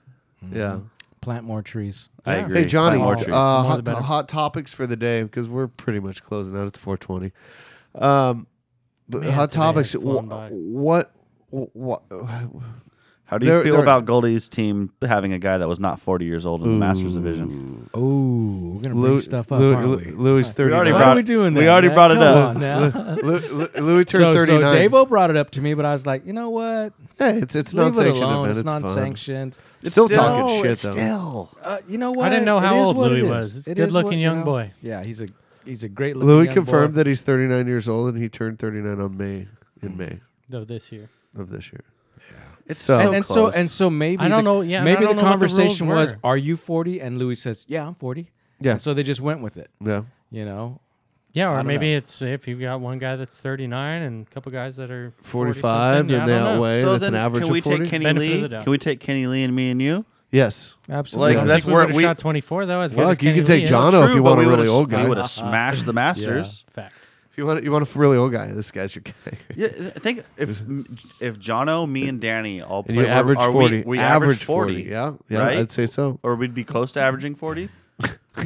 Yeah. Mm-hmm. Plant more trees. I Yeah. agree. Hey Johnny, Plant more uh, trees. More the hot, better. hot topics for the day because we're pretty much closing out. It's 4:20. Um, but Man, hot today topics. has flown wh- by. What? What? How do you there- feel there- about Goldie's team having a guy that was not 40 years old in the Masters division? Oh, we're gonna bring Louis, stuff up, aren't we? Louis We thirty. already Why brought are <laughs> we it- doing that? we already man? brought it Come up. on now. Louis turned so, so 39. Davo brought it up to me, but I was like, you know what? hey, it's it's Leave it non-sanctioned event. alone. It's, It's, fun. non-sanctioned. It's still, talking shit it's though. Still. Uh, you know what? I didn't know It how is old what it Louis is. was. It's a It is good-looking what- you young know, boy. Yeah, he's a he's a great looking. Louis young confirmed boy. that he's 39 years old and he turned 39 on May in May Though this year. of this year. It's So- so, that- and, and close. so and so maybe I don't the- know- yeah, and I maybe don't the know what the rules conversation was, were. "Are you 40?" And Louis says, "Yeah, I'm 40." Yeah. And so they just went with it, Yeah. you know. Yeah, or don't maybe know. it's if you've got one guy that's 39 and a couple guys that are 45 40 -something, I and they don't know. outweigh. So that's then an average can we of 40. take Kenny Benefit of Lee? the doubt. Can we take Kenny Lee and me and you? yes. Absolutely. Like, I don't that's think we where would've we- shot 24 though. As good Fuck, as you Kenny could take Lee is. Jono if you but want we a would've- really old We guy. would have smashed <laughs> the Masters. <laughs> Fact. If you want you want a really old guy, this oh, guy's your guy. <laughs> Yeah, I think if if Jono, me, and Danny all play, And you we're- average are 40. we, we average 40. Yeah. Yeah, right? I'd say so. or we'd be close to averaging forty.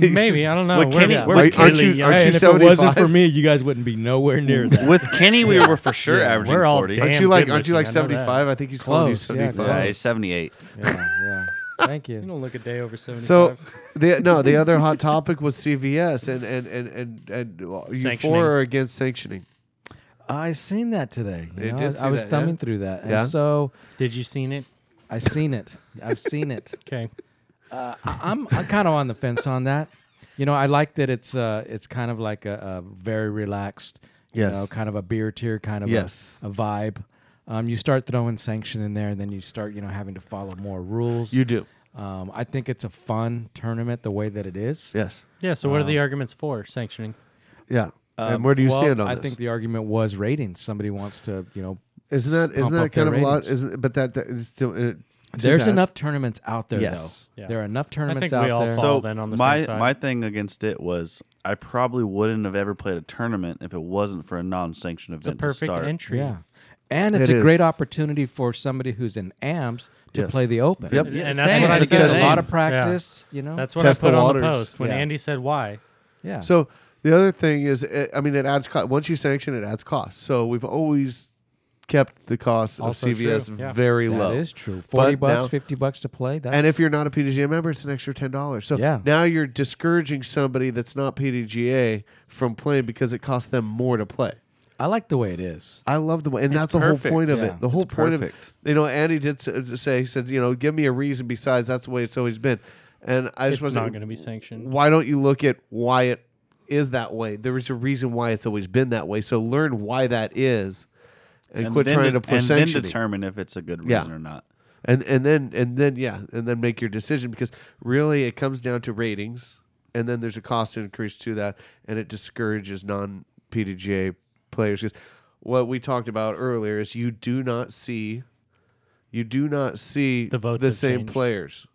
Maybe I don't know. With We're, Kenny- we're with- aren't really you- young. aren't Hey, you and if it wasn't 75? for me, you guys wouldn't be nowhere near that. With Kenny, we were for sure averaging we're all forty. damn Aren't you like good aren't you like looking, I know that. 75? I think he's Close, close. yeah, 75. close. yeah, he's seventy-eight. yeah, yeah. Thank You you. don't look a day over 75. So the no, the other hot topic was CVS and and and and, and well, you Sanctioning. for or against sanctioning? I seen that today. You You know? did I, I see was that, yeah? thumbing through that, and Yeah? so Did you seen it? I seen it. I've seen it. Okay. I- I'm I'm kind of on the fence on that. You know, I like that it's uh it's kind of like a, a very relaxed, you Yes. know, kind of a beer tier kind of a- Yes. a, vibe. Um, you start throwing sanction in there, and then you start you know having to follow more rules. do. um, I think it's a fun tournament the way that it is. Yes. Yeah. So what are the arguments for sanctioning? Yeah. Um, and where do you well, stand on I this? think the argument was ratings. Somebody wants to you know. Isn't that isn't pump that up their kind of a lot? ratings. Isn't but that, that is still it, to There's that- enough tournaments out there Yes. though. Yeah. There are enough I tournaments think out we all there. fall then on the my same side. my thing against it was I probably wouldn't have ever played a tournament if it wasn't for a non-sanctioned it's a event. to perfect start. entry. Yeah. And it's It a is. great opportunity for somebody who's in AMS to Yes. play the Open. Yep. And, and Same, that's what I because said. Because a lot Same. of practice, you know. That's what Test I put the on waters. the post when Yeah. Andy said why. yeah. So the other thing is, it, I mean, it adds cost. Once you sanction, it adds cost. So we've always kept the cost of Also CVS true, yeah. very that low. is true. Forty But bucks, now- fifty bucks to play. That's, And if you're not a PDGA member, it's an extra ten dollars. So Yeah. now you're discouraging somebody that's not PDGA from playing because it costs them more to play. I like the way it is. I love the way, and that's the perfect. whole point of Yeah. it. The whole It's point perfect. of you know, Andy did s- uh, say he said, you know, give me a reason besides that's the way it's always been. And I It's just was not going to be sanctioned. why don't you look at why it is that way? There is a reason why it's always been that way. So learn why that is, and, quit then trying de- to push and then sanctioning. determine if it's a good Yeah. reason or not. and and then and then yeah, and then make your decision because really it comes down to ratings, and then there's a cost increase to that, and it discourages non PDGA players. 'Cause what we talked about earlier is you do not see, you do not see The votes the have same changed. players.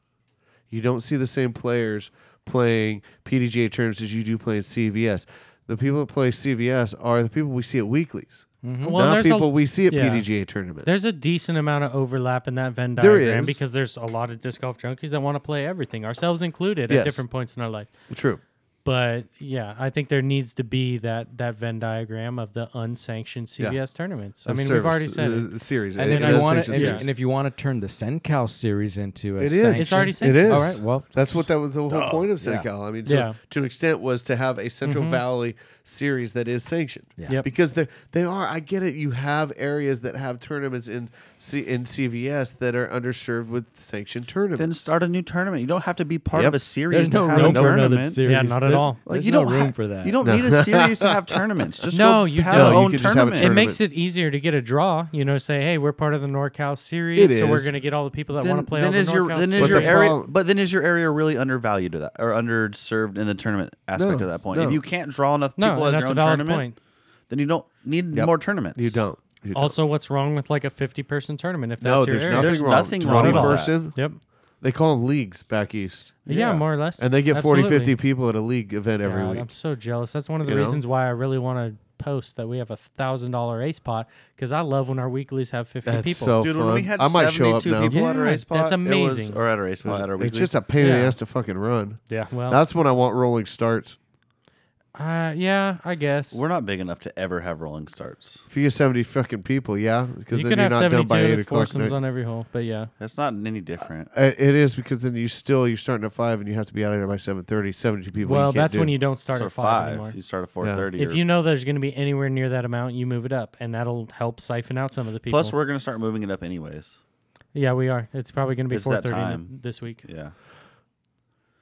You don't see the same players playing PDGA terms as you do playing CVS. The people that play CVS are the people we see at weeklies, Mm-hmm. Well, not there's a- people we see at yeah. PDGA tournaments. There's a decent amount of overlap in that Venn There diagram is. because there's a lot of disc golf junkies that want to play everything, ourselves included, Yes. at different points in our life. True. But yeah, I think there needs to be that that Venn diagram of the unsanctioned CBS tournaments. I mean, we've already said it. the series. And, It- if it- you it's want to, actually and, series. and if you want to turn the SenCal series into a It is. sanction- It's already It sanctioned. is. All right. Well, that's what that was the whole point of SenCal. I mean, to, Yeah. Mm-hmm. to an extent, was to have a Central Valley series that is sanctioned. Yeah. Yep. Because they they are. I get it. You have areas that have tournaments in C, in CVS that are underserved with sanctioned tournaments. Then start a new tournament. You don't have to be part Yep. of a series. there's to no have a room for another tournament. series. Yeah, not at There- all. Like there's you no don't room ha- for that. You don't <laughs> need a series to have tournaments. Just No, go you have don't. a No, you own can just have a tournament. It tournament. makes it easier to get a draw, you know, say, hey, we're part of the NorCal series, It so we're is. going to get all the people that then, want to play then all the is your NorCal then series. is your the area problem- but then is your area really undervalued at that or underserved in the tournament aspect No, at that point no. if you can't draw enough No, people and as that's your a own valid tournament point. then you don't need Yep. more tournaments you don't. You don't. Also, what's wrong with like a 50 person tournament if that's no, your there's area? nothing There's wrong. nothing wrong with that. person. Yep. They call them leagues back east. Yeah, more or less. And they get 40, Absolutely. 50 people at a league event every God, week. I'm so jealous. That's one of the You know? reasons why I really want to post that we have a thousand dollar ace pot because I love when our weeklies have fifty That's people. so Dude, fun. when we had I might show up 72 now. people at a Yeah, race pot, that's it was- amazing. or at a race pot, at our It's weekly. just a pain in Yeah. Oh. the ass to fucking run. yeah, well, That's when I want rolling starts. uh, yeah, I guess. We're not big enough to ever have rolling starts. If you get 70 fucking people, yeah, because you then can you're have not done seventy-two by 8 with o'clock. foursomes night. on every hole, but yeah, That's not any different. Uh, It is because then you still, you're starting at 5 and you have to be out of there by 7.30. 70 people. well, you can't that's do. when you don't start Start at at five, five. anymore. You start at four thirty. If you know there's going to be anywhere near that amount, you move it up, and that'll help siphon out some of the people. plus, we're gonna start moving it up anyways. yeah, we are. It's probably going to be It's that 4:30 time. this week. Yeah.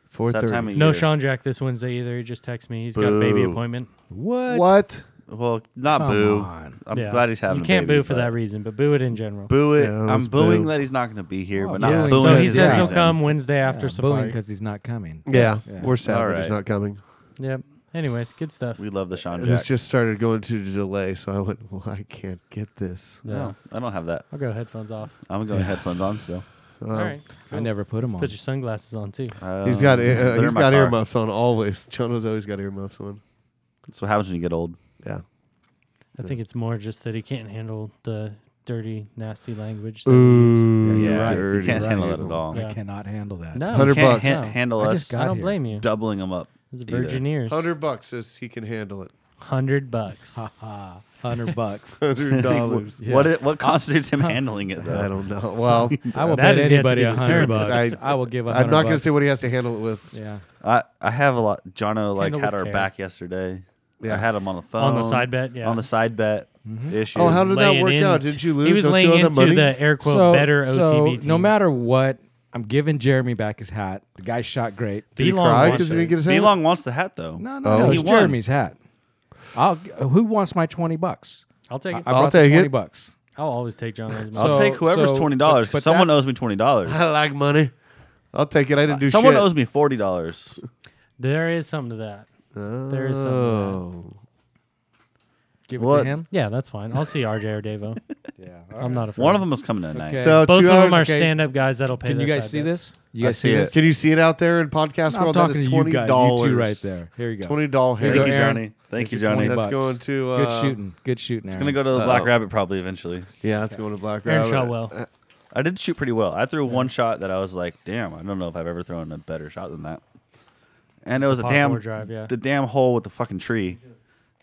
It's that 4.30. time of No year. Sean Jack this Wednesday either. He just texted me. He's got a baby Boo. appointment. What? What? Well, not Come boo. on. I'm Yeah. glad he's having. You can't a baby, boo for but that reason, but boo it in general. Boo it. Yeah, I'm let's booing boo. that he's not gonna be here, Oh, but yeah. not So booing. So he his says he'll reason. come Wednesday after Safari. because he's not coming. Yeah, Yeah. we're sad All that he's right. not coming. Yep. Anyways, good stuff. We love the Sean Jack. This just started going to delay, so I went, <laughs> well, I can't get this. yeah. No, I don't have that. I'll go headphones off. I'm going to headphones on still. Um, All right. I never put him on. Put your sunglasses on too. He's got Um, they're uh, in he's my got car. earmuffs on always. <laughs> Chono's always got earmuffs on. That's what happens when you get old. Yeah. I think it's more just that he can't handle the dirty, nasty language. that we use. Ooh, Yeah, you're right. you dirty. can't right. handle that at all. I Yeah. cannot handle that. No, You Hundred can't bucks. ha- No. handle I us just got I don't here. blame you. doubling <laughs> them up. It's either. virgin ears. Hundred bucks says he can handle it. Hundred bucks. Ah, <laughs> hundred bucks. Hundred dollars. <laughs> What it, what constitutes him handling it I though? don't know. <laughs> Well, I will That bet is yet to anybody be a hundred determined. bucks. <laughs> I- I, will give a hundred. I'm not gonna bucks. say what he has to handle it with. Yeah. I I have a lot. Jono like Handle had with our care. back yesterday. Yeah. I had him on the phone On the side bet, yeah. Mm-hmm. on the side bet issue. Oh, how did that Laying work out? in- Did you lose? He was Don't laying you owe into them money? the air quote better so OTB team. no matter what, I'm giving Jeremy back his hat. The guy shot great. Did he B-Long cry wants because he it. didn't get his B hand? Long wants the hat though. No, Oh. no, no. He It's won. Jeremy's hat. I'll. g- Who wants my twenty bucks? I'll take I, I it. I'll, brought the take it. Twenty bucks. always take John. Lane's money. I'll So- take whoever's so- twenty dollars but because someone that's- owes me twenty <laughs> dollars. I like money. I'll take it. I didn't do Someone shit. owes me forty dollars. There is something to that. Oh. There is something to that. Give it What? to him. Yeah, that's fine. I'll see RJ or Devo. Yeah. I'm not a fan. One of them is coming tonight. Okay. So Both two of them hours- are okay. stand up guys that'll pay Can you their guys side see bets. this? You I guys see this? Can you see it out there in podcast I'm world? That talking is to you twenty guys. dollars. You two right there. Here you go. Twenty dollar Here Thank you you, go, hair. Aaron. Johnny. Thank you, Here's your Johnny. 20 That's bucks. going to uh, Good shooting. Good shooting. It's gonna go to the Black Rabbit probably eventually. Yeah, it's going to Black Aaron Rabbit. shot well. I did shoot pretty well. I threw one shot that I was like, damn, I don't know if I've ever thrown a better shot than that. And it was a Par damn four drive, yeah. the damn hole with the fucking tree.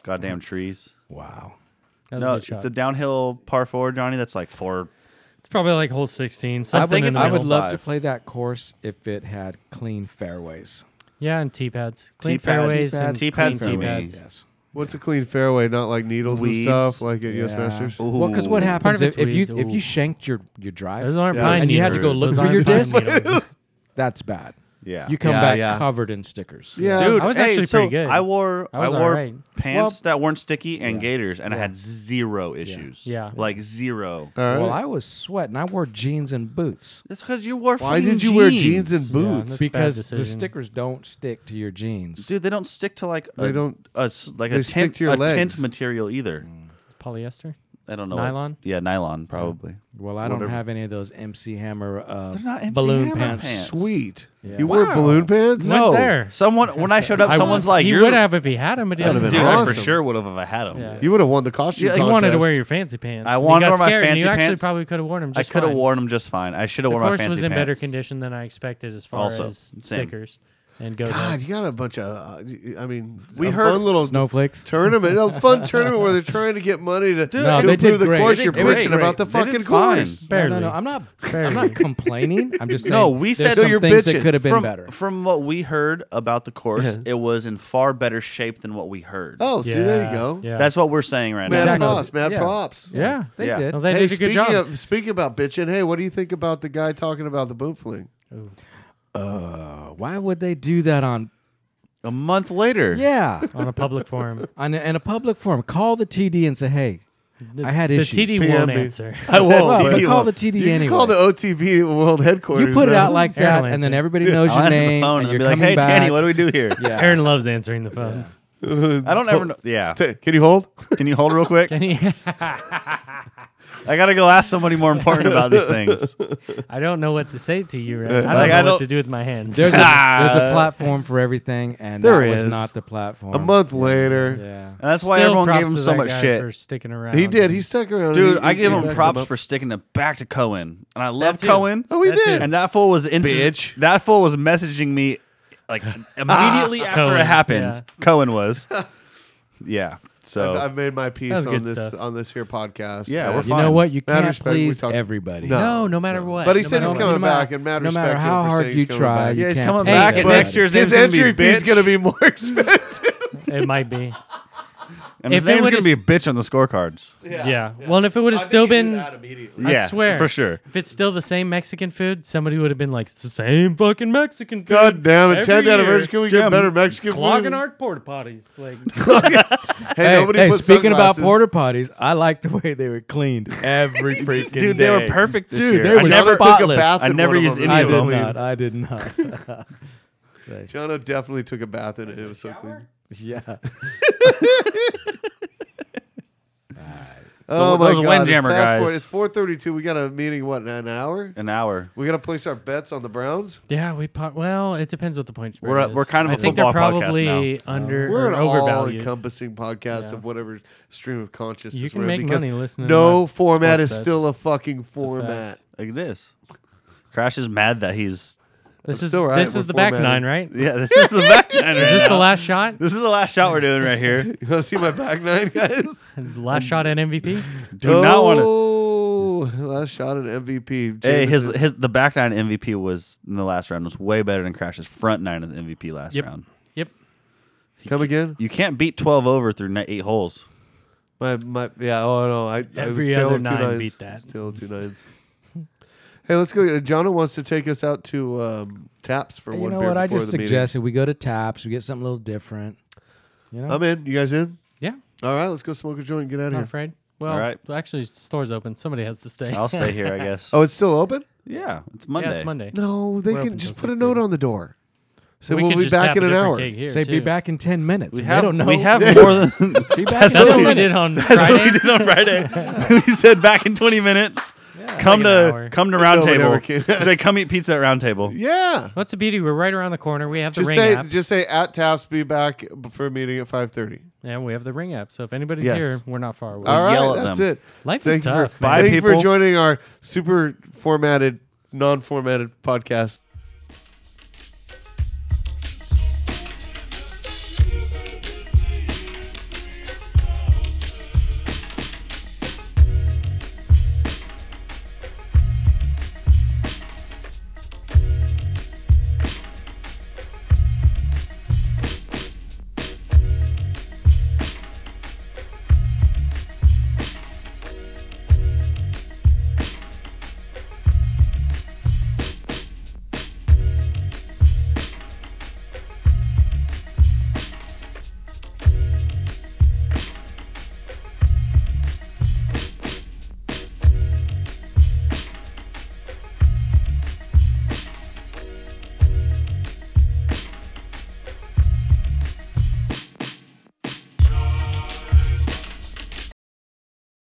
Goddamn trees. Wow. That was a No, good shot. the downhill par four, Johnny, that's like four It's probably like hole 16. I Something think it's- in the I Level would middle. love to five. play that course if it had clean fairways. Yeah, and tee pads. Clean Tee pads. fairways Tee and pads. Tee clean pads tee for me. pads. Yes. What's a clean fairway? Not like needles Weeds. and stuff like at U.S. Yeah. Masters. Well, because what Ooh. Part happens of it's if, if you weeds. if Ooh. you shanked your your drive Those aren't Yeah. pine and you had to go needles. Those look for aren't your pine disc, needles. that's bad. Yeah. You come Yeah, back yeah. covered in stickers. Yeah, Dude, I was hey, actually so pretty good. I wore I I, was wore alright. pants Well- that weren't sticky and Yeah. gaiters, and I had zero issues. Yeah. like zero. All right. Well, I was sweating. I wore jeans and boots That's because you wore. Why fucking did you wear jeans and boots? that's a bad because the decision. stickers don't stick to your jeans. Dude, they don't stick to like a, They don't- a s- like they a stick tint to your a legs. Mm. tint material either. Polyester? I don't know. Nylon? yeah, nylon probably. Well, I don't Whatever. have any of those MC Hammer uh, They're not MC balloon Hammer pants. pants. Sweet. Yeah. You wear balloon pants? Went there. someone when I showed up, I someone's would- like, he "You're would have if he had him, but he That'd have doesn't. <laughs> dude." been I for awesome. sure would have if I had him. Yeah. You would have won the costume. You Yeah, you contest. wanted to wear your fancy pants. I You wanted to got wear my scared, and fancy You actually pants. probably could have worn them. I Just could have fine. worn them just fine. I should have The worn my course fancy was in pants. better condition than I expected as far Also, as same. stickers and go. God, nuts. you got a bunch of. Uh, y- I mean, We a heard fun little Snowflakes. tournament, a fun tournament where they're trying to get money to, No, to they improve did the great. course. They You're did great. bitching about the They did fucking fine. course. Barely. No, no, no. I'm not. I'm Barely. <laughs> not complaining. I'm just saying. No, we there's said- some No, your things that bitching. could have been from, better. From what we heard about the course, it was in far better shape than what we heard. Oh, see, there you Yeah, go. Yeah. That's what we're saying right Mad now. Exactly. props. Mad Yeah. props. yeah. They Yeah. did. No, they hey, did a good speaking job. Of, speaking about bitching, hey, what do you think about the guy talking about the boom fling? Uh, why would they do that on? A month later. <laughs> Yeah, <laughs> on a public forum. on a, in a public forum. Call the TD and say, "Hey, The, I had the issues." TD PM won't me. answer. I won't. Well, but You call won't. the TD You can anyway. call the OTB world headquarters. you put it though. <laughs> out like that, Aaron and then Lansing. everybody knows I'll your answer the name, phone and and you're be like, coming "Hey, back." Danny, what do we do here?" yeah. <laughs> Aaron loves answering the phone. I don't ever know. Yeah. T- Can you hold? Can you hold real quick? <laughs> I I gotta go ask somebody more important about these <laughs> things. don't know what to say to you. Right? I don't Like, know I what don't- to do with my hands. There's a, there's a Ah. platform for everything, and There that was is. not the platform. A month later, Yeah. And that's why Still everyone props gave him to so that much guy shit. for sticking around. he did. He stuck around. Dude, He- I he give him backed props up. for sticking it back to Cohen, and I love Cohen. Oh, he That did. too. And that fool was instant. Bitch. That fool was messaging me <laughs> like immediately after Cohen, it happened. yeah. Cohen was. Yeah. So I've, I've made my was piece on good this stuff. on this here podcast. Yeah, Uh, we're You Fine. know what? You Matter of can't respect, we please talk- everybody. No, no matter what. But he no said matter he's what. coming no matter- back, and mad no respect matter to him how for hard saying you he's coming try, back. you yeah, he's can't coming please back. Hey, and if- next year's name's his gonna be entry fee's bitch. gonna be more expensive. It might be. And his if it name's gonna would've be bitch on the scorecards. Yeah. Well, and if it would have still been, immediately. I yeah, swear. for sure. if it's still the same Mexican food, somebody would have been like, it's the same fucking Mexican food. God damn it! Every Tenth year. anniversary. Can we Damn. get better Mexican Clogging food? our porta potties. Like, Hey, Hey, nobody hey, put speaking about sunglasses. porta potties, I like the way they were cleaned every freaking Dude, day. they were perfect this Dude, year. they I were never spotless. took a bath. I in never one of used them. any I of did them. not. I did <laughs> not. Jonna definitely took a bath in it. It was so clean. yeah. Oh my those god! Windjammer it's past four- guys. It's four thirty-two. We got a meeting. What in an hour? An hour. We got to place our bets on the Browns. yeah, we po- well, it depends what the point spread We're a- is. we're kind of I a think football they're podcast probably now. under We're or an overvalued. all-encompassing podcast of whatever stream of consciousness. You can we're in make because money listening. to No my format sports is bets. still a fucking format. Like it is. Crash is mad that he's. This I'm is still right, this we're is the back formatted. nine, <laughs> right? Yeah, this is the <laughs> back nine. Is this the last shot? This is the last shot we're doing right <laughs> here. You want to see my back nine, guys? Last shot at MVP. Do not want to. Oh, last shot at MVP. Hey, his Jameson. his the back nine MVP was in the last round was way better than Crash's front nine of the MVP last Yep. round. Yep. come again? You can't beat twelve over through ni- eight holes. My my yeah. Oh no, I I was Every tail other of two nine nines. beat that. Tail of two nines. hey, let's go. Jonah wants to take us out to um, Taps for You one know beer what? I before just the meeting. suggested we go to Taps. We get something a little different. You know, I'm in. You guys in? Yeah, All right, let's go smoke a joint and get out of not here. afraid. Well, All right. actually, the store's open. Somebody has to stay. I'll <laughs> stay here, I guess. Oh, it's still open? yeah, it's Monday. Yeah, it's Monday. No, they We're can open just till put a 6:30. note on the door. So we we will could be just back tap in a an different hour. gig here, say be too. back in ten minutes. We and have they don't know. we have <laughs> more than be back in That's what 10 we minutes. <laughs> did on Friday. we did on Friday. <laughs> we said back in twenty minutes. like come an to hour. come to round Nobody table. ever came. We said come eat pizza at round table. Yeah. What's the beauty? We're right around the corner. We have the Just ring say app. just say at Taps be back for a meeting at 5:30. Yeah, we have the ring app. So if anybody's Yes. here, we're not far away. All right, yell at that's them. it. Life Thank is tough. You for, man. Bye, thank you for people. joining our super formatted, non-formatted podcast.